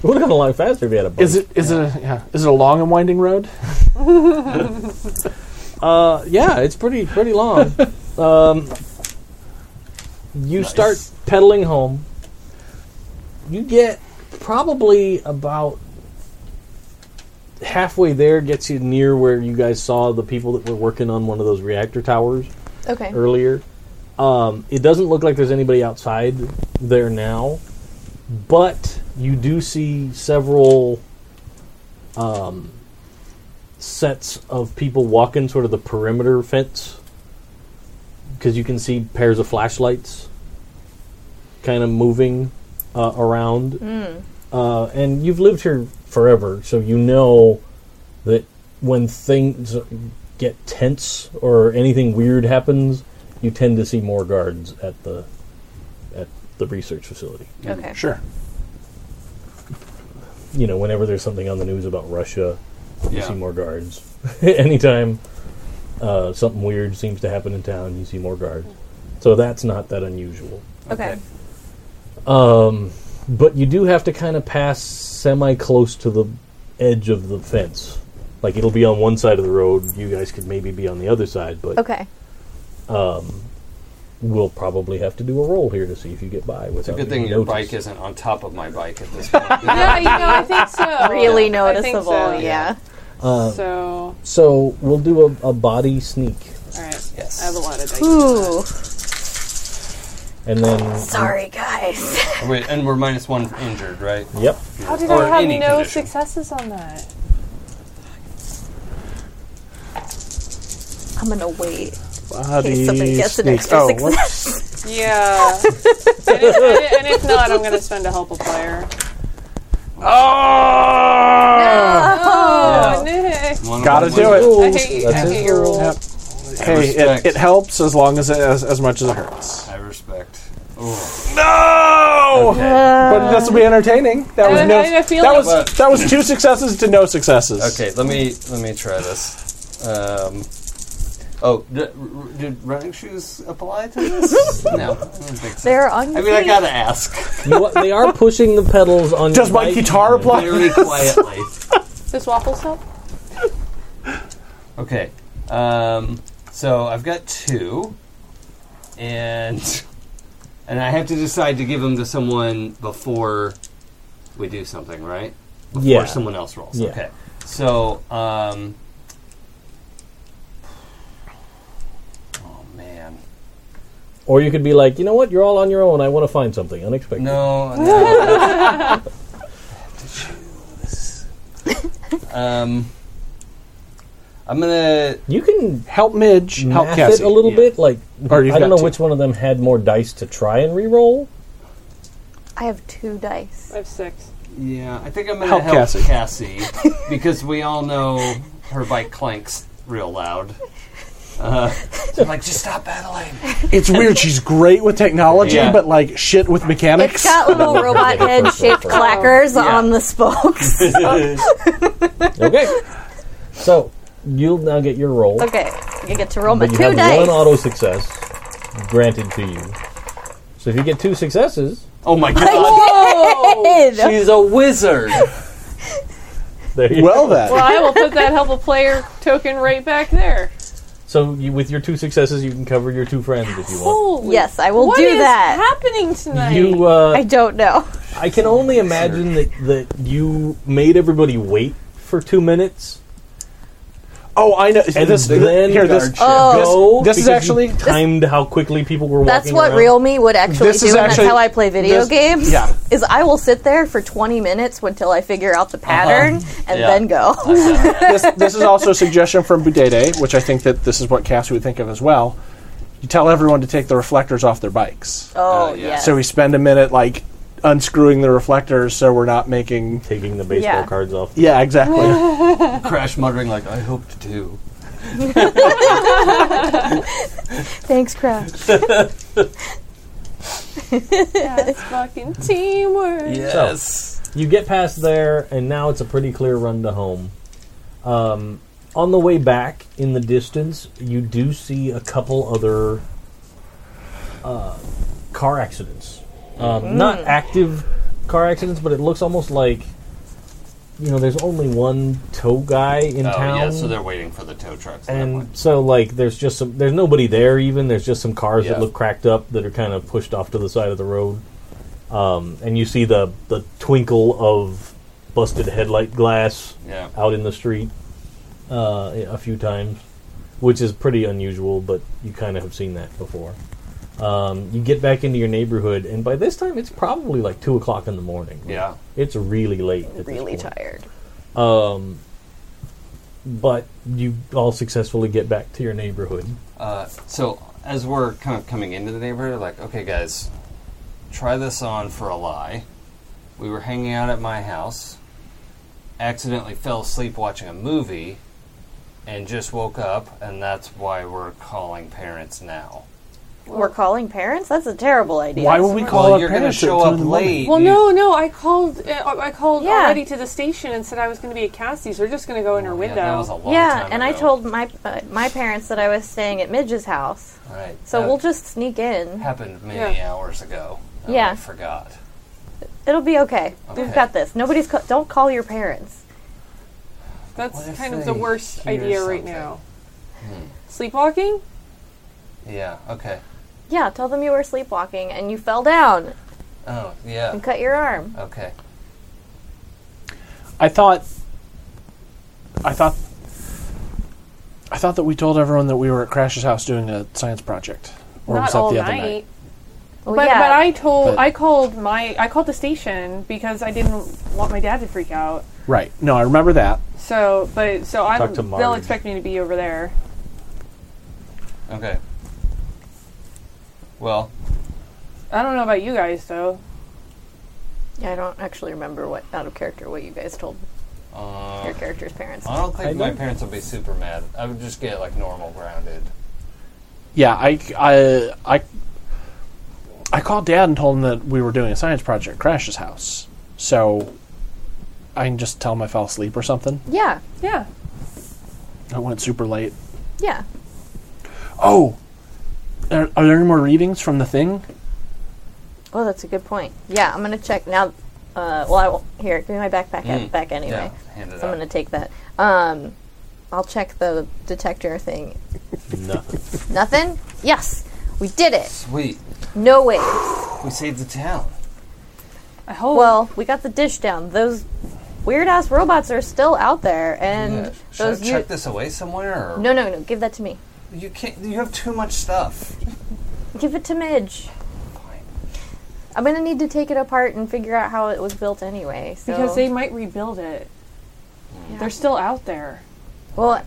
Speaker 2: would have gone a lot faster if you had a bike.
Speaker 4: Is it is it a yeah? Is it a long and winding road?
Speaker 2: Uh, yeah, it's pretty pretty long. um, you start pedaling home. You get probably about halfway there. Gets you near where you guys saw the people that were working on one of those reactor towers.
Speaker 3: okay.
Speaker 2: earlier. Um, it doesn't look like there's anybody outside there now, but you do see several um, sets of people walking sort of the perimeter fence because you can see pairs of flashlights kind of moving uh, around. Uh, and you've lived here forever, so you know that when things get tense or anything weird happens, you tend to see more guards at the at the research facility.
Speaker 3: Okay.
Speaker 4: Sure.
Speaker 2: You know, whenever there's something on the news about Russia, you
Speaker 5: Yeah.
Speaker 2: see more guards. Anytime uh, something weird seems to happen in town, you see more guards. So that's not that unusual.
Speaker 3: Okay.
Speaker 2: But you do have to kind of pass semi close to the edge of the fence. Like it'll be on one side of the road. You guys could maybe be on the other side, but
Speaker 3: Okay.
Speaker 2: we'll probably have to do a roll here to see if you get by.
Speaker 5: It's a
Speaker 2: without
Speaker 5: good thing
Speaker 2: being
Speaker 5: your
Speaker 2: noticed.
Speaker 5: bike isn't on top of my bike at this point.
Speaker 1: Yeah, you know, I think so.
Speaker 3: Really
Speaker 1: I think
Speaker 3: noticeable.
Speaker 1: so,
Speaker 3: yeah.
Speaker 1: So,
Speaker 2: So we'll do a, a body sneak,
Speaker 1: all right.
Speaker 5: Yes.
Speaker 1: I have a lot of dice.
Speaker 3: Ooh.
Speaker 2: and then
Speaker 3: Sorry, guys.
Speaker 5: Wait, and we're minus one injured, right?
Speaker 2: yep,
Speaker 1: How did
Speaker 5: Or
Speaker 1: I have
Speaker 5: any
Speaker 1: no
Speaker 5: condition.
Speaker 1: successes on that?
Speaker 3: I'm gonna wait.
Speaker 4: Body
Speaker 3: somebody gets an
Speaker 4: sneak.
Speaker 3: extra
Speaker 4: oh,
Speaker 3: success.
Speaker 4: whoops.
Speaker 1: Yeah. and, if, and if not, I'm going to spend a help a player. Oh, Nick.
Speaker 5: One
Speaker 4: Gotta
Speaker 5: one,
Speaker 4: do
Speaker 5: one.
Speaker 4: it.
Speaker 1: I hate, I
Speaker 2: That's
Speaker 1: hate
Speaker 2: his
Speaker 1: your
Speaker 2: rule.
Speaker 1: rules.
Speaker 4: Yep. Hey, it,
Speaker 5: Respect.
Speaker 4: it helps as long as it, as, as much as it hurts.
Speaker 5: I respect. Oh,
Speaker 4: No, but this will be entertaining. That was
Speaker 1: I-
Speaker 4: no.
Speaker 1: I feel
Speaker 4: that
Speaker 1: like-
Speaker 4: was that was two successes to no successes.
Speaker 5: Okay, let me let me try this. Um, oh, d- r- r- did running shoes apply to this? no, I don't think so.
Speaker 3: They're on.
Speaker 5: I mean, I gotta ask
Speaker 2: You- they are pushing the pedals on.
Speaker 4: Does
Speaker 2: your
Speaker 4: my
Speaker 2: bike.
Speaker 4: guitar apply?
Speaker 5: very quietly.
Speaker 1: Does waffle help?
Speaker 5: Okay, um, so I've got two, and and I have to decide to give them to someone before we do something, right? Before
Speaker 2: Yeah.
Speaker 5: someone else rolls.
Speaker 2: Yeah.
Speaker 5: Okay, so um, oh man.
Speaker 2: Or you could be like, you know what? You're all on your own. I want to find something unexpected.
Speaker 5: No, no. um, I'm gonna.
Speaker 2: You can
Speaker 4: Help Midge. Help
Speaker 2: math it
Speaker 4: Cassie.
Speaker 2: a little
Speaker 5: yeah.
Speaker 2: bit. Like,
Speaker 4: Or you've
Speaker 2: I don't
Speaker 4: got
Speaker 2: know
Speaker 4: two.
Speaker 2: which one of them had more dice to try and re-roll.
Speaker 3: I have two dice.
Speaker 1: I have six.
Speaker 5: Yeah, I think I'm gonna
Speaker 4: Help
Speaker 5: help,
Speaker 4: Cassie.
Speaker 5: Cassie. because we all know her bike clanks real loud. So I'm like, just stop battling.
Speaker 4: It's weird. She's great with technology,
Speaker 5: Yeah.
Speaker 4: but like shit with
Speaker 3: It's
Speaker 4: mechanics.
Speaker 3: got little robot head shaped clackers on the spokes.
Speaker 2: Okay. so you'll now get your roll,
Speaker 3: okay, I get to roll my
Speaker 2: but you
Speaker 3: two
Speaker 2: have
Speaker 3: dice.
Speaker 2: one auto success granted to you. So if you get two successes,
Speaker 5: Oh my god.
Speaker 3: Good.
Speaker 5: She's a wizard.
Speaker 2: there you
Speaker 4: well
Speaker 2: go.
Speaker 4: then,
Speaker 1: Well, I will put that help a player token right back there.
Speaker 2: So you, with your two successes, you can cover your two friends if you want.
Speaker 1: Holy
Speaker 3: Yes, I will
Speaker 1: What
Speaker 3: do
Speaker 1: is
Speaker 3: that.
Speaker 1: happening tonight?
Speaker 2: You, uh,
Speaker 3: I don't know.
Speaker 2: I can only imagine that, that you made everybody wait for two minutes.
Speaker 4: oh, I know.
Speaker 2: And
Speaker 4: this,
Speaker 2: then
Speaker 4: here, this,
Speaker 6: guard
Speaker 3: Oh.
Speaker 2: go
Speaker 4: This- this is
Speaker 2: because you
Speaker 4: actually- this-
Speaker 2: timed how quickly people were
Speaker 3: That's
Speaker 2: walking
Speaker 3: what
Speaker 2: around.
Speaker 3: real me would actually
Speaker 4: This
Speaker 3: do,
Speaker 4: is
Speaker 3: and
Speaker 4: actually-
Speaker 3: that's how I play video
Speaker 4: this-
Speaker 3: games.
Speaker 4: yeah.
Speaker 3: Is I will sit there for 20 minutes until I figure out the pattern and
Speaker 5: Yeah. Uh,
Speaker 3: then go.
Speaker 4: this, this is also a suggestion from Budede, which I think that this is what Cassie would think of as well. You tell everyone to take the reflectors off their bikes.
Speaker 3: oh,
Speaker 5: yeah.
Speaker 3: yes.
Speaker 4: So we spend a minute like unscrewing the reflectors so we're not making.
Speaker 2: Taking the baseball
Speaker 3: Yeah.
Speaker 2: cards off.
Speaker 4: Yeah, exactly.
Speaker 5: Crash muttering like, I hope to do.
Speaker 3: Thanks, Crash.
Speaker 1: That's fucking teamwork.
Speaker 2: You get past there, and now it's a pretty clear run to home. Um, on the way back, in the distance, you do see a couple other uh, car accidents. Um,
Speaker 5: Mm.
Speaker 2: Not active car accidents, but it looks almost like you know there's only one tow guy in
Speaker 5: Oh,
Speaker 2: town.
Speaker 5: yeah, so they're waiting for the tow trucks. at that
Speaker 2: and
Speaker 5: point.
Speaker 2: so like there's just some there's nobody there even there's just some cars
Speaker 5: Yeah.
Speaker 2: that look cracked up that are kind of pushed off to the side of the road um, and you see the the twinkle of busted headlight glass
Speaker 5: Yeah.
Speaker 2: out in the street uh, a few times which is pretty unusual but you kind of have seen that before um, you get back into your neighborhood and by this time it's probably like two o'clock in the morning
Speaker 5: Yeah.
Speaker 2: it's really late at this
Speaker 3: really
Speaker 2: point
Speaker 3: tired.
Speaker 2: but you all successfully get back to your neighborhood
Speaker 5: Uh, so as we're kind of coming into the neighborhood, like, okay, guys, try this on for a lie. We were hanging out at my house, accidentally fell asleep watching a movie, and just woke up, and that's why we're calling parents now.
Speaker 3: We're calling parents? That's a terrible idea.
Speaker 4: Why would we call
Speaker 5: well,
Speaker 4: our
Speaker 5: you're gonna
Speaker 4: parents? at
Speaker 5: show
Speaker 4: two in
Speaker 5: up
Speaker 4: the morning?
Speaker 5: late.
Speaker 1: Well,
Speaker 5: you-
Speaker 1: no, no. I called. Uh, I called
Speaker 3: Yeah.
Speaker 1: already to the station and said I was going to be at Cassie's. They're just going to go in her
Speaker 5: Oh, Yeah,
Speaker 1: window.
Speaker 5: that was a long
Speaker 3: yeah,
Speaker 5: time
Speaker 3: and I
Speaker 5: ago.
Speaker 3: told my uh, my parents that I was staying at Midge's house,
Speaker 5: Right.
Speaker 3: so
Speaker 5: that
Speaker 3: we'll just sneak in.
Speaker 5: happened many
Speaker 1: Yeah.
Speaker 5: hours ago. and
Speaker 3: Yeah.
Speaker 5: I forgot.
Speaker 3: It'll be okay. We've
Speaker 5: Okay.
Speaker 3: got this. Nobody's ca- don't call your parents.
Speaker 5: What
Speaker 1: That's
Speaker 5: if
Speaker 1: kind of
Speaker 5: they
Speaker 1: the worst
Speaker 5: hear
Speaker 1: idea right
Speaker 5: something?
Speaker 1: now. Sleepwalking?
Speaker 5: Yeah. Okay.
Speaker 3: Yeah, tell them you were sleepwalking and you fell down
Speaker 5: Oh, yeah.
Speaker 3: and cut your arm.
Speaker 5: Okay.
Speaker 4: I thought. I thought. I thought that we told everyone that we were at Crash's house doing a science project. Or was
Speaker 1: Not
Speaker 4: that
Speaker 1: all
Speaker 4: the
Speaker 1: night.
Speaker 4: other night?
Speaker 3: Well,
Speaker 1: But
Speaker 3: yeah.
Speaker 1: but I told
Speaker 4: But-
Speaker 1: I called my I called the station because I didn't want my dad to freak out.
Speaker 4: Right. No, I remember that.
Speaker 1: So but so I
Speaker 2: Talk
Speaker 1: they'll
Speaker 2: to Marge.
Speaker 1: expect me to be over there.
Speaker 5: Okay. Well,
Speaker 1: I don't know about you guys though.
Speaker 3: I don't actually remember what out of character what you guys told
Speaker 5: uh,
Speaker 3: your character's parents.
Speaker 5: I don't think
Speaker 2: I
Speaker 5: my
Speaker 2: don't-
Speaker 5: parents will be super mad. I would just get like normal grounded.
Speaker 4: Yeah, I, I, I, I called Dad and told him that we were doing a science project at Crash's house. So I can just tell him I fell asleep or something.
Speaker 3: Yeah,
Speaker 1: Yeah.
Speaker 4: I went super late.
Speaker 3: yeah.
Speaker 4: Oh, are, are there any more readings from the thing?
Speaker 3: Oh, that's a good point. Yeah, I'm gonna check now. Uh, well, I will. Here, give me my backpack back
Speaker 5: Mm.
Speaker 3: anyway.
Speaker 5: Yeah, hand it
Speaker 3: So I'm
Speaker 5: out.
Speaker 3: gonna take that. Um, I'll check the detector thing.
Speaker 2: nothing
Speaker 3: Nothing. Yes, we did it.
Speaker 5: Sweet.
Speaker 3: No way.
Speaker 5: We saved the town.
Speaker 1: I hope
Speaker 3: Well, we got the dish down. Those weird ass robots are still out there, and
Speaker 5: Yeah. Should
Speaker 3: those.
Speaker 5: I
Speaker 3: u-
Speaker 5: chuck this away somewhere? Or
Speaker 3: no, no, no. Give that to me.
Speaker 5: You can't. You have too much stuff.
Speaker 3: Give it to Midge.
Speaker 5: Fine.
Speaker 3: I'm gonna need to take it apart and figure out how it was built anyway. So.
Speaker 1: because they might rebuild it. They're still out there.
Speaker 3: Well,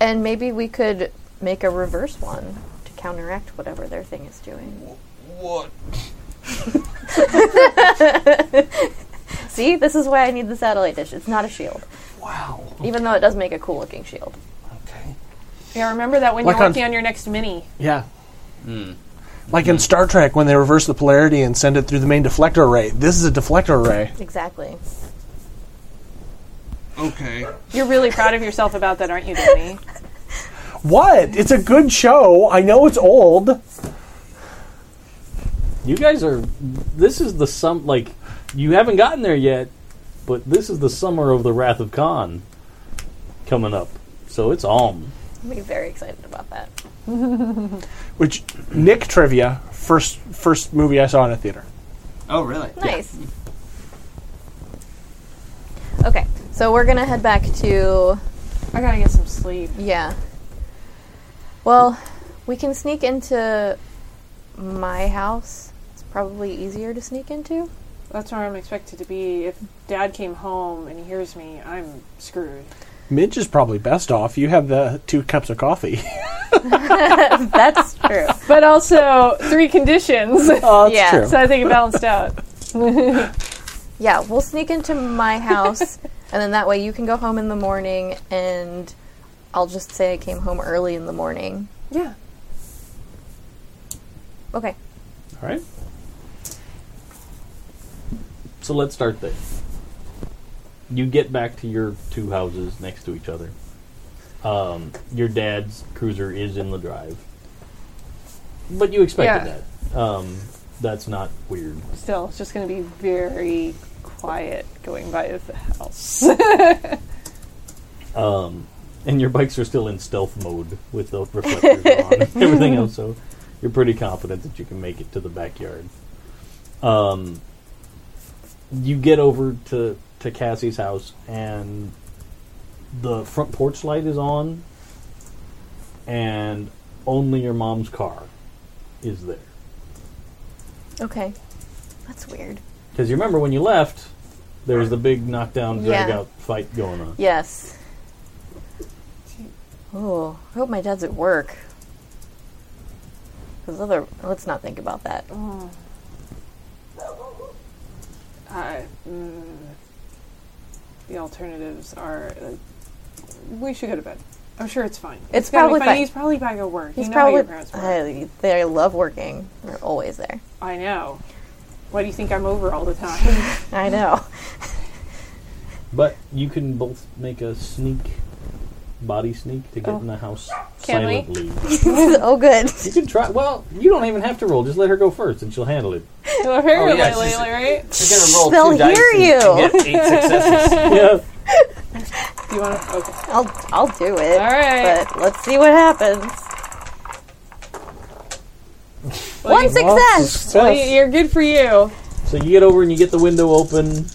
Speaker 3: and maybe we could make a reverse one to counteract whatever their thing is doing.
Speaker 5: What?
Speaker 3: See, this is why I need the satellite dish. It's not a shield,
Speaker 5: Wow.
Speaker 3: even though it does make a cool looking shield.
Speaker 5: Okay.
Speaker 1: Yeah, remember that when
Speaker 6: Like
Speaker 1: you're
Speaker 6: on-
Speaker 1: working on your next mini.
Speaker 6: Yeah.
Speaker 5: Hmm.
Speaker 6: Like in Star Trek when they reverse the polarity and send it through the main deflector array. This is a deflector array.
Speaker 3: Exactly.
Speaker 5: Okay.
Speaker 1: You're really proud of yourself about that, aren't you, Danny?
Speaker 6: What? It's a good show. I know it's old.
Speaker 2: You guys are. This is the sum. Like, you haven't gotten there yet, but this is the summer of the Wrath of Khan coming up. So it's on.
Speaker 3: I'm very excited about that.
Speaker 6: Which Nick trivia first first movie I saw in a theater.
Speaker 5: Oh, really?
Speaker 3: Nice. Okay, so we're gonna head back to
Speaker 1: I gotta get some sleep.
Speaker 3: yeah. Well, we can sneak into my house. It's probably easier to sneak into.
Speaker 1: That's where I'm expected to be. If Dad came home and he hears me, I'm screwed.
Speaker 6: Midge is probably best off. You have the two cups of coffee.
Speaker 3: That's true.
Speaker 1: But also three conditions, so
Speaker 6: Oh, that's
Speaker 3: Yeah,
Speaker 6: true.
Speaker 1: I think it balanced out.
Speaker 3: Yeah, we'll sneak into my house, and then that way you can go home in the morning, and I'll just say I came home early in the morning.
Speaker 1: Yeah.
Speaker 3: Okay.
Speaker 2: All right. So let's start there. You get back to your two houses next to each other. Um, your dad's cruiser is in the drive, but you expected
Speaker 1: Yeah.
Speaker 2: that. Um, that's not weird.
Speaker 1: Still, it's just gonna be very quiet going by of the house.
Speaker 2: Um, and your bikes are still in stealth mode with the reflectors on and everything else, so you're pretty confident that you can make it to the backyard. Um, you get over to, to Cassie's house, and the front porch light is on, and only your mom's car is there.
Speaker 3: Okay. That's weird.
Speaker 2: Because you remember when you left, there was the big knockdown,
Speaker 3: Yeah.
Speaker 2: drag out fight going on.
Speaker 3: Yes. Oh, I hope my dad's at work. Cause other, let's not think about that.
Speaker 1: I, mm, the alternatives are. Uh, we should go to bed. I'm sure it's fine.
Speaker 3: It's
Speaker 1: gonna be
Speaker 3: probably fine.
Speaker 1: He's probably back at work.
Speaker 3: He's
Speaker 1: you know how
Speaker 3: probably.
Speaker 1: your parents work.
Speaker 3: I, they love working. They're always there.
Speaker 1: I know. Why do you think I'm over all the time?
Speaker 3: I know.
Speaker 2: But you can both make a sneak, body sneak to get in the house
Speaker 1: Oh. Can we?
Speaker 2: silently.
Speaker 3: oh, good.
Speaker 2: you can try. Well, you don't even have to roll. Just let her go first, and she'll handle it.
Speaker 1: Well, apparently,
Speaker 5: Oh, yeah, it's just-
Speaker 1: Layla, right?
Speaker 5: You're gonna roll
Speaker 3: They'll
Speaker 5: two dice
Speaker 3: hear
Speaker 5: and
Speaker 3: you.
Speaker 5: get eight successes.
Speaker 2: yeah.
Speaker 1: Do you want to? Okay.
Speaker 3: I'll, I'll do it.
Speaker 1: All right.
Speaker 3: But let's see what happens. One success.
Speaker 1: Well, you- you're good for you.
Speaker 2: So you get over and you get the window open.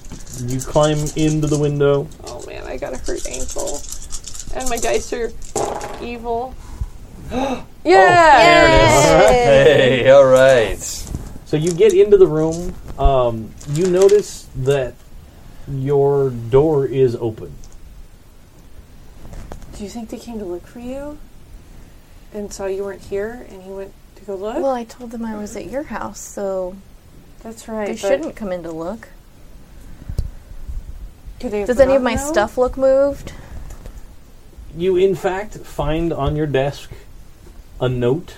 Speaker 2: You climb into the window.
Speaker 1: Oh man, I got a hurt ankle, and my dice are evil.
Speaker 3: Oh,
Speaker 1: yeah.
Speaker 5: Hey, all right.
Speaker 2: So you get into the room. Um, you notice that your door is open.
Speaker 1: Do you think they came to look for you, and saw you weren't here, and he went to go look?
Speaker 3: Well, I told them I was at your house, so
Speaker 1: That's right.
Speaker 3: they
Speaker 1: but
Speaker 3: shouldn't come in to look.
Speaker 1: could they have
Speaker 3: Does any of
Speaker 1: forgotten,
Speaker 3: my
Speaker 1: though?
Speaker 3: stuff look moved?
Speaker 2: You, in fact, find on your desk a note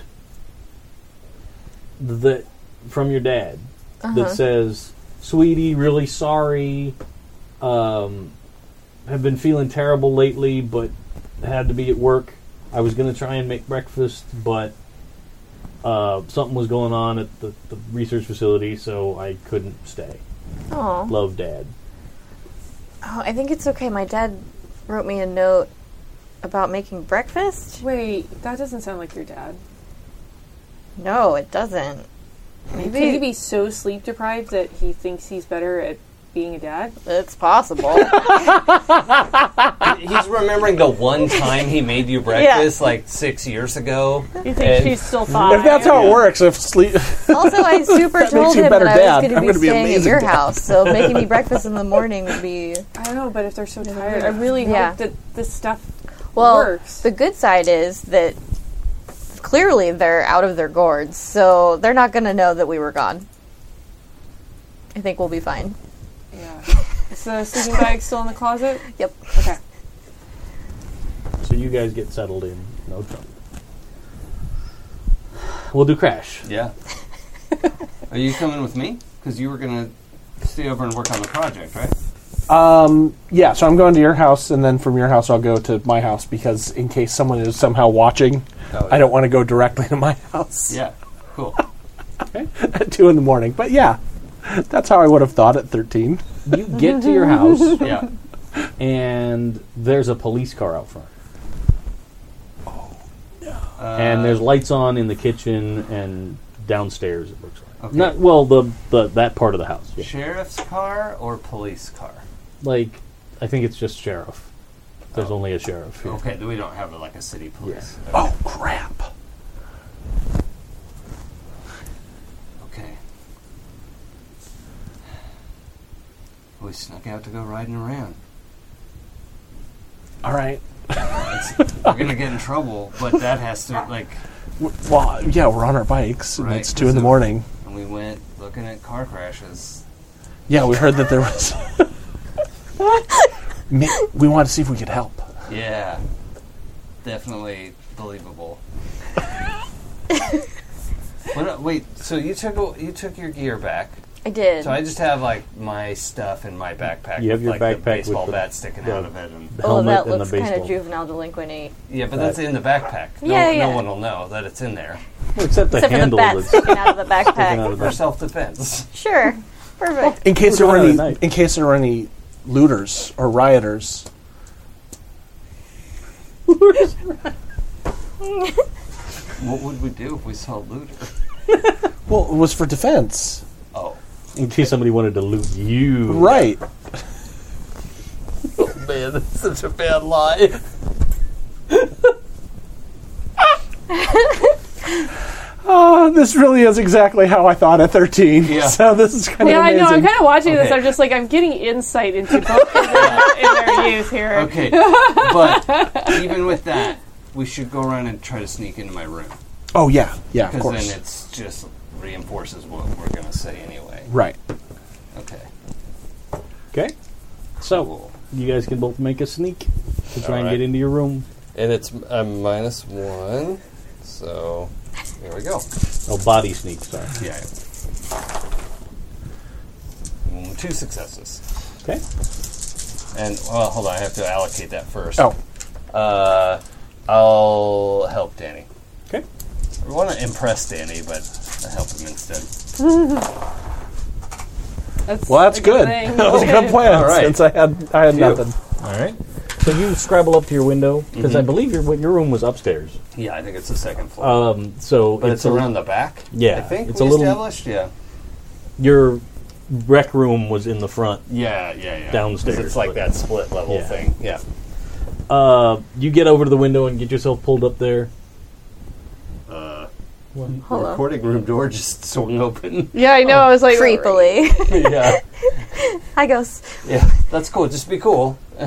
Speaker 2: that from your dad that says, "Sweetie, really sorry. Um, have been feeling terrible lately, but had to be at work. I was going to try and make breakfast, but uh, something was going on at the, the research facility, so I couldn't stay.
Speaker 3: Aw.
Speaker 2: Love, Dad."
Speaker 3: Oh, I think it's okay. My dad wrote me a note about making breakfast.
Speaker 1: Wait, that doesn't sound like your dad.
Speaker 3: No, it doesn't.
Speaker 1: Could he be so sleep deprived that he thinks he's better at being a dad?
Speaker 3: It's possible.
Speaker 5: He's remembering the one time he made you breakfast like six years ago.
Speaker 1: You
Speaker 5: And-
Speaker 1: think she's still five?
Speaker 6: If that's how it works, if sleep
Speaker 3: also, I super told
Speaker 6: you a
Speaker 3: him that
Speaker 6: better
Speaker 3: I
Speaker 6: dad.
Speaker 3: was
Speaker 6: I'm
Speaker 3: going to
Speaker 6: gonna
Speaker 3: be
Speaker 6: be an
Speaker 3: staying at
Speaker 6: amazing
Speaker 3: your
Speaker 6: dad.
Speaker 3: house, so making me breakfast in the morning would be.
Speaker 1: I don't know, but if they're so tired, I really
Speaker 3: Yeah.
Speaker 1: hope that this stuff
Speaker 3: Well,
Speaker 1: works.
Speaker 3: the good side is that clearly they're out of their gourds, so they're not going to know that we were gone. I think we'll be fine.
Speaker 1: yeah. Is the sleeping bag still in the closet?
Speaker 3: Yep.
Speaker 1: Okay.
Speaker 2: So you you guys get settled in. No trouble. We'll do Crash.
Speaker 5: Yeah. Are you coming with me? Because you were gonna stay over and work on the project, right?
Speaker 4: Um, yeah, so I'm going to your house, and then from your house, I'll go to my house because in case someone is somehow watching,
Speaker 5: Oh,
Speaker 4: I don't want to go directly to my house
Speaker 5: Yeah. Cool.
Speaker 4: at 2 in the morning. But yeah, that's how I would have thought at 13.
Speaker 2: You get to your house,
Speaker 5: Yeah.
Speaker 2: and there's a police car out front. Oh, no. and there's lights on in the kitchen and downstairs, it looks like.
Speaker 5: Okay.
Speaker 2: Not, well, the, the that part of the house. Yeah.
Speaker 5: Sheriff's car or police car?
Speaker 2: Like, I think it's just sheriff. There's only a sheriff here.
Speaker 5: Okay, then we don't have like a city police.
Speaker 4: Oh, crap.
Speaker 5: Okay. We snuck out to go riding around.
Speaker 4: All right.
Speaker 5: We're gonna get in trouble, but that has to like.
Speaker 4: W- Well, yeah, we're on our bikes, and
Speaker 5: Right,
Speaker 4: it's 2 in the
Speaker 5: so-
Speaker 4: morning.
Speaker 5: And we went looking at car crashes.
Speaker 4: Yeah, we heard that there was. Ma- we wanted to see if we could help.
Speaker 5: Yeah, definitely believable. what, wait, so you took a- you took your gear back?
Speaker 3: I did.
Speaker 5: So I just have like my stuff in my backpack.
Speaker 2: You
Speaker 5: with,
Speaker 2: have your
Speaker 5: like,
Speaker 2: backpack
Speaker 5: the baseball
Speaker 2: with the-
Speaker 5: bat sticking out of it, and
Speaker 3: oh,
Speaker 2: Helmet
Speaker 3: that
Speaker 2: and the
Speaker 3: looks kind
Speaker 2: baseball.
Speaker 3: of juvenile delinquent.
Speaker 5: yeah, but that's in the backpack. No,
Speaker 3: Yeah,
Speaker 5: no
Speaker 3: yeah.
Speaker 5: one will know that it's in there
Speaker 2: Well, except the
Speaker 3: Except for the
Speaker 2: handle
Speaker 3: bat
Speaker 2: that's sticking
Speaker 3: sticking out of the
Speaker 2: out
Speaker 3: backpack.
Speaker 2: of
Speaker 5: for
Speaker 2: the
Speaker 5: self defense.
Speaker 3: Sure. Perfect.
Speaker 4: In case there
Speaker 2: We're
Speaker 4: were
Speaker 2: going out
Speaker 4: any,
Speaker 2: at night.
Speaker 4: in case there were any looters or rioters.
Speaker 5: what would we do if we saw a looter?
Speaker 4: Well, it was for defense,
Speaker 5: Oh,
Speaker 2: In case somebody wanted to loot you.
Speaker 4: right?
Speaker 5: man, that's such a bad lie.
Speaker 4: Uh, this really is exactly how I thought at 13.
Speaker 5: Yeah.
Speaker 4: So this is kind
Speaker 1: Yeah,
Speaker 4: of
Speaker 1: I know.
Speaker 4: amazing.
Speaker 1: I'm kind of watching this.
Speaker 5: Okay.
Speaker 1: I'm just like, I'm getting insight into both of them in their youth here.
Speaker 5: Okay, but even with that, we should go around and try to sneak into my room
Speaker 4: oh, yeah. Yeah, of
Speaker 5: because
Speaker 4: course.
Speaker 5: then it's just reinforces what we're gonna say anyway.
Speaker 4: right.
Speaker 5: Okay,
Speaker 2: Okay. So,
Speaker 5: cool.
Speaker 2: you guys can both make a sneak to try and
Speaker 5: Alright.
Speaker 2: get into your room.
Speaker 5: And it's a minus one, so here we go.
Speaker 2: Oh, body sneak, sorry.
Speaker 5: Yeah. Mm, Two successes.
Speaker 2: Okay.
Speaker 5: And, well, hold on, I have to allocate that first.
Speaker 4: Oh,
Speaker 5: Uh, I'll help Danny.
Speaker 2: Okay.
Speaker 5: I want to impress Danny, but I help him instead.
Speaker 1: That's
Speaker 4: well, that's
Speaker 1: a
Speaker 4: good. Oh.
Speaker 1: thing.
Speaker 4: that was a good plan
Speaker 5: All right.
Speaker 4: since I had I had nothing.
Speaker 2: All right. So you scrabble up to your window because I believe your wi- your room was upstairs.
Speaker 5: Yeah, I think it's the second floor.
Speaker 2: Um, so
Speaker 5: but it's,
Speaker 2: a-
Speaker 5: around the back?
Speaker 2: yeah,
Speaker 5: I think
Speaker 2: it's
Speaker 5: we
Speaker 2: a little-
Speaker 5: established? Yeah.
Speaker 2: your rec room was in the front.
Speaker 5: Yeah, yeah, yeah.
Speaker 2: Downstairs.
Speaker 5: It's like that split level
Speaker 2: Yeah.
Speaker 5: thing. Yeah.
Speaker 2: Uh, you get over to the window and get yourself pulled up there.
Speaker 3: Hello.
Speaker 5: Recording room door just swung open.
Speaker 1: Yeah, I know. I was like,
Speaker 3: Creepily.
Speaker 5: yeah.
Speaker 3: Hi, Ghost.
Speaker 5: Yeah. That's cool. Just be cool.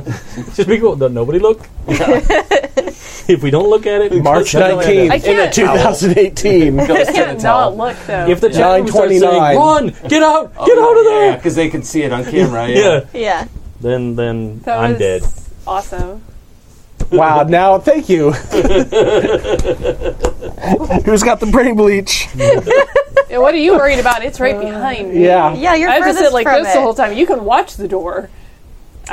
Speaker 2: Just be cool. Don't nobody look. if we don't look at it,
Speaker 4: March
Speaker 2: that's how I had
Speaker 4: 19th
Speaker 1: I
Speaker 2: it.
Speaker 4: in
Speaker 1: can't-
Speaker 4: 2018.
Speaker 1: I can't not look though.
Speaker 2: If the
Speaker 4: Yeah.
Speaker 2: chat room starts
Speaker 4: 9:29.
Speaker 2: saying, "Run, get out, get out of there,"
Speaker 5: Because they can see it on camera. Yeah.
Speaker 2: Oh,
Speaker 5: Uh,
Speaker 2: yeah,
Speaker 3: Yeah.
Speaker 2: then then
Speaker 1: that
Speaker 2: I'm
Speaker 1: was
Speaker 2: dead.
Speaker 1: Awesome.
Speaker 4: wow. Now, thank you. Who's got the brain bleach?
Speaker 1: Yeah, what are you worried about? It's right behind me.
Speaker 4: Yeah.
Speaker 3: Uh, Yeah, you're
Speaker 1: I was
Speaker 3: furthest
Speaker 1: just sit like
Speaker 3: from
Speaker 1: this
Speaker 3: it.
Speaker 1: the whole time. You can watch the door.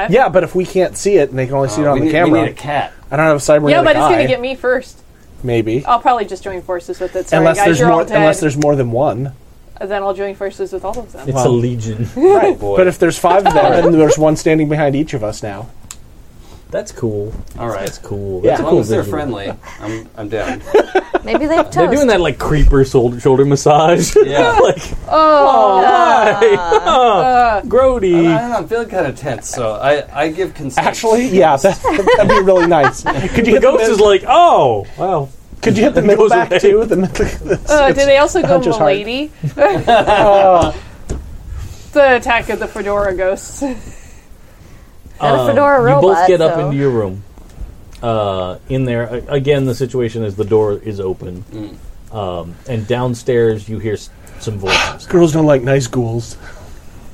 Speaker 4: Yeah, but if we can't see it and they can only see it on
Speaker 5: we
Speaker 4: the
Speaker 5: need,
Speaker 4: camera,
Speaker 5: We need a cat.
Speaker 4: I don't have a cybernetic
Speaker 1: yeah, but it's
Speaker 4: eye.
Speaker 1: gonna get me first.
Speaker 4: Maybe.
Speaker 1: I'll probably just join forces with it. Sorry,
Speaker 4: Unless
Speaker 1: guys,
Speaker 4: there's
Speaker 1: you're
Speaker 4: more,
Speaker 1: all dead.
Speaker 4: unless there's more than one,
Speaker 1: And then I'll join forces with all of them.
Speaker 2: It's
Speaker 4: Wow.
Speaker 2: a legion.
Speaker 4: right? But if there's five of them, then there's one standing behind each of us now.
Speaker 2: That's cool.
Speaker 5: All right.
Speaker 2: That's cool.
Speaker 4: Yeah.
Speaker 5: As
Speaker 2: That's a
Speaker 5: long
Speaker 2: cool
Speaker 5: as they're
Speaker 2: visual.
Speaker 5: friendly, I'm, I'm down.
Speaker 3: Maybe they have toast.
Speaker 2: They're doing that like creeper shoulder, shoulder massage.
Speaker 5: Yeah.
Speaker 2: like,
Speaker 1: oh,
Speaker 2: oh, hi. Grody.
Speaker 5: I don't know, I'm feeling kind of tense, so I, I give consent.
Speaker 4: Actually, yeah, that, that'd be really nice. Could you
Speaker 2: the
Speaker 4: hit the,
Speaker 2: ghost
Speaker 4: mid-
Speaker 2: is like, oh, wow.
Speaker 4: could you hit the middle
Speaker 2: goes
Speaker 4: back
Speaker 2: away.
Speaker 4: too? The mid-
Speaker 1: Uh, do they also go
Speaker 4: Hunch is hard.
Speaker 1: Milady? the attack of the Fedora ghosts.
Speaker 3: Not a fedora
Speaker 2: um, you
Speaker 3: robot.
Speaker 2: both get up
Speaker 3: so-
Speaker 2: into your room. Uh, in there a- again, the situation is the door is open,
Speaker 5: Mm.
Speaker 2: um, and downstairs you hear s- some voices,
Speaker 4: Girls don't like nice ghouls.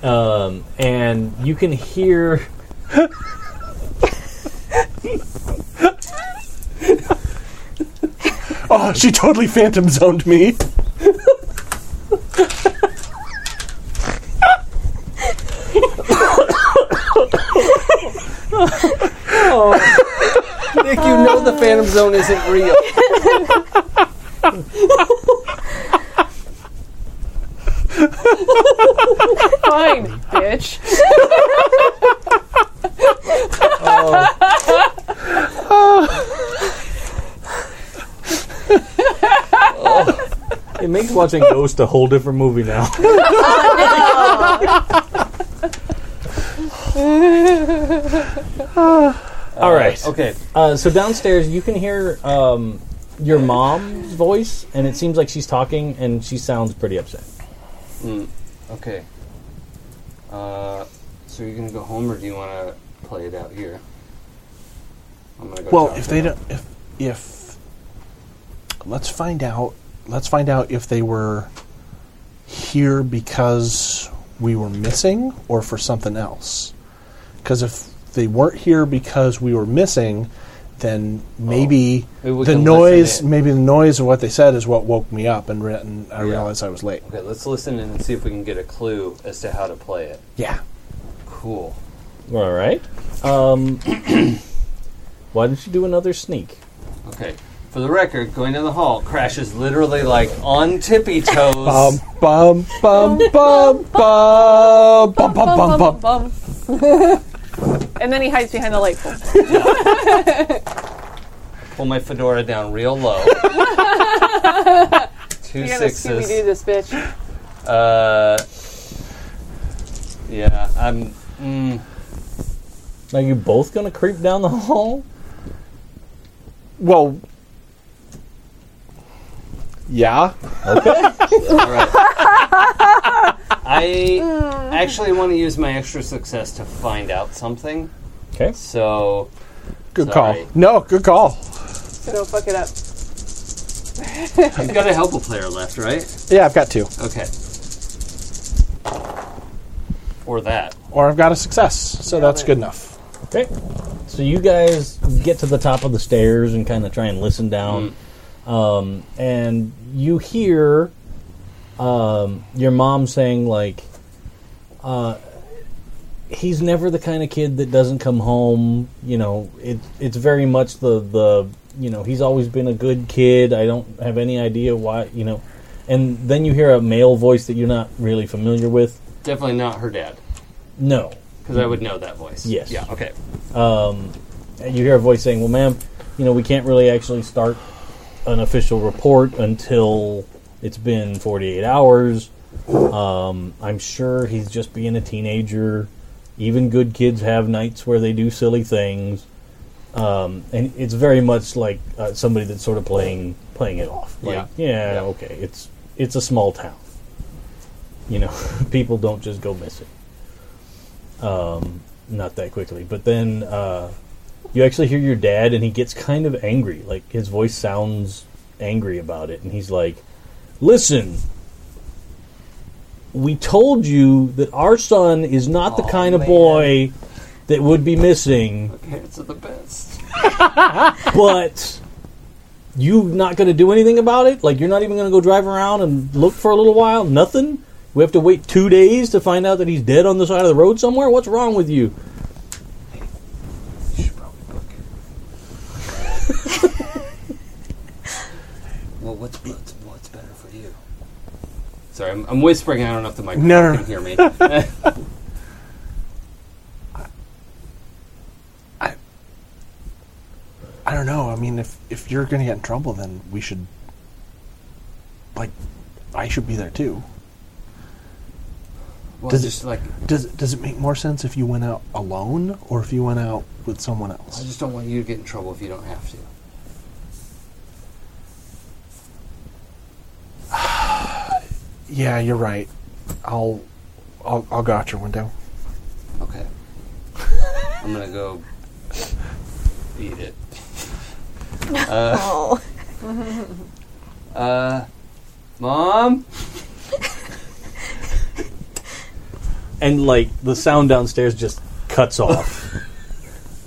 Speaker 2: um, and you can hear.
Speaker 6: Oh, she totally phantom zoned me.
Speaker 5: Nick, you know the Phantom Zone isn't real.
Speaker 1: Fine, bitch.
Speaker 2: It makes watching Ghost a whole different movie now. All right.
Speaker 5: Okay.
Speaker 2: Uh, so downstairs, you can hear um, your mom's voice, and it seems like she's talking, and she sounds pretty upset.
Speaker 5: Okay. Uh, so you're gonna go home, or do you want to play it out here? I'm gonna go.
Speaker 6: Well,
Speaker 5: talk
Speaker 6: if
Speaker 5: to
Speaker 6: they
Speaker 5: them.
Speaker 6: don't, if if let's find out. Let's find out if they were here because we were missing or for something else. Because if they weren't here because we were missing, then maybe
Speaker 5: Oh, Maybe we
Speaker 6: the
Speaker 5: can
Speaker 6: noise,
Speaker 5: listen in.
Speaker 6: maybe the noise of what they said is what woke me up, and, re- and I realized I was late.
Speaker 5: Okay, let's listen in and see if we can get a clue as to how to play it.
Speaker 6: Yeah.
Speaker 5: Cool.
Speaker 2: All right. Um, why don't you do another sneak?
Speaker 5: Okay. For the record, going down the hall, Crash is literally like on tippy toes.
Speaker 1: Um.
Speaker 6: Bum bum bum bum bum bum bum bum bum.
Speaker 1: bum. and then he hides behind the light pole.
Speaker 5: Pull my fedora down real low. Two
Speaker 1: You're gonna Scooby Doo
Speaker 5: sixes.
Speaker 1: this bitch.
Speaker 5: Uh, yeah, I'm. Mm,
Speaker 2: Are you both gonna creep down the hall?
Speaker 4: Well, yeah.
Speaker 5: all right. I actually want to use my extra success to find out something.
Speaker 2: Okay.
Speaker 5: So
Speaker 4: Good
Speaker 5: Sorry.
Speaker 4: call. No, good call.
Speaker 1: So don't fuck it up.
Speaker 5: you've got a helpful player left, right?
Speaker 4: Yeah, I've got two.
Speaker 5: Okay. Or that.
Speaker 6: Or I've got a success, so that's good enough.
Speaker 2: Okay. So you guys get to the top of the stairs and kind of try and listen down, um, and you hear um, your mom saying like, uh, "He's never the kind of kid that doesn't come home." You know, it, it's very much the the you know he's always been a good kid. I don't have any idea why you know. And then you hear a male voice that you're not really familiar with.
Speaker 5: Definitely not her dad,
Speaker 2: No,
Speaker 5: because I would know that voice.
Speaker 2: Yes.
Speaker 5: Yeah. Okay.
Speaker 2: And you hear a voice saying, "Well, ma'am, you know we can't really actually start an official report until it's been 48 hours. Um, I'm sure he's just being a teenager. Even good kids have nights where they do silly things, um, and it's very much like uh, somebody that's sort of playing playing it off. Like,
Speaker 5: Yeah.
Speaker 2: yeah,
Speaker 5: Yeah.
Speaker 2: okay, it's it's a small town. You know, people don't just go missing." Um, not that quickly, but then uh, you actually hear your dad and he gets kind of angry like his voice sounds angry about it and he's like listen we told you that our son is not the
Speaker 5: Aw,
Speaker 2: kind of
Speaker 5: man.
Speaker 2: boy that would be missing
Speaker 5: Parents are the best.
Speaker 2: but you not going to do anything about it like you're not even going to go drive around and look for a little while nothing we have to wait two days to find out that he's dead on the side of the road somewhere what's wrong with you
Speaker 5: You should probably book it. well, what's, what's what's better for you? Sorry, I'm, I'm whispering. I don't know if the microphone
Speaker 6: No.
Speaker 5: can hear me. I,
Speaker 6: I don't know. I mean, if if you're gonna get in trouble, then we should. Like, I should be there too.
Speaker 5: well,
Speaker 6: Does it-
Speaker 5: just like
Speaker 6: Does does it make more sense if you went out alone or if you went out with someone
Speaker 5: I
Speaker 6: else?
Speaker 5: just don't want you to get in trouble if you don't have to.
Speaker 6: Yeah, you're right. I'll I'll, I'll go out your window.
Speaker 5: Okay. I'm gonna go eat it.
Speaker 3: Oh.
Speaker 5: Uh, mom.
Speaker 2: and like the sound downstairs just cuts off.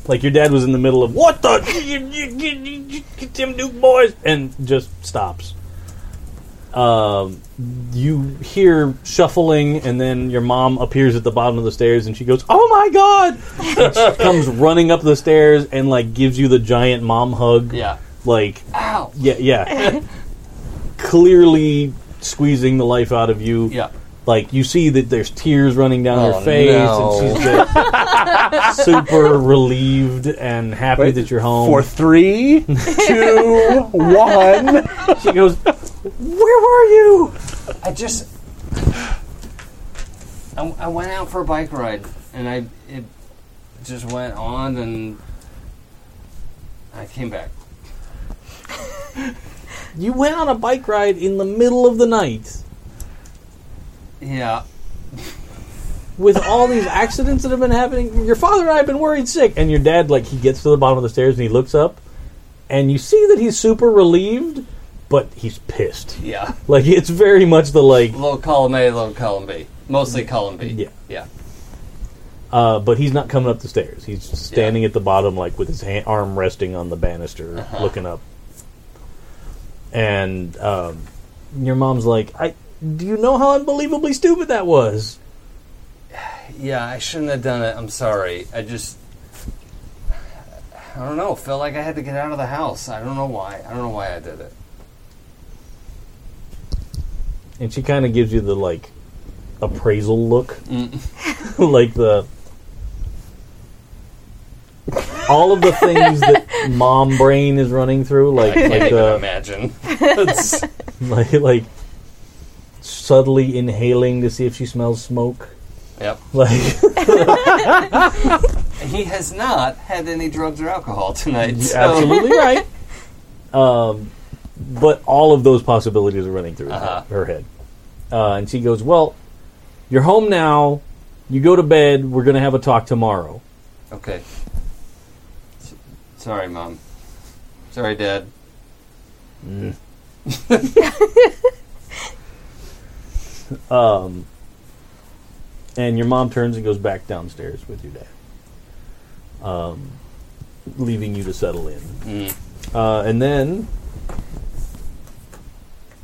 Speaker 2: Like your dad was in the middle of what the you- you- you- you- get them new boys and just stops. Um, you hear shuffling, and then your mom appears at the bottom of the stairs, and she goes, "Oh my god!" And she comes running up the stairs and like gives you the giant mom hug.
Speaker 5: Yeah.
Speaker 2: Like
Speaker 5: Ow.
Speaker 2: yeah, yeah. Clearly squeezing the life out of you.
Speaker 5: Yeah.
Speaker 2: Like you see that there's tears running down
Speaker 5: Oh,
Speaker 2: her face,
Speaker 5: no.
Speaker 2: and she's just super relieved and happy
Speaker 6: Wait,
Speaker 2: that you're home.
Speaker 6: For three, two, one.
Speaker 2: She goes, "Where were you?"
Speaker 5: I just. I, I went out for a bike ride, and I it just went on, and I came back.
Speaker 2: You went on a bike ride in the middle of the night
Speaker 5: Yeah.
Speaker 2: with all these accidents that have been happening. Your father and I have been worried sick, and your dad like he gets to the bottom of the stairs and he looks up, and you see that he's super relieved, but he's pissed.
Speaker 5: Yeah.
Speaker 2: Like it's very much the like
Speaker 5: Little column A, little column B. Mostly column B.
Speaker 2: Yeah.
Speaker 5: Yeah.
Speaker 2: Uh, but he's not coming up the stairs. He's just standing at the bottom, like with his hand, arm resting on the banister,
Speaker 5: Uh-huh.
Speaker 2: looking up. And um, your mom's like, "I do you know how unbelievably stupid that was?"
Speaker 5: Yeah, I shouldn't have done it. I'm sorry. I just. I don't know. Felt like I had to get out of the house. I don't know why. I don't know why I did it.
Speaker 2: And she kind of gives you the like appraisal look,
Speaker 5: Mm.
Speaker 2: like the all of the things that mom brain is running through,
Speaker 5: I
Speaker 2: like
Speaker 5: can't
Speaker 2: like
Speaker 5: even
Speaker 2: the
Speaker 5: imagine.
Speaker 2: like, like subtly inhaling to see if she smells smoke.
Speaker 5: Yep.
Speaker 2: Like
Speaker 5: He has not had any drugs or alcohol tonight.
Speaker 2: You're
Speaker 5: So.
Speaker 2: absolutely right. Um, but all of those possibilities are running through her-
Speaker 5: Uh-huh.
Speaker 2: her head. Uh, and she goes, Well, you're home now. You go to bed. We're going to have a talk tomorrow.
Speaker 5: Okay. S- Sorry, Mom. Sorry, Dad.
Speaker 2: Um, and your mom turns and goes back downstairs with your dad, um, leaving you to settle in.
Speaker 5: Mm.
Speaker 6: Mm-hmm.
Speaker 2: Uh, and then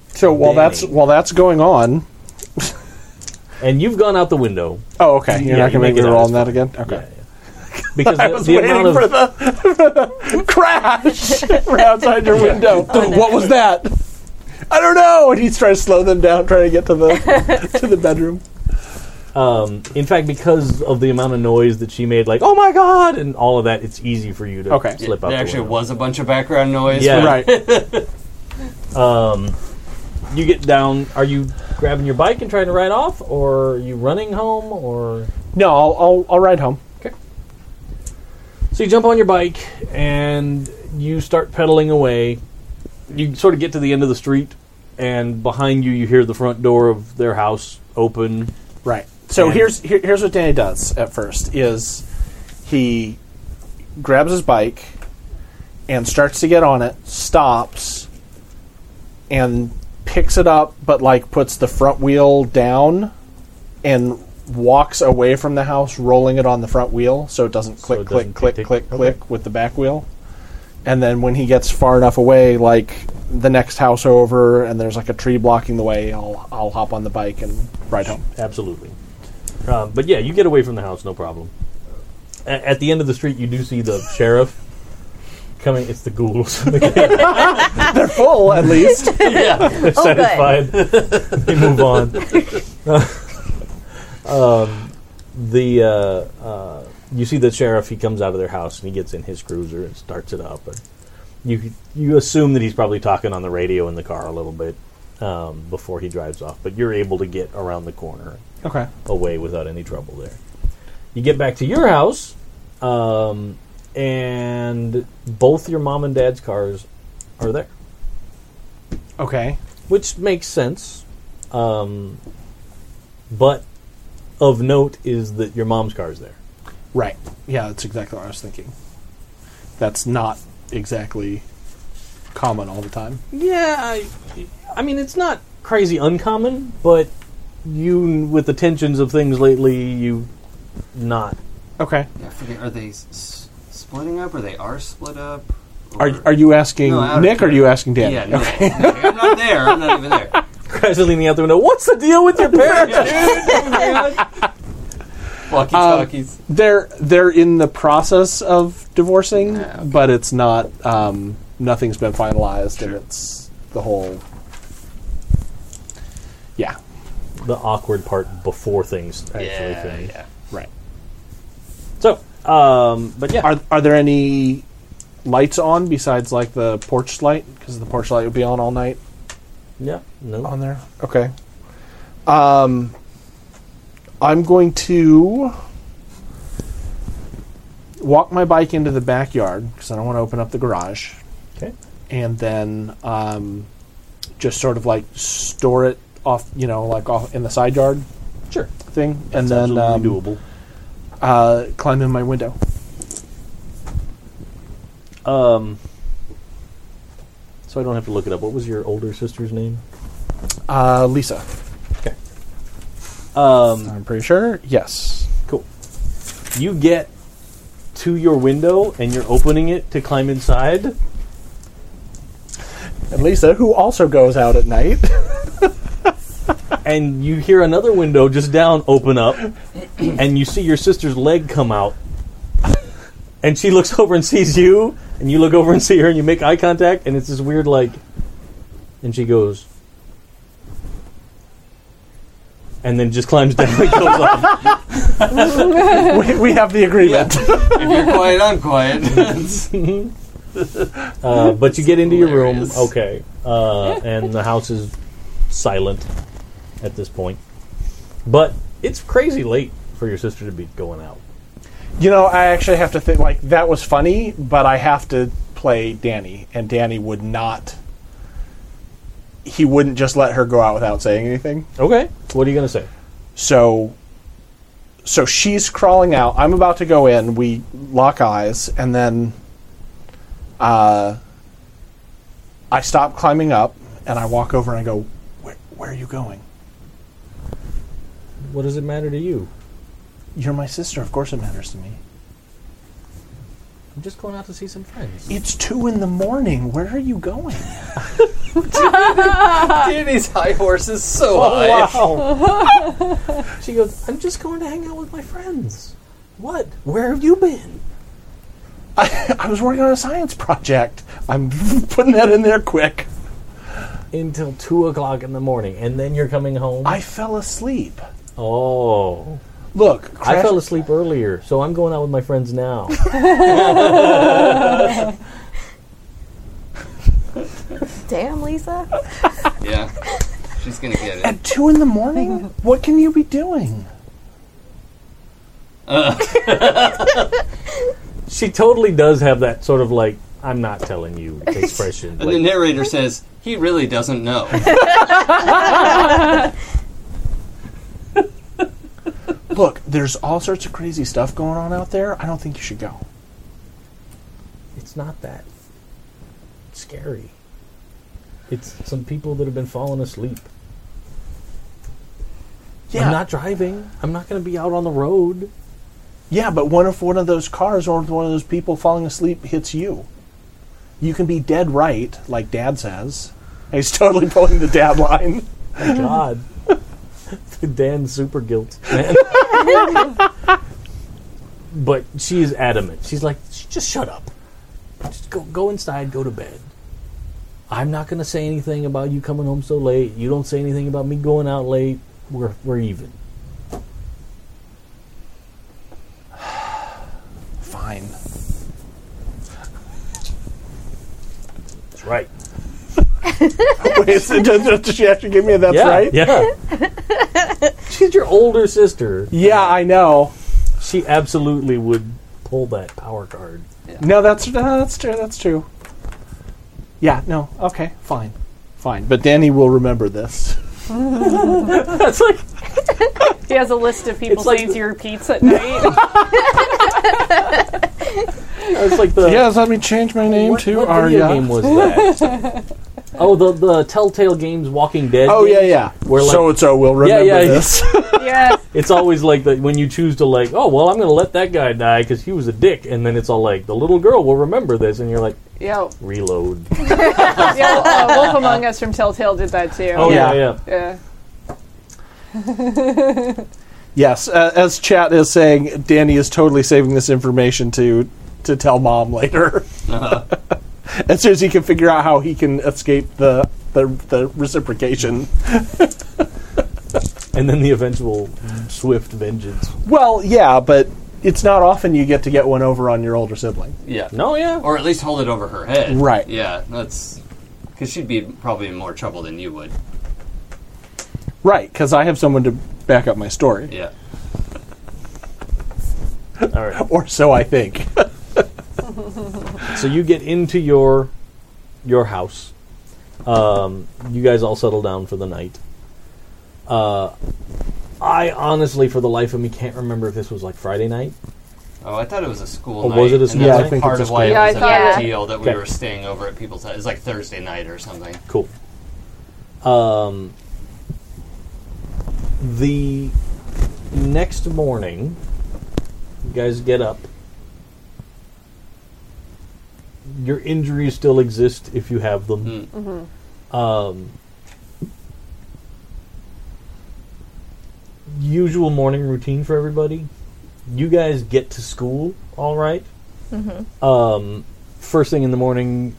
Speaker 6: So while that's
Speaker 2: Dang.
Speaker 6: while that's going on,
Speaker 2: and you've gone out the window.
Speaker 6: oh okay, you're
Speaker 2: Yeah,
Speaker 6: not
Speaker 2: you
Speaker 6: gonna make
Speaker 2: make
Speaker 6: me
Speaker 2: it out,
Speaker 6: roll
Speaker 2: it's
Speaker 6: on that again. Okay.
Speaker 2: Yeah, yeah. Because
Speaker 6: I
Speaker 2: the,
Speaker 6: was
Speaker 2: the
Speaker 6: waiting
Speaker 2: amount of
Speaker 6: for the, for the crash from outside your window. What was that? I don't know. And he tries to slow them down, trying to get to the to the bedroom.
Speaker 2: Um, in fact, because of the amount of noise that she made, like "Oh my god" and all of that, it's easy for you to
Speaker 6: Okay.
Speaker 2: slip out.
Speaker 5: there
Speaker 2: the
Speaker 5: actually
Speaker 2: window.
Speaker 5: was a bunch of background noise.
Speaker 2: Yeah. Um,
Speaker 6: Right.
Speaker 2: You get down. Are you grabbing your bike and trying to ride off, or are you running home, or
Speaker 6: No, I'll I'll, I'll ride home.
Speaker 2: so you jump on your bike and you start pedaling away. You sort of get to the end of the street, and behind you, you hear the front door of their house open.
Speaker 6: Right. So
Speaker 2: And-
Speaker 6: here's here, here's what Danny does at first is he grabs his bike and starts to get on it, stops and picks it up but like puts the front wheel down and walks away from the house rolling it on the front wheel so it doesn't click
Speaker 2: it
Speaker 6: click
Speaker 2: doesn't
Speaker 6: click
Speaker 2: tick, tick.
Speaker 6: click click with the back wheel. And then when he gets far enough away like the next house over and there's like a tree blocking the way, I'll I'll hop on the bike and ride home.
Speaker 2: Absolutely. Uh, but yeah, you get away from the house, no problem. A- at the end of the street, you do see the sheriff coming. It's the ghouls. They're
Speaker 6: They're full, at least.
Speaker 5: yeah.
Speaker 3: Oh, good.
Speaker 2: satisfied. they move on. um, the uh, uh, you see the sheriff. He comes out of their house and he gets in his cruiser and starts it up. And you you assume that he's probably talking on the radio in the car a little bit um, before he drives off. But you're able to get around the corner
Speaker 6: Okay.
Speaker 2: away without any trouble there. You get back to your house, um, and both your mom and dad's cars are there,
Speaker 6: Okay.
Speaker 2: which makes sense. Um, but of note is that your mom's car is there.
Speaker 6: Right. Yeah, that's exactly what I was thinking. That's not exactly common all the time.
Speaker 2: Yeah, I, I mean it's not crazy uncommon, but you with the tensions of things lately, you not
Speaker 6: Okay.
Speaker 5: I forget. Are they s- s- splitting up, or they are split up.
Speaker 4: Are,
Speaker 5: or-
Speaker 4: are you asking
Speaker 5: No, out of
Speaker 4: Nick or are you asking Dan?
Speaker 5: Yeah, no, I'm not there. I'm not even there.
Speaker 2: Crash leaning out the window. What's the deal with your parents?
Speaker 5: Walkie talkies.
Speaker 2: Um,
Speaker 4: They're they're in the process of divorcing, but it's not. Um, nothing's been finalized, and it's the whole. Yeah,
Speaker 2: the awkward part before things actually
Speaker 5: yeah,
Speaker 2: finish.
Speaker 5: yeah.
Speaker 4: right.
Speaker 2: So, um, but yeah,
Speaker 4: Are are there any lights on besides like the porch light? Because the porch light would be on all night
Speaker 2: yeah, no.
Speaker 4: on there.
Speaker 7: Okay.
Speaker 4: Um, I'm going to walk my bike into the backyard because I don't want to open up the garage,
Speaker 2: Okay.
Speaker 4: and then um, just sort of like store it off, you know, like off in the side yard
Speaker 2: Sure.
Speaker 4: thing, and
Speaker 2: It's
Speaker 4: then um,
Speaker 2: absolutely doable.
Speaker 4: uh, climb in my window.
Speaker 2: Um, So I don't have to look it up. What was your older sister's name?
Speaker 4: Uh, Lisa,
Speaker 2: Um,
Speaker 4: I'm pretty sure. Yes.
Speaker 2: cool. You get to your window and you're opening it to climb inside.
Speaker 4: And Lisa, who also goes out at night.
Speaker 2: and you hear another window just down open up, and you see your sister's leg come out. And she looks over and sees you, and you look over and see her, and you make eye contact, and it's this weird, like. And she goes. And then just climbs down and goes off.
Speaker 4: we, we have the agreement.
Speaker 5: If you're quiet, I'm quiet. It's-
Speaker 2: Uh, but you get into your room,
Speaker 5: Hilarious.
Speaker 2: okay. Uh, and the house is silent at this point. But it's crazy late for your sister to be going out.
Speaker 4: You know, I actually have to think like that was funny, but I have to play Danny, and Danny would not. He wouldn't just let her go out without saying anything.
Speaker 2: Okay. What are you going to say?
Speaker 4: So, so she's crawling out. I'm about to go in. We lock eyes, and then, uh, I stop climbing up, and I walk over and I go, "Where, where are you going?
Speaker 2: What does it matter to you?
Speaker 4: You're my sister. Of course, it matters to me.
Speaker 2: I'm just going out to see some friends.
Speaker 4: It's two in the morning. Where are you going?"
Speaker 5: Danny's high horse is so
Speaker 2: Oh,
Speaker 5: high.
Speaker 2: she goes, I'm just going to hang out with my friends. What? Where have you been?
Speaker 4: I was working on a science project. I'm putting that in there quick.
Speaker 2: Until 2 o'clock in the morning, and then you're coming home?
Speaker 4: I fell asleep.
Speaker 2: oh.
Speaker 4: Look,
Speaker 2: I
Speaker 4: Crash,
Speaker 2: fell asleep earlier, so I'm going out with my friends now.
Speaker 3: Damn, Lisa.
Speaker 5: Yeah, she's gonna get it.
Speaker 4: at two in the morning. what can you be doing?
Speaker 2: she totally does have that sort of like, I'm not telling you expression.
Speaker 5: And the
Speaker 2: like,
Speaker 5: narrator says he really doesn't know.
Speaker 6: uh,
Speaker 4: Look, there's all sorts of crazy stuff going on out there. I don't think you should go.
Speaker 2: it's not that scary. It's some people that have been falling asleep.
Speaker 4: Yeah,
Speaker 2: I'm not driving. I'm not going to be out on the road.
Speaker 4: yeah, but what if one of those cars or one of those people falling asleep hits you? You can be dead right, like Dad says. He's totally pulling the dad line.
Speaker 2: God. Dan's super guilt. man. but she is adamant. She's like, "Sh- just shut up. Just go, go inside, go to bed. I'm not going to say anything about you coming home so late. You don't say anything about me going out late. We're, we're even.
Speaker 4: Fine.
Speaker 2: That's right.
Speaker 4: Wait, so does, does she have to give me a that's
Speaker 2: yeah,
Speaker 4: right?
Speaker 2: Yeah. She's your older sister.
Speaker 4: yeah, I know.
Speaker 2: She absolutely would pull that power card.
Speaker 4: No, that's no, that's true. That's true. Yeah. No. Okay. Fine. Fine. But Danny will remember this.
Speaker 2: That's like
Speaker 1: He has a list of people
Speaker 2: It's like
Speaker 1: things he repeats at night.
Speaker 2: that's like the
Speaker 4: let me change my name
Speaker 2: what, what video game was that? Oh, the the Telltale Games Walking Dead.
Speaker 4: Oh yeah,
Speaker 2: games,
Speaker 4: yeah.
Speaker 2: Where like
Speaker 4: so and so will
Speaker 2: Yeah,
Speaker 4: remember
Speaker 2: yeah, yeah.
Speaker 4: this.
Speaker 1: Yes.
Speaker 2: it's always like that when you choose to like, oh well, I'm going to let that guy die because he was a dick, and then it's all like the little girl will remember this, and you're like,
Speaker 1: Yo,
Speaker 2: reload.
Speaker 1: yo uh, Wolf Among Us from Telltale did that too.
Speaker 2: Oh yeah,
Speaker 4: Yeah.
Speaker 2: yeah.
Speaker 1: Yeah.
Speaker 4: yes, uh, as chat is saying, Danny is totally saving this information to to tell mom later. as soon as he can figure out how he can escape the the, the reciprocation.
Speaker 2: And then the eventual swift vengeance.
Speaker 4: Well, yeah, but it's not often you get to get one over on your older sibling.
Speaker 5: Yeah.
Speaker 2: No, yeah.
Speaker 5: Or at least hold it over her head.
Speaker 4: Right.
Speaker 5: Yeah, that's. Because she'd be probably in more trouble than you would.
Speaker 4: Right, because I have someone to back up my story,
Speaker 5: Yeah.
Speaker 2: all right.
Speaker 4: or so I think.
Speaker 2: So you get into your your house. Um, you guys all settle down for the night. Uh, I honestly, for the life of me, can't remember if this was like Friday night.
Speaker 5: Oh, I thought it was a school
Speaker 2: Oh,
Speaker 5: night.
Speaker 2: was it a school
Speaker 5: and that's
Speaker 2: night?
Speaker 5: like
Speaker 4: I think it's
Speaker 5: part
Speaker 4: a
Speaker 5: of why
Speaker 1: school
Speaker 5: it was
Speaker 1: night.
Speaker 5: a
Speaker 1: Yeah, I
Speaker 5: big
Speaker 1: thought-
Speaker 5: deal that
Speaker 2: Okay.
Speaker 5: we were staying over at people's house. It was like Thursday night or something.
Speaker 2: Cool. Um, the next morning, you guys get up. Your injuries still exist if you have them.
Speaker 5: Mm.
Speaker 2: Um, usual morning routine for everybody. You guys get to school all right. Um, first thing in the morning,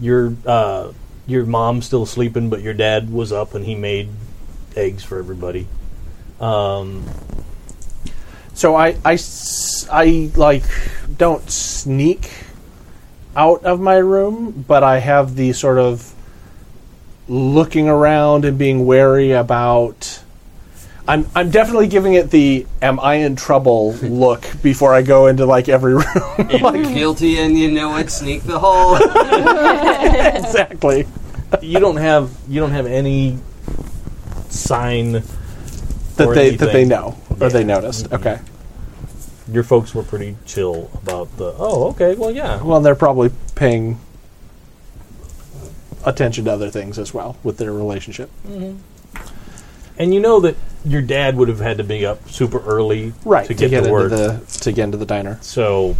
Speaker 2: your uh, your mom's still sleeping, but your dad was up and he made eggs for everybody. Um,
Speaker 4: So I, I s- I, like don't sneak out of my room, but I have the sort of looking around and being wary about. I'm I'm definitely giving it the "Am I in trouble?" look before I go into like every room.
Speaker 5: If you're guilty and you know it, sneak the hole.
Speaker 4: exactly.
Speaker 2: you don't have you don't have any sign.
Speaker 4: That
Speaker 2: Or
Speaker 4: they that they
Speaker 2: anything.
Speaker 4: know or
Speaker 2: Yeah. Mm-hmm.
Speaker 4: they noticed. Okay.
Speaker 2: Your folks were pretty chill about the. Oh, okay. Well, yeah.
Speaker 4: Well, they're probably paying attention to other things as well with their relationship.
Speaker 2: And you know that your dad would have had to be up super early
Speaker 4: Right.
Speaker 2: to get, to
Speaker 4: into
Speaker 2: work.
Speaker 4: the to get into the diner.
Speaker 2: so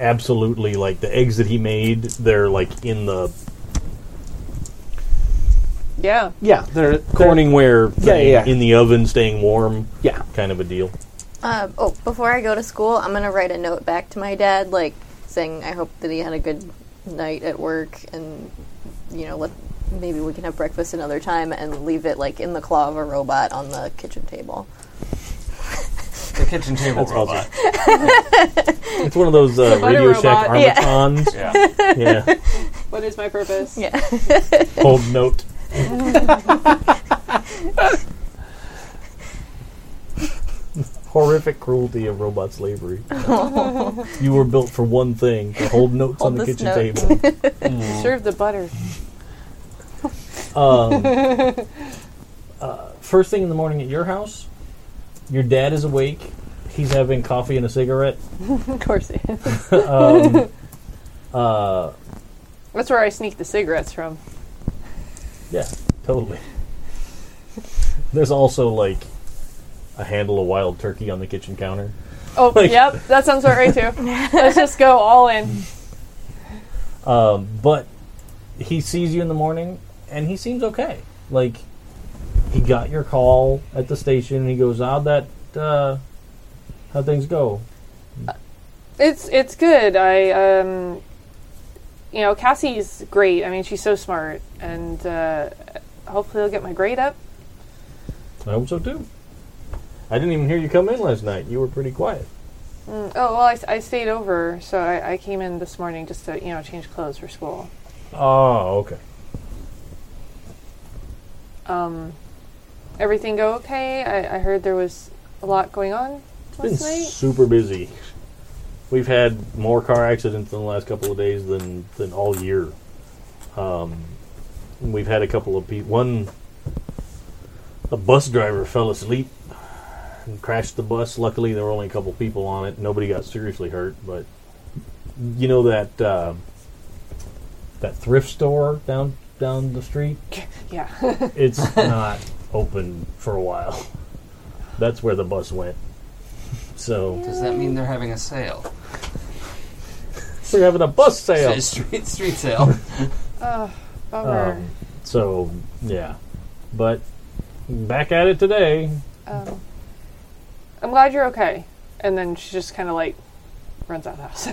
Speaker 2: absolutely like the eggs that he made, they're like in the
Speaker 1: Yeah.
Speaker 4: Yeah, they're
Speaker 2: Corningware
Speaker 4: Yeah,
Speaker 2: thing
Speaker 4: yeah, yeah.
Speaker 2: in the oven staying warm
Speaker 4: Yeah.
Speaker 2: kind of a deal.
Speaker 3: Uh, oh, before I go to school, I'm gonna write a note back to my dad, like saying I hope that he had a good night at work, and you know, let maybe we can have breakfast another time, and leave it like in the claw of a robot on the kitchen table.
Speaker 5: the kitchen table
Speaker 2: That's
Speaker 5: robot.
Speaker 2: It's one of those uh,
Speaker 1: butter
Speaker 2: Radio Shack
Speaker 1: robot.
Speaker 3: Yeah.
Speaker 2: armatons.
Speaker 5: Yeah.
Speaker 2: Yeah.
Speaker 1: What is my purpose?
Speaker 3: Yeah.
Speaker 2: Hold note. Horrific cruelty of robot slavery. you were built for one thing: to hold notes
Speaker 3: Hold
Speaker 2: on the
Speaker 3: this
Speaker 2: kitchen
Speaker 3: note.
Speaker 2: table. Mm.
Speaker 1: Serve the butter.
Speaker 2: Um, uh, first thing in the morning at your house, your dad is awake. He's having coffee and a cigarette.
Speaker 1: Of course it is.
Speaker 2: Um, uh,
Speaker 1: That's where I sneak the cigarettes from.
Speaker 2: yeah, totally. There's also like a handle of wild turkey on the kitchen counter.
Speaker 1: Oh,
Speaker 2: Like-
Speaker 1: yep. That sounds about right too. Let's just go all in.
Speaker 2: Um, but he sees you in the morning, and he seems okay. Like he got your call at the station, and he goes, "How'd that? Uh, how things go?"
Speaker 1: It's it's good. I um, you know, Cassie's great. I mean, she's so smart, and uh, hopefully, I'll get my grade up.
Speaker 2: I hope so too. I didn't even hear you come in last night. You were pretty quiet.
Speaker 1: Mm, Oh well, I, s- I stayed over, so I, I came in this morning just to you know change clothes for school.
Speaker 2: Oh, okay.
Speaker 1: Um, everything go okay? I, I heard there was a lot going on
Speaker 2: Been
Speaker 1: last night.
Speaker 2: super busy. We've had more car accidents in the last couple of days than than all year. Um, we've had a couple of people. One, a bus driver fell asleep and crashed the bus. Luckily, there were only a couple people on it. Nobody got seriously hurt, but you know that uh, that thrift store down down the street.
Speaker 1: Yeah.
Speaker 2: It's not open for a while. That's where the bus went. So
Speaker 5: Does that mean they're having a sale?
Speaker 2: we're having a bus sale.
Speaker 5: Street street sale.
Speaker 1: Bummer.
Speaker 2: Um, so yeah, but back at it today.
Speaker 1: Um, I'm glad you're okay. And then she just kind of like runs out of the house.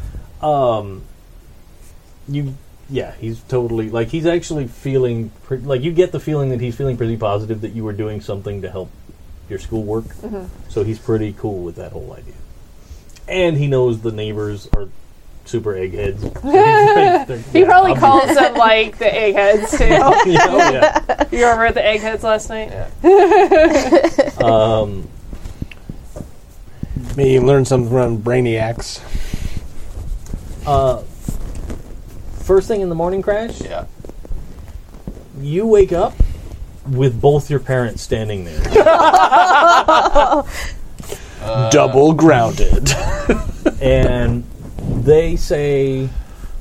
Speaker 2: Um, you yeah, he's totally like he's actually feeling pretty, like you get the feeling that he's feeling pretty positive that you were doing something to help your schoolwork.
Speaker 1: Mm-hmm.
Speaker 2: So he's pretty cool with that whole idea, and he knows the neighbors are super eggheads. So he's like, they're-
Speaker 1: he
Speaker 2: yeah,
Speaker 1: probably
Speaker 2: obvi-
Speaker 1: calls them like the eggheads too.
Speaker 2: Yeah, oh, yeah.
Speaker 1: you remember at the eggheads last night?
Speaker 2: Um,
Speaker 6: Maybe you learn something from Brainiacs.
Speaker 2: uh, first thing in the morning, Crash,
Speaker 5: yeah.
Speaker 2: you wake up with both your parents standing there,
Speaker 4: Uh,
Speaker 6: Double grounded.
Speaker 2: and they say,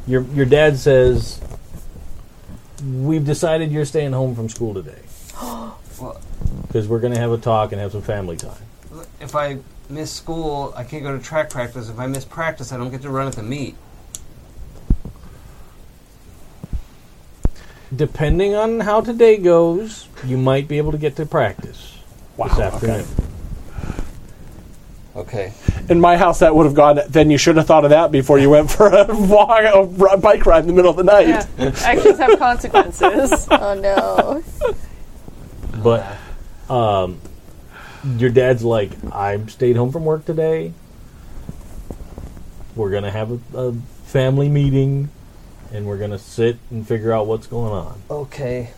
Speaker 2: your your dad says, "We've decided you're staying home from school today
Speaker 5: Well,
Speaker 2: because we're going to have a talk and have some family time."
Speaker 5: if I miss school, I can't go to track practice. If I miss practice, I don't get to run at the meet.
Speaker 2: Depending on how today goes, you might be able to get to practice this afternoon.
Speaker 5: Okay.
Speaker 4: In my house, that would have gone. Then you should have thought of that before you went for a walk, a r- bike ride in the middle of the night.
Speaker 1: Yeah. Actions have consequences.
Speaker 3: Oh no.
Speaker 2: But um, your dad's like, I stayed home from work today. We're gonna have a, a family meeting, and we're gonna sit and figure out what's going on.
Speaker 5: Okay.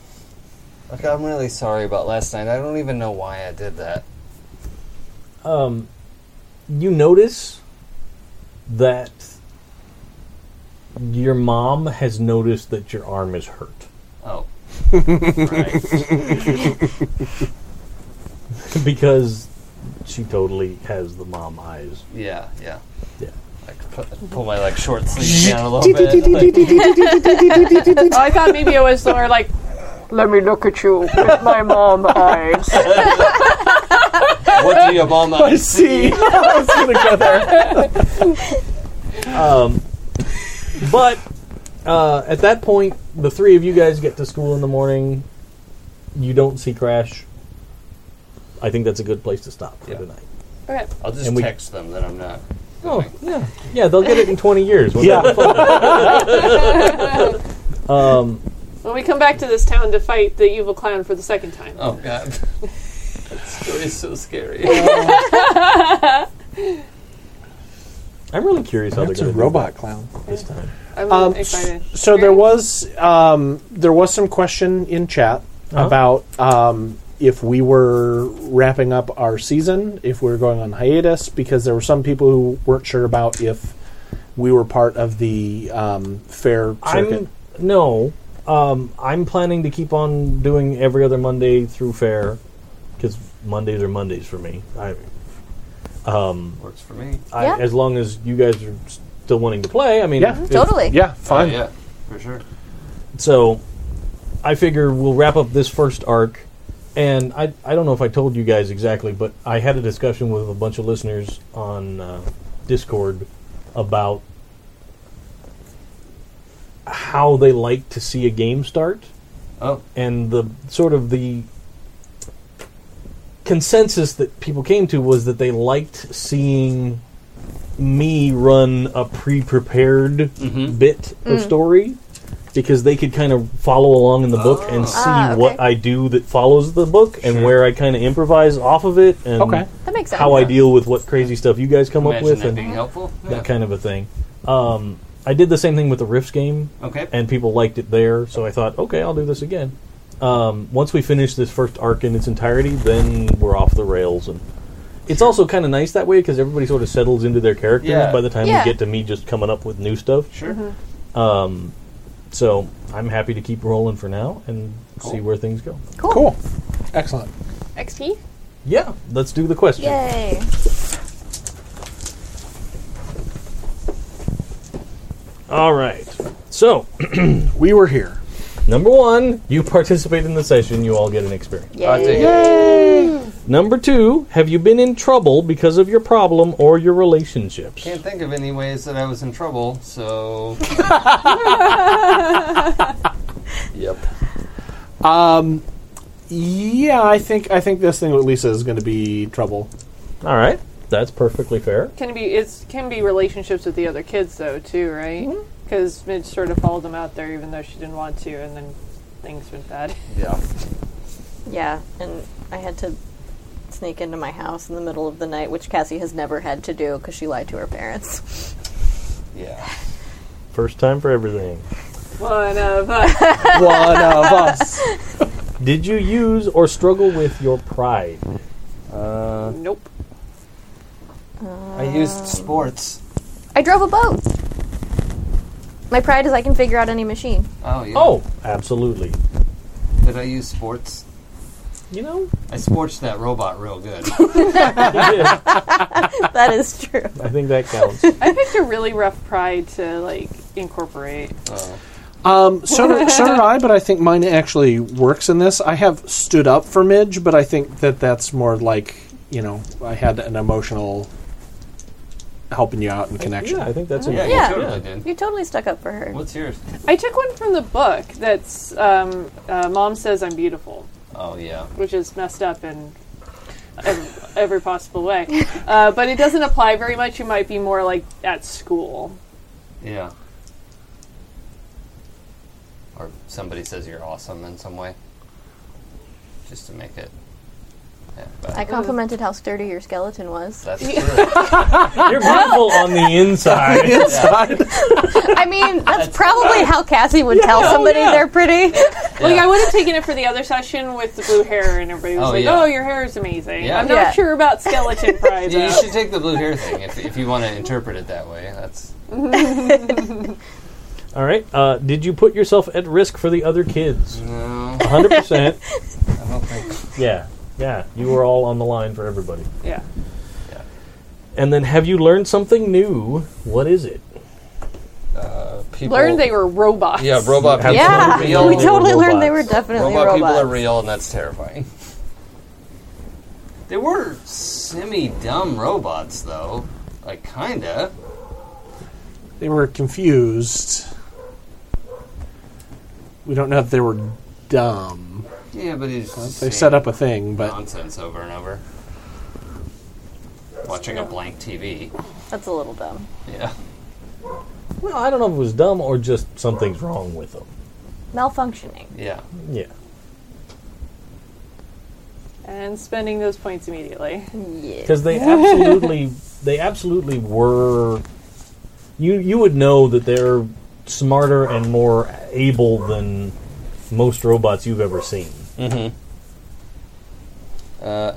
Speaker 5: Like, I'm really sorry about last night. I don't even know why I did that.
Speaker 2: Um, you notice that your mom has noticed that your arm is hurt
Speaker 5: Oh. right.
Speaker 2: because she totally has the mom eyes.
Speaker 5: Yeah, yeah.
Speaker 2: Yeah.
Speaker 5: I could put, pull my, like, short sleeve down a little bit. like-
Speaker 1: oh, I thought maybe it was more like, let me look at you with my mom eyes.
Speaker 5: What do your mom
Speaker 4: I
Speaker 5: eyes
Speaker 4: see. I was gonna go there.
Speaker 2: But uh, at that point, the three of you guys get to school in the morning. You don't see Crash. I think that's a good place to stop for
Speaker 5: Yeah.
Speaker 2: tonight.
Speaker 1: Okay.
Speaker 5: I'll just
Speaker 2: And we-
Speaker 5: text them that I'm not.
Speaker 2: Oh, yeah. Yeah, they'll get it in 20 years. when
Speaker 4: Yeah.
Speaker 2: they're- um,
Speaker 1: When we come back to this town to fight the evil clown for the second time.
Speaker 5: Oh, God. that story's so scary.
Speaker 2: I'm really curious how
Speaker 6: That's
Speaker 2: they're
Speaker 6: a
Speaker 2: going to
Speaker 6: robot clown.
Speaker 2: this time.
Speaker 1: I'm
Speaker 4: Um,
Speaker 1: excited.
Speaker 4: So there was um, there was some question in chat
Speaker 2: Uh-huh.
Speaker 4: about um, if we were wrapping up our season, if we were going on hiatus, because there were some people who weren't sure about if we were part of the um, fair circuit.
Speaker 2: I'm, no, um, I'm planning to keep on doing every other Monday through fair because Mondays are Mondays for me. I, um,
Speaker 5: Works for me.
Speaker 2: I,
Speaker 3: Yeah.
Speaker 2: As long as you guys are still wanting to play, I mean,
Speaker 4: Yeah.
Speaker 2: if-
Speaker 3: Totally.
Speaker 4: yeah, fine.
Speaker 5: Oh, yeah, for sure.
Speaker 2: So I figure we'll wrap up this first arc. And I, I don't know if I told you guys exactly, but I had a discussion with a bunch of listeners on uh, Discord about how they like to see a game start
Speaker 5: Oh,
Speaker 2: and the sort of the consensus that people came to was that they liked seeing me run a pre-prepared
Speaker 5: Mm-hmm.
Speaker 2: bit
Speaker 3: Mm.
Speaker 2: of story because they could kind of follow along in the book and see
Speaker 3: Ah, okay.
Speaker 2: what I do that follows the book and
Speaker 5: Oh. Sure.
Speaker 2: where I kind of improvise off of it and
Speaker 4: Okay.
Speaker 3: That makes sense.
Speaker 2: how I deal with what crazy stuff you guys come
Speaker 5: imagine
Speaker 2: up with
Speaker 5: that
Speaker 2: and
Speaker 5: being helpful. Yeah.
Speaker 2: that kind of a thing. Um, I did the same thing with the Rifts game
Speaker 5: Okay.
Speaker 2: and people liked it there. So I thought, okay, I'll do this again. Um, once we finish this first arc in its entirety, then we're off the rails, and it's also kind of nice that way because everybody sort of settles into their characters
Speaker 5: Yeah.
Speaker 2: by the time
Speaker 3: Yeah.
Speaker 2: we get to me just coming up with new stuff.
Speaker 5: sure.
Speaker 2: Um, so I'm happy to keep rolling for now and see
Speaker 5: Cool.
Speaker 2: where things go.
Speaker 6: Cool. Excellent.
Speaker 1: XP?
Speaker 2: Yeah, let's do the question.
Speaker 3: Yay.
Speaker 2: All right. So,
Speaker 6: We were here.
Speaker 2: number one, you participate in the session, you all get an experience.
Speaker 3: Yay.
Speaker 5: I dig it.
Speaker 2: Number two, have you been in trouble because of your problem or your relationships?
Speaker 5: Can't think of any ways that I was in trouble, so
Speaker 2: Yep.
Speaker 6: Yeah, I think I think this thing with Lisa is going to be trouble.
Speaker 2: All right, that's perfectly fair.
Speaker 1: Can be it's can be relationships with the other kids though too, right? Because Midge sort of followed them out there even though she didn't want to, and then things went bad.
Speaker 5: yeah.
Speaker 3: Yeah, and I had to sneak into my house in the middle of the night, which Cassie has never had to do because she lied to her parents.
Speaker 5: Yeah.
Speaker 2: First time for everything.
Speaker 1: One of us.
Speaker 6: One of us.
Speaker 2: Did you use or struggle with your pride?
Speaker 1: nope.
Speaker 5: I used sports.
Speaker 3: I drove a boat. My pride is I can figure out any machine.
Speaker 5: Oh yeah.
Speaker 2: Oh, absolutely.
Speaker 5: Did I use sports?
Speaker 2: You know,
Speaker 5: I sporched that robot real good.
Speaker 2: yeah,
Speaker 3: that is true.
Speaker 2: I think that counts.
Speaker 1: I picked a really rough pride to like incorporate.
Speaker 5: oh.
Speaker 6: Um, so, did, so did I, but I think mine actually works in this. I have stood up for Midge, but I think that that's more like you know I had an emotional helping you out and connection.
Speaker 2: Yeah, I think that's
Speaker 5: Yeah,
Speaker 2: enough.
Speaker 3: Yeah.
Speaker 5: you totally did.
Speaker 3: You totally stuck up for her.
Speaker 5: What's yours?
Speaker 1: I took one from the book that's um, uh, Mom says I'm beautiful,
Speaker 5: Oh yeah.
Speaker 1: which is messed up in every, every possible way. Uh, but it doesn't apply very much. It might be more like at school.
Speaker 5: Yeah. Or somebody says you're awesome in some way. Just to make it. Yeah, but
Speaker 3: I complimented how sturdy your skeleton was.
Speaker 5: that's true.
Speaker 2: You're beautiful on the inside.
Speaker 3: I mean, that's probably how Cassie would tell somebody
Speaker 2: yeah.
Speaker 3: they're pretty.
Speaker 1: Like
Speaker 5: Yeah.
Speaker 1: I would have taken it for the other session with the blue hair, and everybody was
Speaker 5: Oh,
Speaker 1: like,
Speaker 5: yeah.
Speaker 1: "Oh, your hair is amazing."
Speaker 5: Yeah.
Speaker 1: I'm not
Speaker 3: Yeah.
Speaker 1: sure about skeleton pride.
Speaker 5: Yeah, you
Speaker 1: though.
Speaker 5: should take the blue hair thing if, if you want to interpret it that way. That's
Speaker 2: All right. Uh, did you put yourself at risk for the other kids?
Speaker 5: no.
Speaker 2: 100%.
Speaker 5: I don't think.
Speaker 2: yeah. Yeah. You were all on the line for everybody.
Speaker 1: Yeah.
Speaker 2: And then have you learned something new? What is it?
Speaker 5: Uh, people
Speaker 1: Learned they were robots.
Speaker 5: Yeah, robot people.
Speaker 3: Yeah,
Speaker 5: are real.
Speaker 3: we totally learned they were
Speaker 2: robots.
Speaker 3: definitely
Speaker 5: robot people
Speaker 3: robots.
Speaker 5: are real, and that's terrifying. They were semi-dumb robots, though. Like kinda.
Speaker 6: They were confused. We don't know if they were dumb.
Speaker 5: Yeah, but it's just
Speaker 6: They
Speaker 5: the
Speaker 6: set
Speaker 5: same
Speaker 6: up a thing, but
Speaker 5: nonsense over and over. Watching a blank TV.
Speaker 3: That's a little dumb.
Speaker 5: Yeah.
Speaker 2: Well, I don't know if it was dumb or just something's wrong with them.
Speaker 3: Malfunctioning.
Speaker 5: Yeah.
Speaker 2: Yeah.
Speaker 1: And spending those points immediately.
Speaker 3: Yeah.
Speaker 2: Because they absolutely, they absolutely were. You you would know that they're smarter and more able than most robots you've ever seen.
Speaker 5: Uh,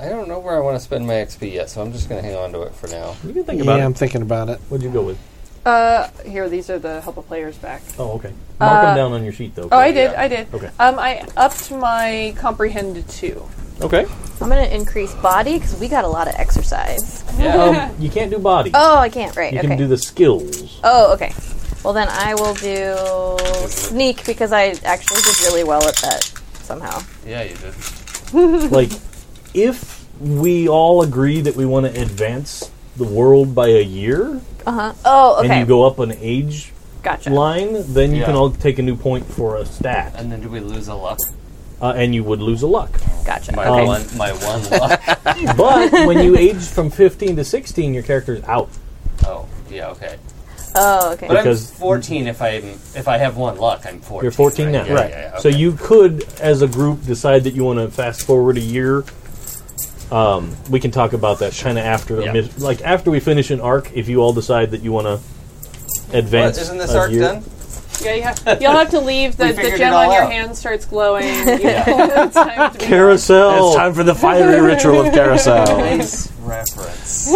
Speaker 5: I don't know where I want to spend my XP yet, so I'm just going to hang on to it for now.
Speaker 2: You can think
Speaker 6: yeah,
Speaker 2: about
Speaker 6: I'm
Speaker 2: it.
Speaker 6: thinking about it.
Speaker 2: What'd you go with?
Speaker 1: Uh, here, these are the help a players back.
Speaker 2: Oh, okay.
Speaker 3: Uh,
Speaker 2: Mark them down on your sheet, though.
Speaker 1: Oh, I did, I did.
Speaker 2: Okay.
Speaker 1: Um, I upped my comprehend to two.
Speaker 2: Okay.
Speaker 3: I'm gonna increase body because we got a lot of exercise.
Speaker 5: Yeah.
Speaker 2: Um, You can't do body.
Speaker 3: Oh, I can't. Right.
Speaker 2: you
Speaker 3: okay.
Speaker 2: can do the skills.
Speaker 3: Oh, okay. Well, then I will do sneak because I actually did really well at that somehow.
Speaker 5: yeah, you did.
Speaker 2: like, if we all agree that we want to advance the world by a year,
Speaker 3: Uh huh. Oh, okay.
Speaker 2: and you go up an age
Speaker 3: gotcha.
Speaker 2: line, then you
Speaker 5: Yeah.
Speaker 2: can all take a new point for a stat,
Speaker 5: And then do we lose a luck?
Speaker 2: uh, and you would lose a luck.
Speaker 3: Gotcha.
Speaker 5: My
Speaker 6: Um,
Speaker 3: okay.
Speaker 5: one, my one luck.
Speaker 2: But when you age from 15 to 16, your character's out.
Speaker 5: Oh, yeah, okay.
Speaker 3: Oh, okay.
Speaker 5: But
Speaker 2: Because-
Speaker 5: I'm 14 if I if I have one luck, I'm 14.
Speaker 2: You're 14 now.
Speaker 5: Yeah,
Speaker 2: right.
Speaker 5: yeah, yeah,
Speaker 2: So
Speaker 5: okay.
Speaker 2: you could, as a group, decide that you want to fast forward a year. Um, we can talk about that kind of after, the
Speaker 5: Yeah.
Speaker 2: mis- like after we finish an arc. If you all decide that you want to
Speaker 5: What,
Speaker 2: advance,
Speaker 5: isn't this
Speaker 2: a
Speaker 5: arc
Speaker 2: year-
Speaker 5: done?
Speaker 1: Yeah, you have, you'll have to leave. The, the
Speaker 5: figured
Speaker 1: gem
Speaker 5: it all
Speaker 1: on your
Speaker 5: out.
Speaker 1: hand starts glowing. it's time to be
Speaker 2: Carousel.
Speaker 6: It's time for the fiery ritual of
Speaker 2: Oh.
Speaker 6: carousel.
Speaker 5: Nice reference.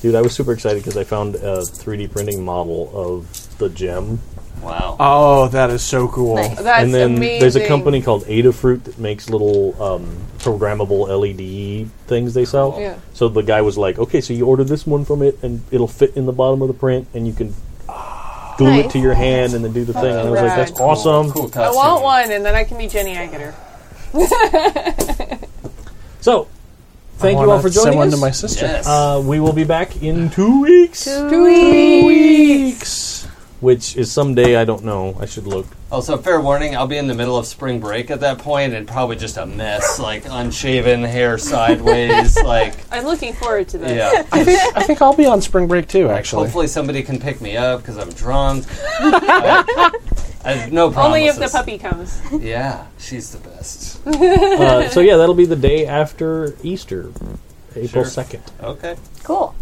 Speaker 2: Dude, I was super excited because I found a 3D printing model of the gem
Speaker 5: Wow.
Speaker 2: Uh,
Speaker 6: Oh, that is so cool.
Speaker 3: Nice.
Speaker 8: That's
Speaker 2: and then
Speaker 8: amazing.
Speaker 2: there's a company called Adafruit that makes little um, programmable LED things they sell.
Speaker 8: Yeah.
Speaker 2: So the guy was like, "Okay, so you order this one from it, and it'll fit in the bottom of the print, and you can glue it
Speaker 3: Nice.
Speaker 2: to your hand, and then do the thing." And I was like,
Speaker 8: Right.
Speaker 2: "That's awesome!"
Speaker 5: Cool
Speaker 8: I
Speaker 5: costume.
Speaker 8: want one, and then I can be Jenny Agutter.
Speaker 2: So,
Speaker 6: I
Speaker 2: thank you
Speaker 6: wanna
Speaker 2: all for
Speaker 6: send
Speaker 2: joining
Speaker 6: one to my
Speaker 2: us.
Speaker 6: sister.
Speaker 5: Yes.
Speaker 2: Uh, we will be back in two weeks,
Speaker 6: Weeks.
Speaker 2: which is someday. I don't know. I should look.
Speaker 5: also, Oh, fair warning, I'll be in the middle of spring break at that point and probably just a mess, like unshaven, hair sideways, like
Speaker 8: I'm looking forward to this.
Speaker 5: yeah.
Speaker 6: I think, I think I'll be on spring break too. Actually,
Speaker 5: Hopefully, somebody can pick me up because I'm drunk. I, I have no problem.
Speaker 8: Only if the puppy comes.
Speaker 5: Yeah, she's the best.
Speaker 2: Uh, so yeah, that'll be the day after Easter,
Speaker 5: Sure.
Speaker 2: April second.
Speaker 5: Okay.
Speaker 3: Cool.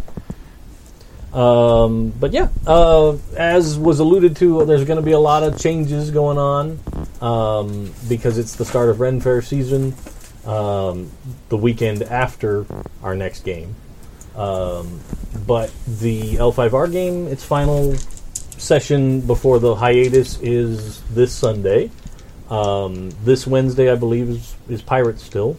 Speaker 2: Um, but yeah, uh, as was alluded to, there's going to be a lot of changes going on um, because it's the start of Ren Fair season, um, the weekend after our next game. Um, but the L5R game, its final session before the hiatus is this Sunday. Um, this Wednesday, I believe, is, is Pirates still.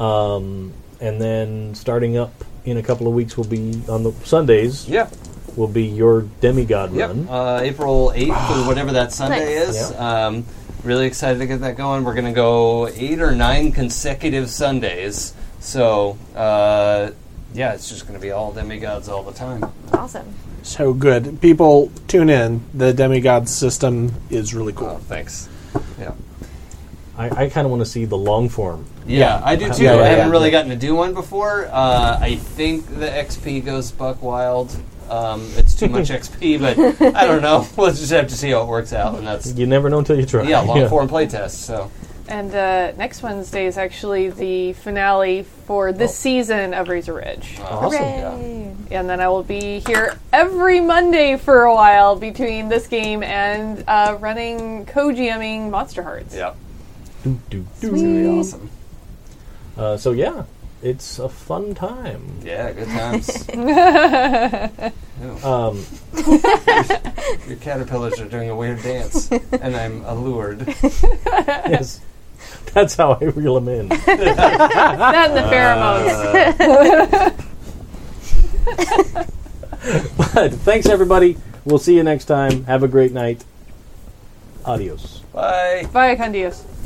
Speaker 2: Um, and then starting up in a couple of weeks will be on the Sundays
Speaker 5: Yeah.
Speaker 2: will be your demigod
Speaker 5: Yep.
Speaker 2: run.
Speaker 5: Uh, April 8th or whatever that Sunday
Speaker 3: Nice.
Speaker 5: is.
Speaker 2: Yep.
Speaker 5: Um, really excited to get that going. We're going to go eight or nine consecutive Sundays. So, uh, yeah, it's just going to be all demigods all the time.
Speaker 3: Awesome.
Speaker 6: so good. People tune in. The demigod system is really cool.
Speaker 5: Oh, thanks. Yeah.
Speaker 2: I, I kind of want to see the long form.
Speaker 5: Yeah, I do too.
Speaker 6: Yeah, yeah,
Speaker 5: I haven't
Speaker 6: yeah.
Speaker 5: really gotten to do one before. Uh, I think the XP goes buck wild. Um, it's too much XP, but I don't know. We'll just have to see how it works out, and that's
Speaker 2: You never know until you try.
Speaker 5: yeah, long form playtest. So
Speaker 8: And uh, next Wednesday is actually the finale for this season of Razor Ridge.
Speaker 5: awesome.
Speaker 3: Hooray.
Speaker 8: And then I will be here every Monday for a while between this game and uh, running co-GMing Monster Hearts.
Speaker 5: Yeah,
Speaker 2: Do, do, do.
Speaker 5: it's gonna be awesome.
Speaker 2: Uh, so yeah, it's a fun time.
Speaker 5: Yeah, good times.
Speaker 2: Um,
Speaker 5: Your caterpillars are doing a weird dance, and I'm allured.
Speaker 2: yes, that's how I reel them in.
Speaker 8: That and the pheromones.
Speaker 2: But thanks everybody. We'll see you next time. Have a great night. Adios.
Speaker 5: Bye.
Speaker 8: Vaya con Dios.